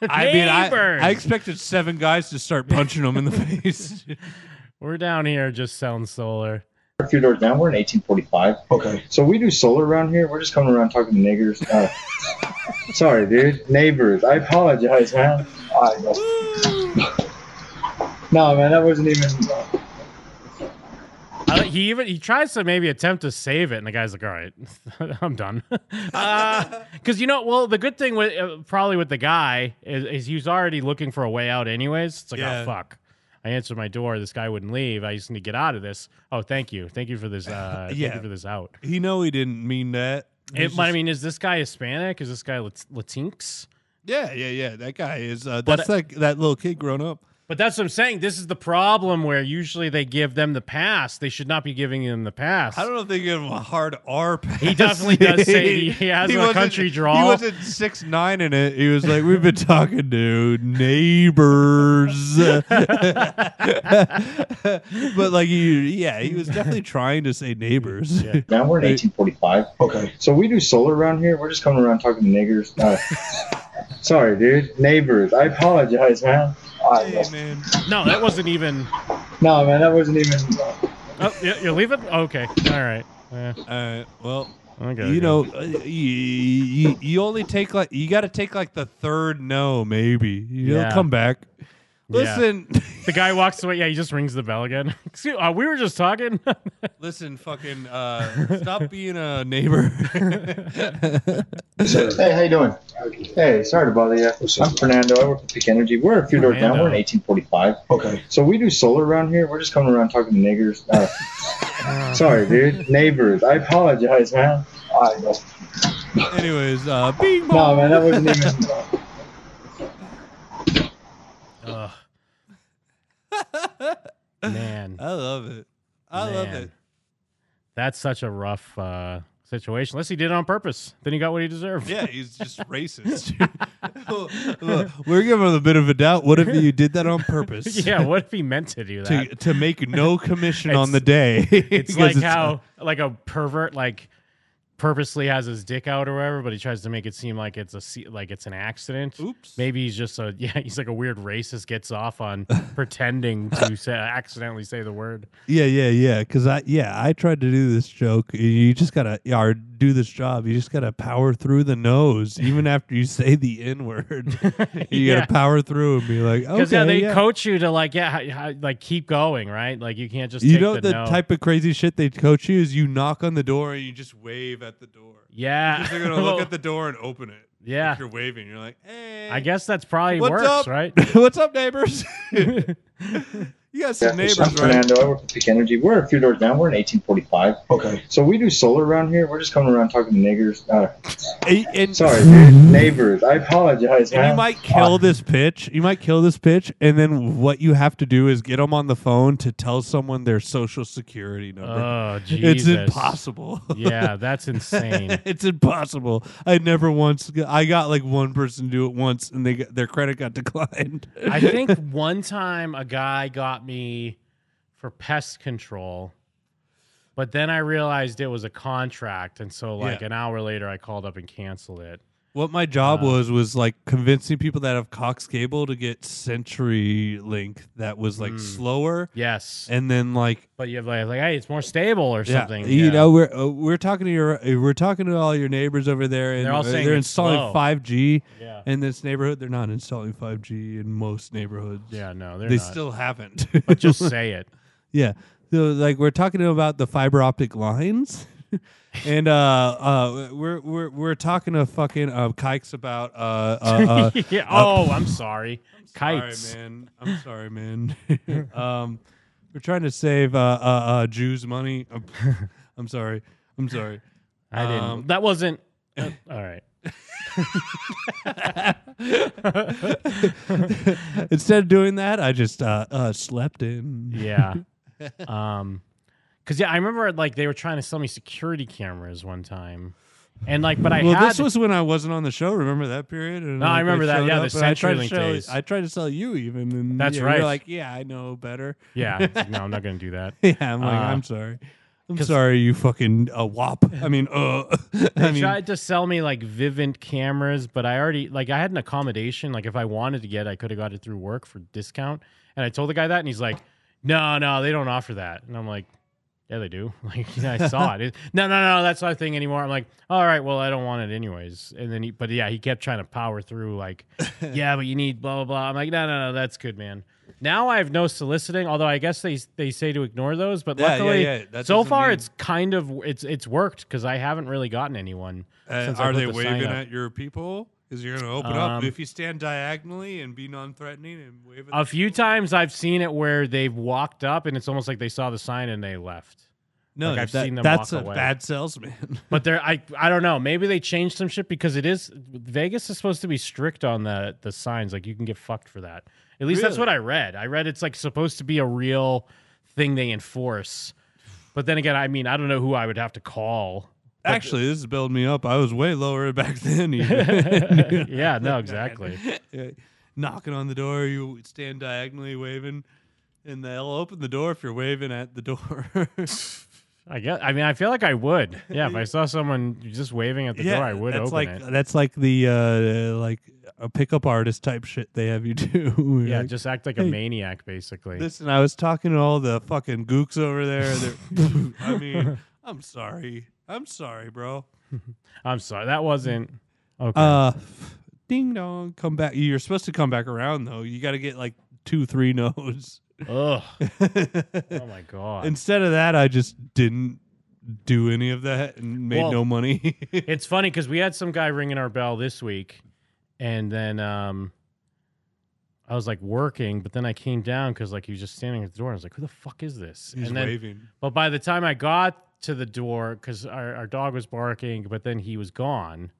[SPEAKER 4] I mean, I,
[SPEAKER 5] Neighbor.
[SPEAKER 4] I expected seven guys to start punching him in the face.
[SPEAKER 5] We're down here just selling solar.
[SPEAKER 23] We're a few doors down. We're in 1845. Okay. So we do solar around here. We're just coming around talking to niggers. Uh, sorry, dude. Neighbors. I apologize, man. I- no, man, that wasn't even. uh,
[SPEAKER 5] I, like- he even he tries to maybe attempt to save it, and the guy's like, "All right, I'm done." Because you know, well, the good thing with uh, probably with the guy is, is he was already looking for a way out, anyways. It's like,
[SPEAKER 4] Yeah.
[SPEAKER 5] oh fuck, I answered my door. This guy wouldn't leave. I just need to get out of this. Oh, thank you, thank you for this. Uh,
[SPEAKER 4] Yeah.
[SPEAKER 5] Thank you for this out.
[SPEAKER 4] he know he didn't mean that.
[SPEAKER 5] It,
[SPEAKER 4] He's
[SPEAKER 5] I
[SPEAKER 4] just-
[SPEAKER 5] mean, is this guy Hispanic? Is this guy Lat- Latinx?
[SPEAKER 4] yeah, yeah, yeah. That guy is. Uh,
[SPEAKER 5] But-
[SPEAKER 4] that's that that little kid grown up.
[SPEAKER 5] But that's what I'm saying. This is the problem where usually they give them the pass. They should not be giving them the pass.
[SPEAKER 4] I don't know if they give him a hard R pass.
[SPEAKER 5] He definitely does say he- he has a
[SPEAKER 4] wasn't-
[SPEAKER 5] country drawl.
[SPEAKER 4] He wasn't six nine in it. He was like, "We've been talking to neighbors," but like, you, yeah, he was definitely trying to say neighbors.
[SPEAKER 23] Now we're in 1845. Okay. So we do solar around here. We're just coming around talking to niggers. Uh, sorry, dude. Neighbors. I apologize, man. I-
[SPEAKER 5] No, that wasn't even.
[SPEAKER 23] No, man, that wasn't even.
[SPEAKER 5] Oh, you- you're leaving? Okay. All right. Yeah.
[SPEAKER 4] All right. Well,
[SPEAKER 5] gotta
[SPEAKER 4] you
[SPEAKER 5] go.
[SPEAKER 4] know, uh, you, you, you only take like you got to take like the third no, maybe. You'll
[SPEAKER 5] Yeah.
[SPEAKER 4] come back. Listen,
[SPEAKER 5] Yeah. The guy walks away. Yeah, he just rings the bell again. Excuse, uh, we were just talking.
[SPEAKER 4] listen, fucking, uh, stop being a neighbor.
[SPEAKER 23] Hey, how you doing? Hey, sorry to bother you. I'm Fernando. I work at Peak Energy. We're a few doors down. We're in 1845. Okay. So we do solar around here. We're just coming around talking to niggers. Uh, sorry, dude. Neighbors. I apologize, man. I-
[SPEAKER 4] Anyways, uh, bing
[SPEAKER 23] no,
[SPEAKER 4] bong.
[SPEAKER 23] man, that wasn't even.
[SPEAKER 5] Ugh. Man.
[SPEAKER 4] I love it. I love
[SPEAKER 5] Man.
[SPEAKER 4] it.
[SPEAKER 5] That's such a rough uh, situation. Unless he did it on purpose, then he got what he deserved.
[SPEAKER 4] Yeah, he's just racist. Look, We're giving him a bit of a doubt. What if you did that on purpose?
[SPEAKER 5] yeah. What if he meant to do
[SPEAKER 4] To,
[SPEAKER 5] that?
[SPEAKER 4] to make no commission on
[SPEAKER 5] It's-
[SPEAKER 4] the day.
[SPEAKER 5] it's
[SPEAKER 4] Because
[SPEAKER 5] like how like a pervert like purposely has his dick out or whatever, but he tries to make it seem like it's a se- like it's an accident.
[SPEAKER 4] Oops.
[SPEAKER 5] Maybe he's just a yeah. He's like a weird racist gets off on pretending to say accidentally say the word.
[SPEAKER 4] Yeah, yeah, yeah. Because I, yeah, I tried to do this joke. You just gotta. Our do this job. You just got to power through the nose, even after you say the N word. you
[SPEAKER 5] Yeah.
[SPEAKER 4] got to power through and be like, okay,
[SPEAKER 5] Because yeah, they
[SPEAKER 4] yeah.
[SPEAKER 5] coach you to like yeah, how, how, like keep going, right? Like you can't just
[SPEAKER 4] you
[SPEAKER 5] take
[SPEAKER 4] know
[SPEAKER 5] the,
[SPEAKER 4] the
[SPEAKER 5] no.
[SPEAKER 4] type of crazy shit they coach you is you knock on the door and you just wave at the door.
[SPEAKER 5] Yeah.
[SPEAKER 4] Just, they're gonna look at the door and open it.
[SPEAKER 5] Yeah.
[SPEAKER 4] If you're waving. You're like, hey.
[SPEAKER 5] I guess that's probably
[SPEAKER 4] What's
[SPEAKER 5] works,
[SPEAKER 4] up?
[SPEAKER 5] right?
[SPEAKER 4] What's up, neighbors? you got some neighbors,
[SPEAKER 23] I'm
[SPEAKER 4] right?
[SPEAKER 23] Fernando. I work with Peak Energy. We're a few doors down. We're in 1845. Okay. So we do solar around here. We're just coming around talking to niggers. Uh, sorry, dude. neighbors. I apologize.
[SPEAKER 4] And
[SPEAKER 23] man.
[SPEAKER 4] you might kill this pitch. You might kill this pitch, and then what you have to do is get them on the phone to tell someone their social security number.
[SPEAKER 5] Oh,
[SPEAKER 4] It's
[SPEAKER 5] Jesus.
[SPEAKER 4] impossible.
[SPEAKER 5] Yeah, that's insane.
[SPEAKER 4] it's impossible. I never once. g- I got like one person to do it once, and they got, their credit got declined.
[SPEAKER 5] I think one time a guy got me for pest control, but then I realized it was a contract, and so like
[SPEAKER 4] Yeah.
[SPEAKER 5] an hour later, I called up and canceled it.
[SPEAKER 4] What my job
[SPEAKER 5] Uh,
[SPEAKER 4] was was like convincing people that have Cox Cable to get Century Link that was like
[SPEAKER 5] Mm.
[SPEAKER 4] slower.
[SPEAKER 5] Yes.
[SPEAKER 4] And then like
[SPEAKER 5] But you're like, like, hey, it's more stable or
[SPEAKER 4] yeah,
[SPEAKER 5] something.
[SPEAKER 4] You
[SPEAKER 5] yeah.
[SPEAKER 4] know, we're uh, we're talking to your uh, we're talking to all your neighbors over there and
[SPEAKER 5] They're all
[SPEAKER 4] uh,
[SPEAKER 5] saying
[SPEAKER 4] they're
[SPEAKER 5] it's slow.
[SPEAKER 4] installing 5G
[SPEAKER 5] Yeah.
[SPEAKER 4] in this neighborhood. They're not installing 5G in most neighborhoods.
[SPEAKER 5] Yeah, no, they're
[SPEAKER 4] they
[SPEAKER 5] not.
[SPEAKER 4] still haven't.
[SPEAKER 5] But just say it.
[SPEAKER 4] Yeah. So like we're talking about the fiber optic lines. and uh, uh, we're we're we're talking to fucking uh, kikes about uh, uh, uh
[SPEAKER 5] yeah.
[SPEAKER 4] uh,
[SPEAKER 5] Oh, I'm sorry. Kites.
[SPEAKER 4] Sorry, man. I'm sorry, man. um, we're trying to save uh, uh, uh, Jews money. I'm, I'm sorry. I'm sorry.
[SPEAKER 5] I didn't.
[SPEAKER 4] Um,
[SPEAKER 5] that wasn't. uh, all right.
[SPEAKER 4] Um, Instead of doing that, I just uh, uh, slept in.
[SPEAKER 5] Yeah. um, because yeah, I remember like they were trying to sell me security cameras one time, and like, but I
[SPEAKER 4] well,
[SPEAKER 5] had
[SPEAKER 4] this was when I wasn't on the show. Remember that period? And,
[SPEAKER 5] No, I
[SPEAKER 4] like, they
[SPEAKER 5] remember that.
[SPEAKER 4] showed
[SPEAKER 5] Yeah, the
[SPEAKER 4] up and I tried to
[SPEAKER 5] CenturyLink
[SPEAKER 4] show-
[SPEAKER 5] days.
[SPEAKER 4] I tried to sell you even. And
[SPEAKER 5] That's
[SPEAKER 4] yeah,
[SPEAKER 5] right.
[SPEAKER 4] You're like, yeah, I know better.
[SPEAKER 5] yeah, it's like, no, I'm not gonna do that.
[SPEAKER 4] yeah, I'm like,
[SPEAKER 5] Uh,
[SPEAKER 4] I'm sorry. I'm sorry, you fucking uh, wop. I mean, uh.
[SPEAKER 5] They
[SPEAKER 4] I mean,
[SPEAKER 5] tried to sell me like Vivint cameras, but I already like I had an accommodation. Like if I wanted to get, I could have got it through work for discount. And I told the guy that, and he's like, "No, no, they don't offer that." And I'm like, "Yeah, they do. Like yeah, I saw it. it. No, no, no, that's not a thing anymore." I'm like, "All right, well, I don't want it anyways." And then, he, but yeah, he kept trying to power through. Like, yeah, but you need blah blah blah. I'm like, "No, no, no, that's good, man." Now I have no soliciting, although I guess they they say to ignore those. But
[SPEAKER 4] Yeah, yeah,
[SPEAKER 5] luckily,
[SPEAKER 4] yeah, that
[SPEAKER 5] so
[SPEAKER 4] doesn't
[SPEAKER 5] far
[SPEAKER 4] mean-
[SPEAKER 5] it's it's kind of it's it's worked because I haven't really gotten anyone.
[SPEAKER 4] Uh,
[SPEAKER 5] since I
[SPEAKER 4] are
[SPEAKER 5] put
[SPEAKER 4] they
[SPEAKER 5] the sign
[SPEAKER 4] waving
[SPEAKER 5] up.
[SPEAKER 4] at your people? Because you're going to open
[SPEAKER 5] Um,
[SPEAKER 4] up if you stand diagonally and be non-threatening and wave. At
[SPEAKER 5] A few times I've seen it where they've walked up and it's almost like they saw the sign and they left.
[SPEAKER 4] No,
[SPEAKER 5] like I've
[SPEAKER 4] that-
[SPEAKER 5] seen them
[SPEAKER 4] that's
[SPEAKER 5] walk
[SPEAKER 4] a
[SPEAKER 5] away.
[SPEAKER 4] bad salesman.
[SPEAKER 5] but they're I I don't know. Maybe they changed some shit because it is Vegas is supposed to be strict on the the signs. Like you can get fucked for that. At least that's
[SPEAKER 4] Really?
[SPEAKER 5] what I read. I read it's like supposed to be a real thing they enforce. But then again, I mean, I don't know who I would have to call. But-
[SPEAKER 4] Actually, this is building me up. I was way lower back then. even.
[SPEAKER 5] Yeah, no, exactly.
[SPEAKER 4] Yeah. Knocking on the door, you stand diagonally waving, and they'll open the door if you're waving at the door.
[SPEAKER 5] I guess. I mean, I feel like I would. Yeah, if I saw someone just waving at the door, I would
[SPEAKER 4] that's
[SPEAKER 5] open
[SPEAKER 4] like
[SPEAKER 5] it.
[SPEAKER 4] that's like the uh, like a pickup artist type shit they have you do. You're
[SPEAKER 5] Yeah,
[SPEAKER 4] like,
[SPEAKER 5] just act like a
[SPEAKER 4] "Hey,
[SPEAKER 5] maniac, basically.
[SPEAKER 4] Listen, I was talking to all the fucking gooks over there. They're, I mean, I'm sorry. I'm sorry, bro.
[SPEAKER 5] I'm sorry, that wasn't okay.
[SPEAKER 4] Uh, ding dong, come back. You're supposed to come back around though. You got to get like two, three no's.
[SPEAKER 5] Ugh.
[SPEAKER 4] oh
[SPEAKER 5] my god.
[SPEAKER 4] Instead of that, I just didn't do any of that and made
[SPEAKER 5] Well,
[SPEAKER 4] no money.
[SPEAKER 5] it's funny because we had some guy ringing our bell this week, and then um, I was like working, but then I came down because like he was just standing at the door. And I was like, "Who the fuck is this?"
[SPEAKER 4] He's
[SPEAKER 5] and then,
[SPEAKER 4] waving.
[SPEAKER 5] But by the time I got to the door, because our, our dog was barking, but then he was gone,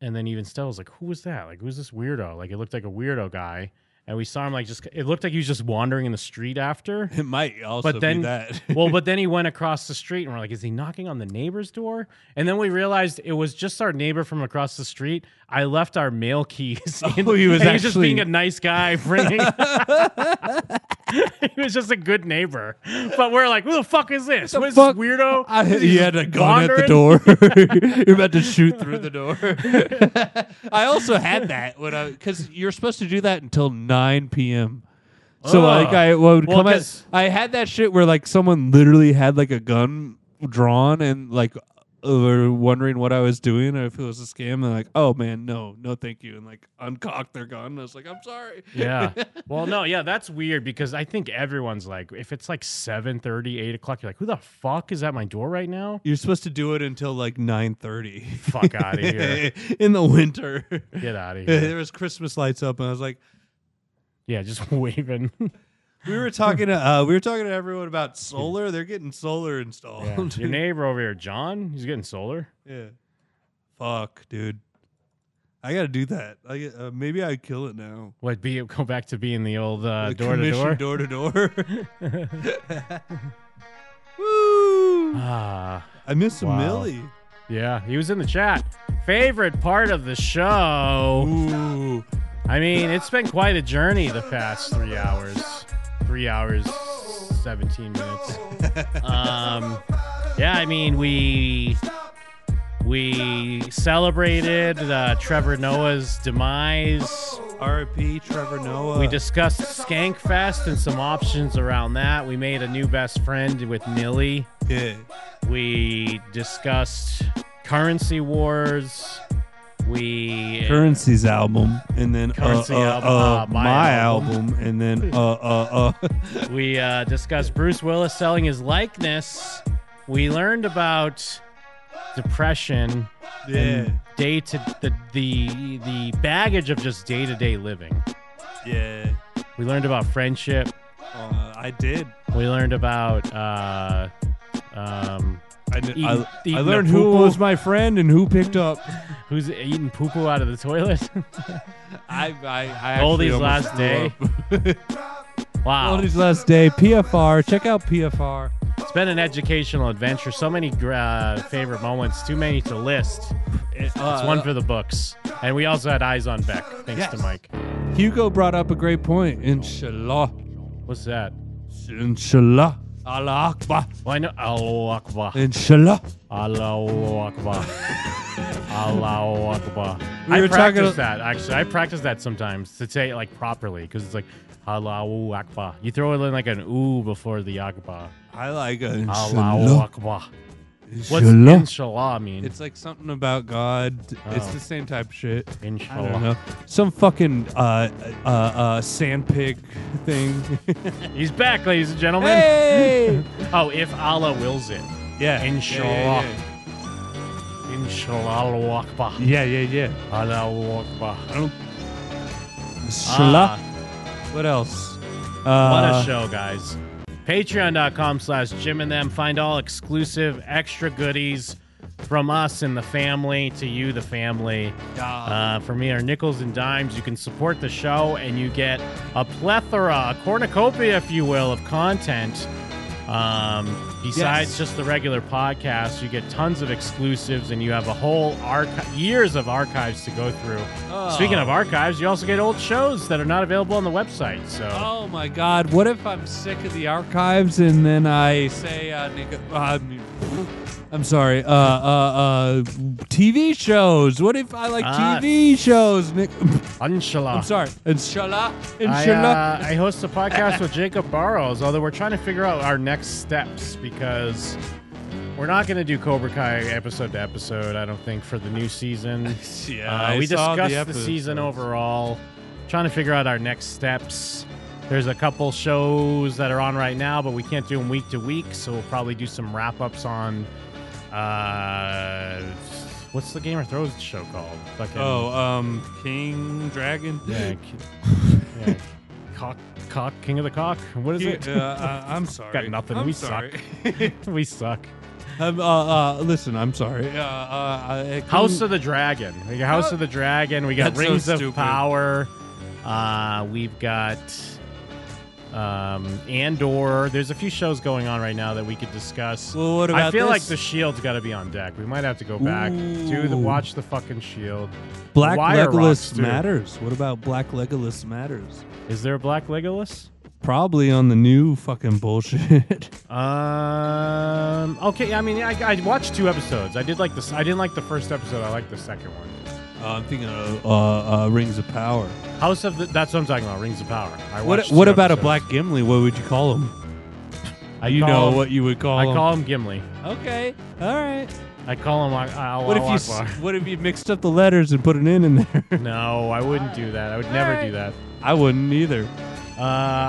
[SPEAKER 5] and then even still, I was like, "Who was that? Like, who's this weirdo? Like, it looked like a weirdo guy." And we saw him like just. It looked like he was just wandering in the street after.
[SPEAKER 4] It might also
[SPEAKER 5] but then,
[SPEAKER 4] be that.
[SPEAKER 5] well, but then he went across the street, and we're like, "Is he knocking on the neighbor's door?" And then we realized it was just our neighbor from across the street. I left our mail keys. in-
[SPEAKER 4] Oh, he was
[SPEAKER 5] and he was just
[SPEAKER 4] actually-
[SPEAKER 5] being a nice guy, bringing. he was just a good neighbor, but we're like, "Who the fuck is this? What is this weirdo?"
[SPEAKER 4] I,
[SPEAKER 5] Is
[SPEAKER 4] he
[SPEAKER 5] just
[SPEAKER 4] had a gun at
[SPEAKER 5] wandering?"
[SPEAKER 4] the door. you're about to shoot through the door. I also had that when I because you're supposed to do that until 9 p.m. So
[SPEAKER 5] Ugh.
[SPEAKER 4] like I would
[SPEAKER 5] Well,
[SPEAKER 4] come at,
[SPEAKER 5] 'cause-
[SPEAKER 4] I had that shit where like someone literally had like a gun drawn and like were wondering what I was doing or if it was a scam. They're like, "Oh man, no, no, thank you," and like uncocked their gun. I was like, "I'm sorry."
[SPEAKER 5] Yeah. Well, no, yeah, that's weird because I think everyone's like, if it's like 7 8 o'clock, you're like, who the fuck is at my door right now?
[SPEAKER 4] You're supposed to do it until like nine thirty.
[SPEAKER 5] Fuck outta here.
[SPEAKER 4] in the winter.
[SPEAKER 5] Get outta here.
[SPEAKER 4] There was Christmas lights up, and I was like,
[SPEAKER 5] Yeah, just waving.
[SPEAKER 4] we were talking to uh, we were talking to everyone about solar. They're getting solar installed.
[SPEAKER 5] Yeah. Your neighbor over here, John, he's getting solar.
[SPEAKER 4] Yeah. Fuck, dude. I gotta do that. I get, uh, maybe I kill it now.
[SPEAKER 5] What, be go back to being the old uh,
[SPEAKER 4] The
[SPEAKER 5] door to door?
[SPEAKER 4] commission door to door.
[SPEAKER 5] Ah,
[SPEAKER 4] I miss Millie.
[SPEAKER 5] Yeah, he was in the chat. Favorite part of the show. I mean, it's been quite a journey the past three hours. Three hours, 17 minutes. um, yeah, I mean, we we celebrated uh, Trevor Noah's demise.
[SPEAKER 4] R.I.P. Trevor Noah.
[SPEAKER 5] We discussed Skankfest and some options around that. We made a new best friend with Millie.
[SPEAKER 4] Yeah.
[SPEAKER 5] We discussed currency wars. We
[SPEAKER 4] Currency's album, and then uh,
[SPEAKER 5] Currency
[SPEAKER 4] uh,
[SPEAKER 5] album,
[SPEAKER 4] uh,
[SPEAKER 5] uh, my
[SPEAKER 4] my,
[SPEAKER 5] album.
[SPEAKER 4] album. and then uh, uh, uh.
[SPEAKER 5] we uh, discussed Bruce Willis selling his likeness. We learned about depression
[SPEAKER 4] Yeah.
[SPEAKER 5] and day to the the the baggage of just day to day living.
[SPEAKER 4] Yeah,
[SPEAKER 5] We learned about friendship.
[SPEAKER 4] uh, I did.
[SPEAKER 5] We learned about uh, um,
[SPEAKER 4] I, kn-
[SPEAKER 5] eating,
[SPEAKER 4] I,
[SPEAKER 5] eating
[SPEAKER 4] I
[SPEAKER 5] the
[SPEAKER 4] learned who
[SPEAKER 5] poo-poo.
[SPEAKER 4] was my friend and who picked up.
[SPEAKER 5] who's eating poo poo out of the toilet.
[SPEAKER 4] I, I, I
[SPEAKER 5] Goldie's
[SPEAKER 4] actually almost
[SPEAKER 5] last day.
[SPEAKER 4] threw
[SPEAKER 5] wow.
[SPEAKER 4] Goldie's last day. PFR. Check out PFR.
[SPEAKER 5] It's been an educational adventure. So many gra- uh, favorite moments, too many to list. It- it's
[SPEAKER 4] uh,
[SPEAKER 5] one for the books. And we also had Eyes on Beck, thanks to
[SPEAKER 4] Yes.
[SPEAKER 5] Mike.
[SPEAKER 4] Hugo brought up a great point. Inshallah.
[SPEAKER 5] What's that?
[SPEAKER 4] Inshallah. Allah Akbar.
[SPEAKER 5] Well, I know Allah Akbar.
[SPEAKER 4] Inshallah.
[SPEAKER 5] Allah Akbar. Allah Akbar.
[SPEAKER 4] We
[SPEAKER 5] I
[SPEAKER 4] were talking-
[SPEAKER 5] practice that, actually. I practice that sometimes to say it like properly because it's like Allah Akbar. You throw it in like an ooh before the Akbar.
[SPEAKER 4] I like a
[SPEAKER 5] Allah Akbar. What's
[SPEAKER 4] Inshallah.
[SPEAKER 5] inshallah mean?
[SPEAKER 4] It's like something about God. It's
[SPEAKER 5] Oh.
[SPEAKER 4] the same type of shit.
[SPEAKER 5] Inshallah.
[SPEAKER 4] I don't know. Some fucking uh, uh, uh, sandpig thing.
[SPEAKER 5] He's back, ladies and gentlemen.
[SPEAKER 4] Hey!
[SPEAKER 5] oh, if Allah wills it.
[SPEAKER 4] Yeah.
[SPEAKER 5] Inshallah.
[SPEAKER 4] Yeah,
[SPEAKER 5] Inshallah Akbar.
[SPEAKER 4] yeah, yeah, yeah.
[SPEAKER 5] Allah Akbar. Ah,
[SPEAKER 4] Inshallah. Ah, What else?
[SPEAKER 5] what
[SPEAKER 4] Uh,
[SPEAKER 5] a show, guys. Patreon.com slash Jim and them. Find all exclusive extra goodies from us and the family to you, the family. Uh, for me, are nickels and dimes. You can support the show and you get a plethora, a cornucopia, if you will, of content. Um, besides
[SPEAKER 4] Yes.
[SPEAKER 5] just the regular podcast, you get tons of exclusives and you have a whole archi- years of archives to go through.
[SPEAKER 4] oh.
[SPEAKER 5] Speaking of archives, you also get old shows that are not available on the website. So.
[SPEAKER 4] Oh my God! What if I'm sick of the archives and then I say, uh, nigga, uh, I'm sorry. Uh, uh, uh, TV shows. What if I like
[SPEAKER 5] Ah.
[SPEAKER 4] TV shows? Nick?
[SPEAKER 5] Inshallah.
[SPEAKER 4] I'm sorry. Inshallah.
[SPEAKER 5] I,
[SPEAKER 4] Inshallah.
[SPEAKER 5] uh, I host a podcast with Jacob Barrows, although we're trying to figure out our next steps because we're not going to do Cobra Kai episode to episode, I don't think, for the new season.
[SPEAKER 4] Yeah,
[SPEAKER 5] Uh,
[SPEAKER 4] I
[SPEAKER 5] we
[SPEAKER 4] saw the
[SPEAKER 5] discussed the, season
[SPEAKER 4] episodes.
[SPEAKER 5] overall, trying to figure out our next steps. There's a couple shows that are on right now, but we can't do them week to week, so we'll probably do some wrap ups on. Uh, what's the Game of Thrones show called? Fucking-
[SPEAKER 4] oh, um, King Dragon.
[SPEAKER 5] yeah, ki- yeah. cock, cock, king of the cock. What is
[SPEAKER 4] Ki-
[SPEAKER 5] it?
[SPEAKER 4] uh, uh, I'm sorry.
[SPEAKER 5] Got nothing.
[SPEAKER 4] I'm
[SPEAKER 5] we
[SPEAKER 4] sorry.
[SPEAKER 5] suck. we suck.
[SPEAKER 4] Um, uh, uh, listen, I'm sorry. Uh, uh, uh,
[SPEAKER 5] House of the Dragon. We got House
[SPEAKER 4] How-
[SPEAKER 5] of the Dragon. We got
[SPEAKER 4] That's so
[SPEAKER 5] Rings of
[SPEAKER 4] stupid.
[SPEAKER 5] Power. Uh, we've got um, Andor. There's a few shows going on right now that we could discuss.
[SPEAKER 4] Well, what
[SPEAKER 5] I
[SPEAKER 4] about
[SPEAKER 5] feel like
[SPEAKER 4] this?
[SPEAKER 5] the Shield's got to be on deck. We might have to go back do the
[SPEAKER 4] Ooh.
[SPEAKER 5] watch the fucking Shield.
[SPEAKER 4] Black
[SPEAKER 5] Wire Rocks,
[SPEAKER 4] Legolas
[SPEAKER 5] too.
[SPEAKER 4] matters. What about Black Legolas matters?
[SPEAKER 5] Is there a Black Legolas?
[SPEAKER 4] Probably on the new fucking bullshit.
[SPEAKER 5] Um. Okay. I mean, I, I watched two episodes. I did like this. I didn't like the first episode. I liked the second one.
[SPEAKER 4] Uh, I'm thinking of uh, uh, Rings of Power.
[SPEAKER 5] House of the. That's what I'm talking about. Rings of Power. I
[SPEAKER 4] What
[SPEAKER 5] watched
[SPEAKER 4] What
[SPEAKER 5] two
[SPEAKER 4] about a
[SPEAKER 5] episodes.
[SPEAKER 4] Black Gimli? What would you call him?
[SPEAKER 5] I
[SPEAKER 4] you
[SPEAKER 5] call
[SPEAKER 4] know
[SPEAKER 5] him-
[SPEAKER 4] what you would call
[SPEAKER 5] I
[SPEAKER 4] him.
[SPEAKER 5] call him Gimli.
[SPEAKER 4] Okay. All right.
[SPEAKER 5] I call him. uh, Al-
[SPEAKER 4] What if you s- what if you mixed up the letters and put an N in there?
[SPEAKER 5] No, I wouldn't do that. I would never do that.
[SPEAKER 4] I wouldn't either.
[SPEAKER 5] Uh,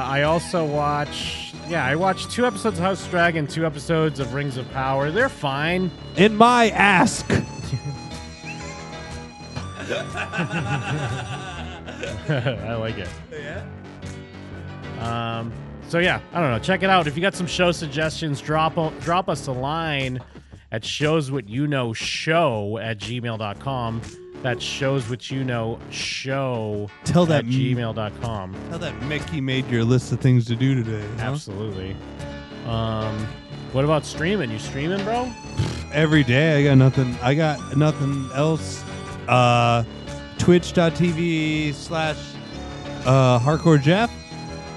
[SPEAKER 5] I also watch. Yeah, I watched two episodes of House of Dragon, two episodes of Rings of Power. They're fine.
[SPEAKER 7] In my ask.
[SPEAKER 5] I like it.
[SPEAKER 4] Yeah.
[SPEAKER 5] Um, so yeah, I don't know. Check it out. If you got some show suggestions, drop o- drop us a line at shows what you know show at gmail.com. That shows what you know show
[SPEAKER 4] Tell
[SPEAKER 5] at
[SPEAKER 4] that m- uh-huh.
[SPEAKER 5] gmail.com.
[SPEAKER 4] How that Mickey made your list of things to do today.
[SPEAKER 5] Absolutely. Um, what about streaming? You streaming, bro?
[SPEAKER 4] Every day I got nothing. I got nothing else. Uh, Twitch.tv slash uh, Hardcore Jeff.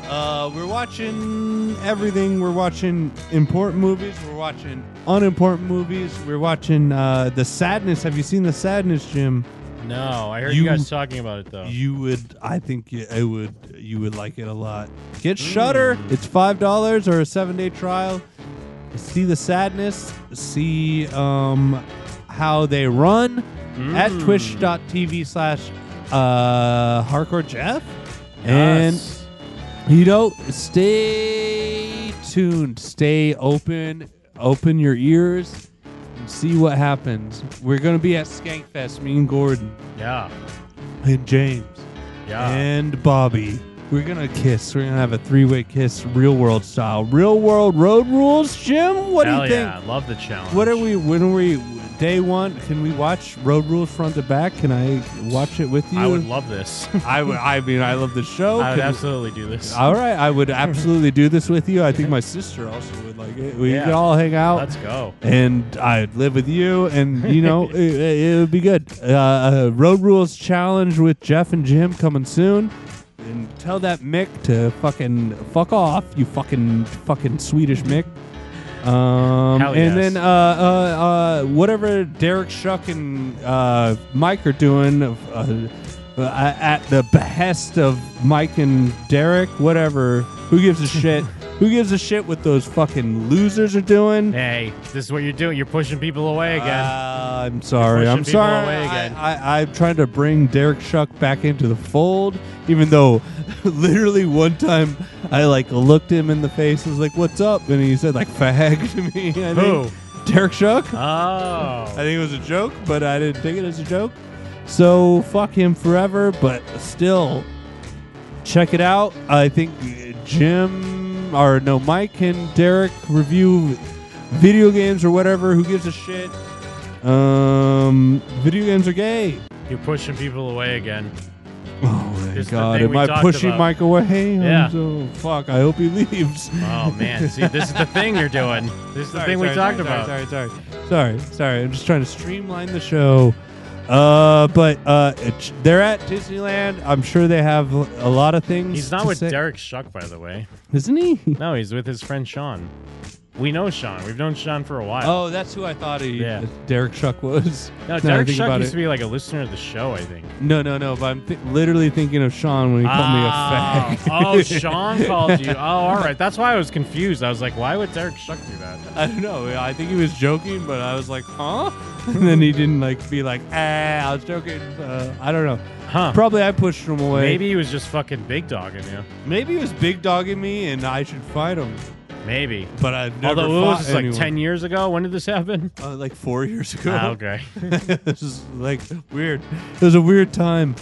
[SPEAKER 4] Uh, we're watching everything. We're watching important movies. We're watching unimportant movies. We're watching uh, The Sadness. Have you seen The Sadness, Jim?
[SPEAKER 5] No, I heard you, guys talking about it though.
[SPEAKER 4] You would, I think, you, I would, you would like it a lot. Get Shutter. It's five dollars or a seven-day trial. See the sadness. See um, how they run at
[SPEAKER 7] Mm.
[SPEAKER 4] twitch.tv slash uh, hardcore Jeff. And you know, stay tuned. Stay open. Open your ears. and See what happens. We're gonna be at Skankfest. Me and Gordon
[SPEAKER 5] yeah.
[SPEAKER 4] and James. Ah.
[SPEAKER 5] Yeah.
[SPEAKER 4] And Bobby. We're gonna kiss. We're gonna have a three-way kiss, real world style. Real world road rules, Jim. What
[SPEAKER 5] Hell
[SPEAKER 4] do you
[SPEAKER 5] yeah,
[SPEAKER 4] think?
[SPEAKER 5] love the challenge.
[SPEAKER 4] What are we? When are we? Day one? Can we watch Road Rules front to back? Can I watch it with you?
[SPEAKER 5] I would love this.
[SPEAKER 4] I would. I mean, I love the show.
[SPEAKER 5] I would
[SPEAKER 4] Can-
[SPEAKER 5] absolutely do this.
[SPEAKER 4] All right, I would absolutely do this with you. I think my sister also would like it. We
[SPEAKER 5] Yeah.
[SPEAKER 4] could all hang out.
[SPEAKER 5] Let's go.
[SPEAKER 4] And I'd live with you, and you know, it, it would be good. Uh, uh, Road Rules Challenge with Jeff and Jim coming soon. And tell that Mick to fucking fuck off, you fucking fucking Swedish Mick. Um,
[SPEAKER 5] Hell yes.
[SPEAKER 4] and then uh, uh, uh, whatever Derek Shuck and uh, Mike are doing uh, uh, at the behest of Mike and Derek, whatever. Who gives a shit? Who gives a shit what those fucking losers are doing?
[SPEAKER 5] Hey, this is what you're doing. You're pushing people away again.
[SPEAKER 4] Uh, I'm sorry.
[SPEAKER 5] You're
[SPEAKER 4] I'm
[SPEAKER 5] pushing people
[SPEAKER 4] sorry.
[SPEAKER 5] away
[SPEAKER 4] I,
[SPEAKER 5] again.
[SPEAKER 4] I, I'm trying to bring Derek Shuck back into the fold, even though literally one time I like looked him in the face. I was like, "What's up?" And he said like "fag" to me. I
[SPEAKER 5] Who?
[SPEAKER 4] Think. Derek Shuck.
[SPEAKER 5] Oh. I
[SPEAKER 4] think it was a joke, but I didn't take it as a joke. So fuck him forever. But still, check it out. I think uh, Jim or no Mike and Derek review video games or whatever. Who gives a shit? Um, video games are gay.
[SPEAKER 5] You're pushing people away again.
[SPEAKER 4] Oh my
[SPEAKER 5] This is the
[SPEAKER 4] God,
[SPEAKER 5] thing
[SPEAKER 4] am
[SPEAKER 5] we
[SPEAKER 4] I
[SPEAKER 5] talked
[SPEAKER 4] pushing
[SPEAKER 5] about.
[SPEAKER 4] Mike away? I'm
[SPEAKER 5] Yeah.
[SPEAKER 4] so- fuck. I hope he leaves.
[SPEAKER 5] Oh man, see, this is the thing you're doing. This is the
[SPEAKER 4] Sorry,
[SPEAKER 5] thing we
[SPEAKER 4] sorry,
[SPEAKER 5] talked
[SPEAKER 4] sorry,
[SPEAKER 5] about.
[SPEAKER 4] Sorry, sorry, sorry, sorry. I'm just trying to streamline the show. Uh, but uh, it's- they're at Disneyland. I'm sure they have a lot of things.
[SPEAKER 5] He's not
[SPEAKER 4] to
[SPEAKER 5] with
[SPEAKER 4] say.
[SPEAKER 5] Derek Shuck, by the way.
[SPEAKER 4] Isn't he?
[SPEAKER 5] No, he's with his friend Sean. We know Sean. We've known Sean for a while.
[SPEAKER 4] Oh, that's who I thought he.
[SPEAKER 5] Yeah.
[SPEAKER 4] Derek Shuck was.
[SPEAKER 5] No,
[SPEAKER 4] Now that I
[SPEAKER 5] Derek
[SPEAKER 4] think
[SPEAKER 5] Shuck
[SPEAKER 4] about
[SPEAKER 5] used
[SPEAKER 4] it.
[SPEAKER 5] to be like a listener of the show, I think.
[SPEAKER 4] No, no, no. But I'm th- literally thinking of Sean when he
[SPEAKER 5] Oh,
[SPEAKER 4] called me
[SPEAKER 5] oh,
[SPEAKER 4] a fag.
[SPEAKER 5] Sean called you. Oh, all right. That's why I was confused. I was like, why would Derek Shuck do that?
[SPEAKER 4] I don't know. I think he was joking, but I was like, huh? and then he didn't like be like, ah, I was joking. Uh, I don't know.
[SPEAKER 5] Huh.
[SPEAKER 4] Probably I pushed him away.
[SPEAKER 5] Maybe he was just fucking big dogging you.
[SPEAKER 4] Maybe he was big dogging me, and I should fight him.
[SPEAKER 5] Maybe.
[SPEAKER 4] But I've never
[SPEAKER 5] Although it
[SPEAKER 4] fought
[SPEAKER 5] was just, like
[SPEAKER 4] anyone.
[SPEAKER 5] 10 years ago. When did this happen?
[SPEAKER 4] Uh, like four years ago.
[SPEAKER 5] Ah, okay.
[SPEAKER 4] this is like weird. It was a weird time,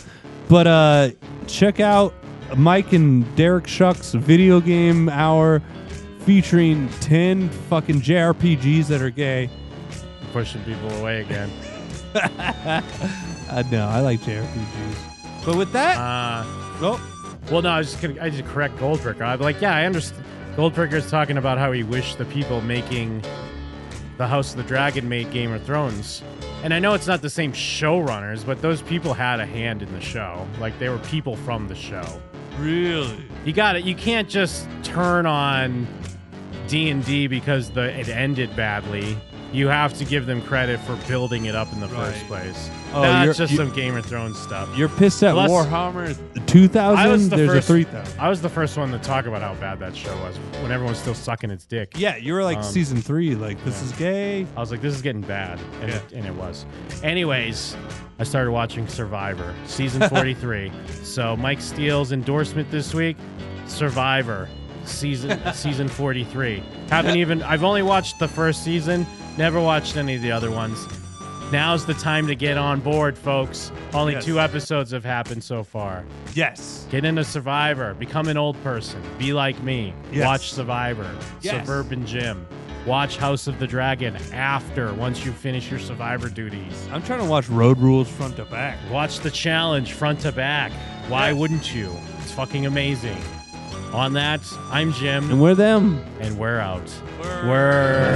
[SPEAKER 4] but uh, check out Mike and Derek Shuck's video game hour featuring ten fucking JRPGs that are gay.
[SPEAKER 5] Pushing people away again.
[SPEAKER 4] I know. I like JRPGs. But with that,
[SPEAKER 5] uh,
[SPEAKER 4] oh,
[SPEAKER 5] well, no, I was just gonna, I just correct Goldberger. I'm like, yeah, I understand. Goldberger's talking about how he wished the people making the House of the Dragon made Game of Thrones, and I know it's not the same showrunners, but those people had a hand in the show. Like they were people from the show.
[SPEAKER 4] Really?
[SPEAKER 5] You got it. You can't just turn on D and D because the it ended badly. you have to give them credit for building it up in the first place.
[SPEAKER 7] Oh, you're-
[SPEAKER 5] That's just
[SPEAKER 7] you-
[SPEAKER 5] some Game of Thrones stuff.
[SPEAKER 7] You're pissed at
[SPEAKER 5] Plus-
[SPEAKER 7] Warhammer 2000?
[SPEAKER 5] I was the
[SPEAKER 7] There's
[SPEAKER 5] first,
[SPEAKER 7] a 3000.
[SPEAKER 5] I was the first one to talk about how bad that show was when everyone's still sucking its dick.
[SPEAKER 7] Yeah, you were like
[SPEAKER 5] Um,
[SPEAKER 7] season three. Like this is gay.
[SPEAKER 5] I was like, this is getting bad, and, it, and it was. Anyways, I started watching Survivor season forty-three. so Mike Steele's endorsement this week, Survivor season season forty-three. Haven't even. I've only watched the first season. Never watched any of the other ones. Now's the time to get on board, folks. Only
[SPEAKER 7] Yes.
[SPEAKER 5] two episodes have happened so far.
[SPEAKER 7] Yes.
[SPEAKER 5] Get into Survivor. Become an old person. Be like me.
[SPEAKER 7] Yes.
[SPEAKER 5] Watch Survivor.
[SPEAKER 7] Yes.
[SPEAKER 5] Suburban Gym. Watch House of the Dragon after once you finish your Survivor duties.
[SPEAKER 7] I'm trying to watch Road Rules front to back.
[SPEAKER 5] Watch the challenge front to back. Why wouldn't you? It's fucking amazing. On that, I'm Jim.
[SPEAKER 7] And we're them.
[SPEAKER 5] And we're out. We're.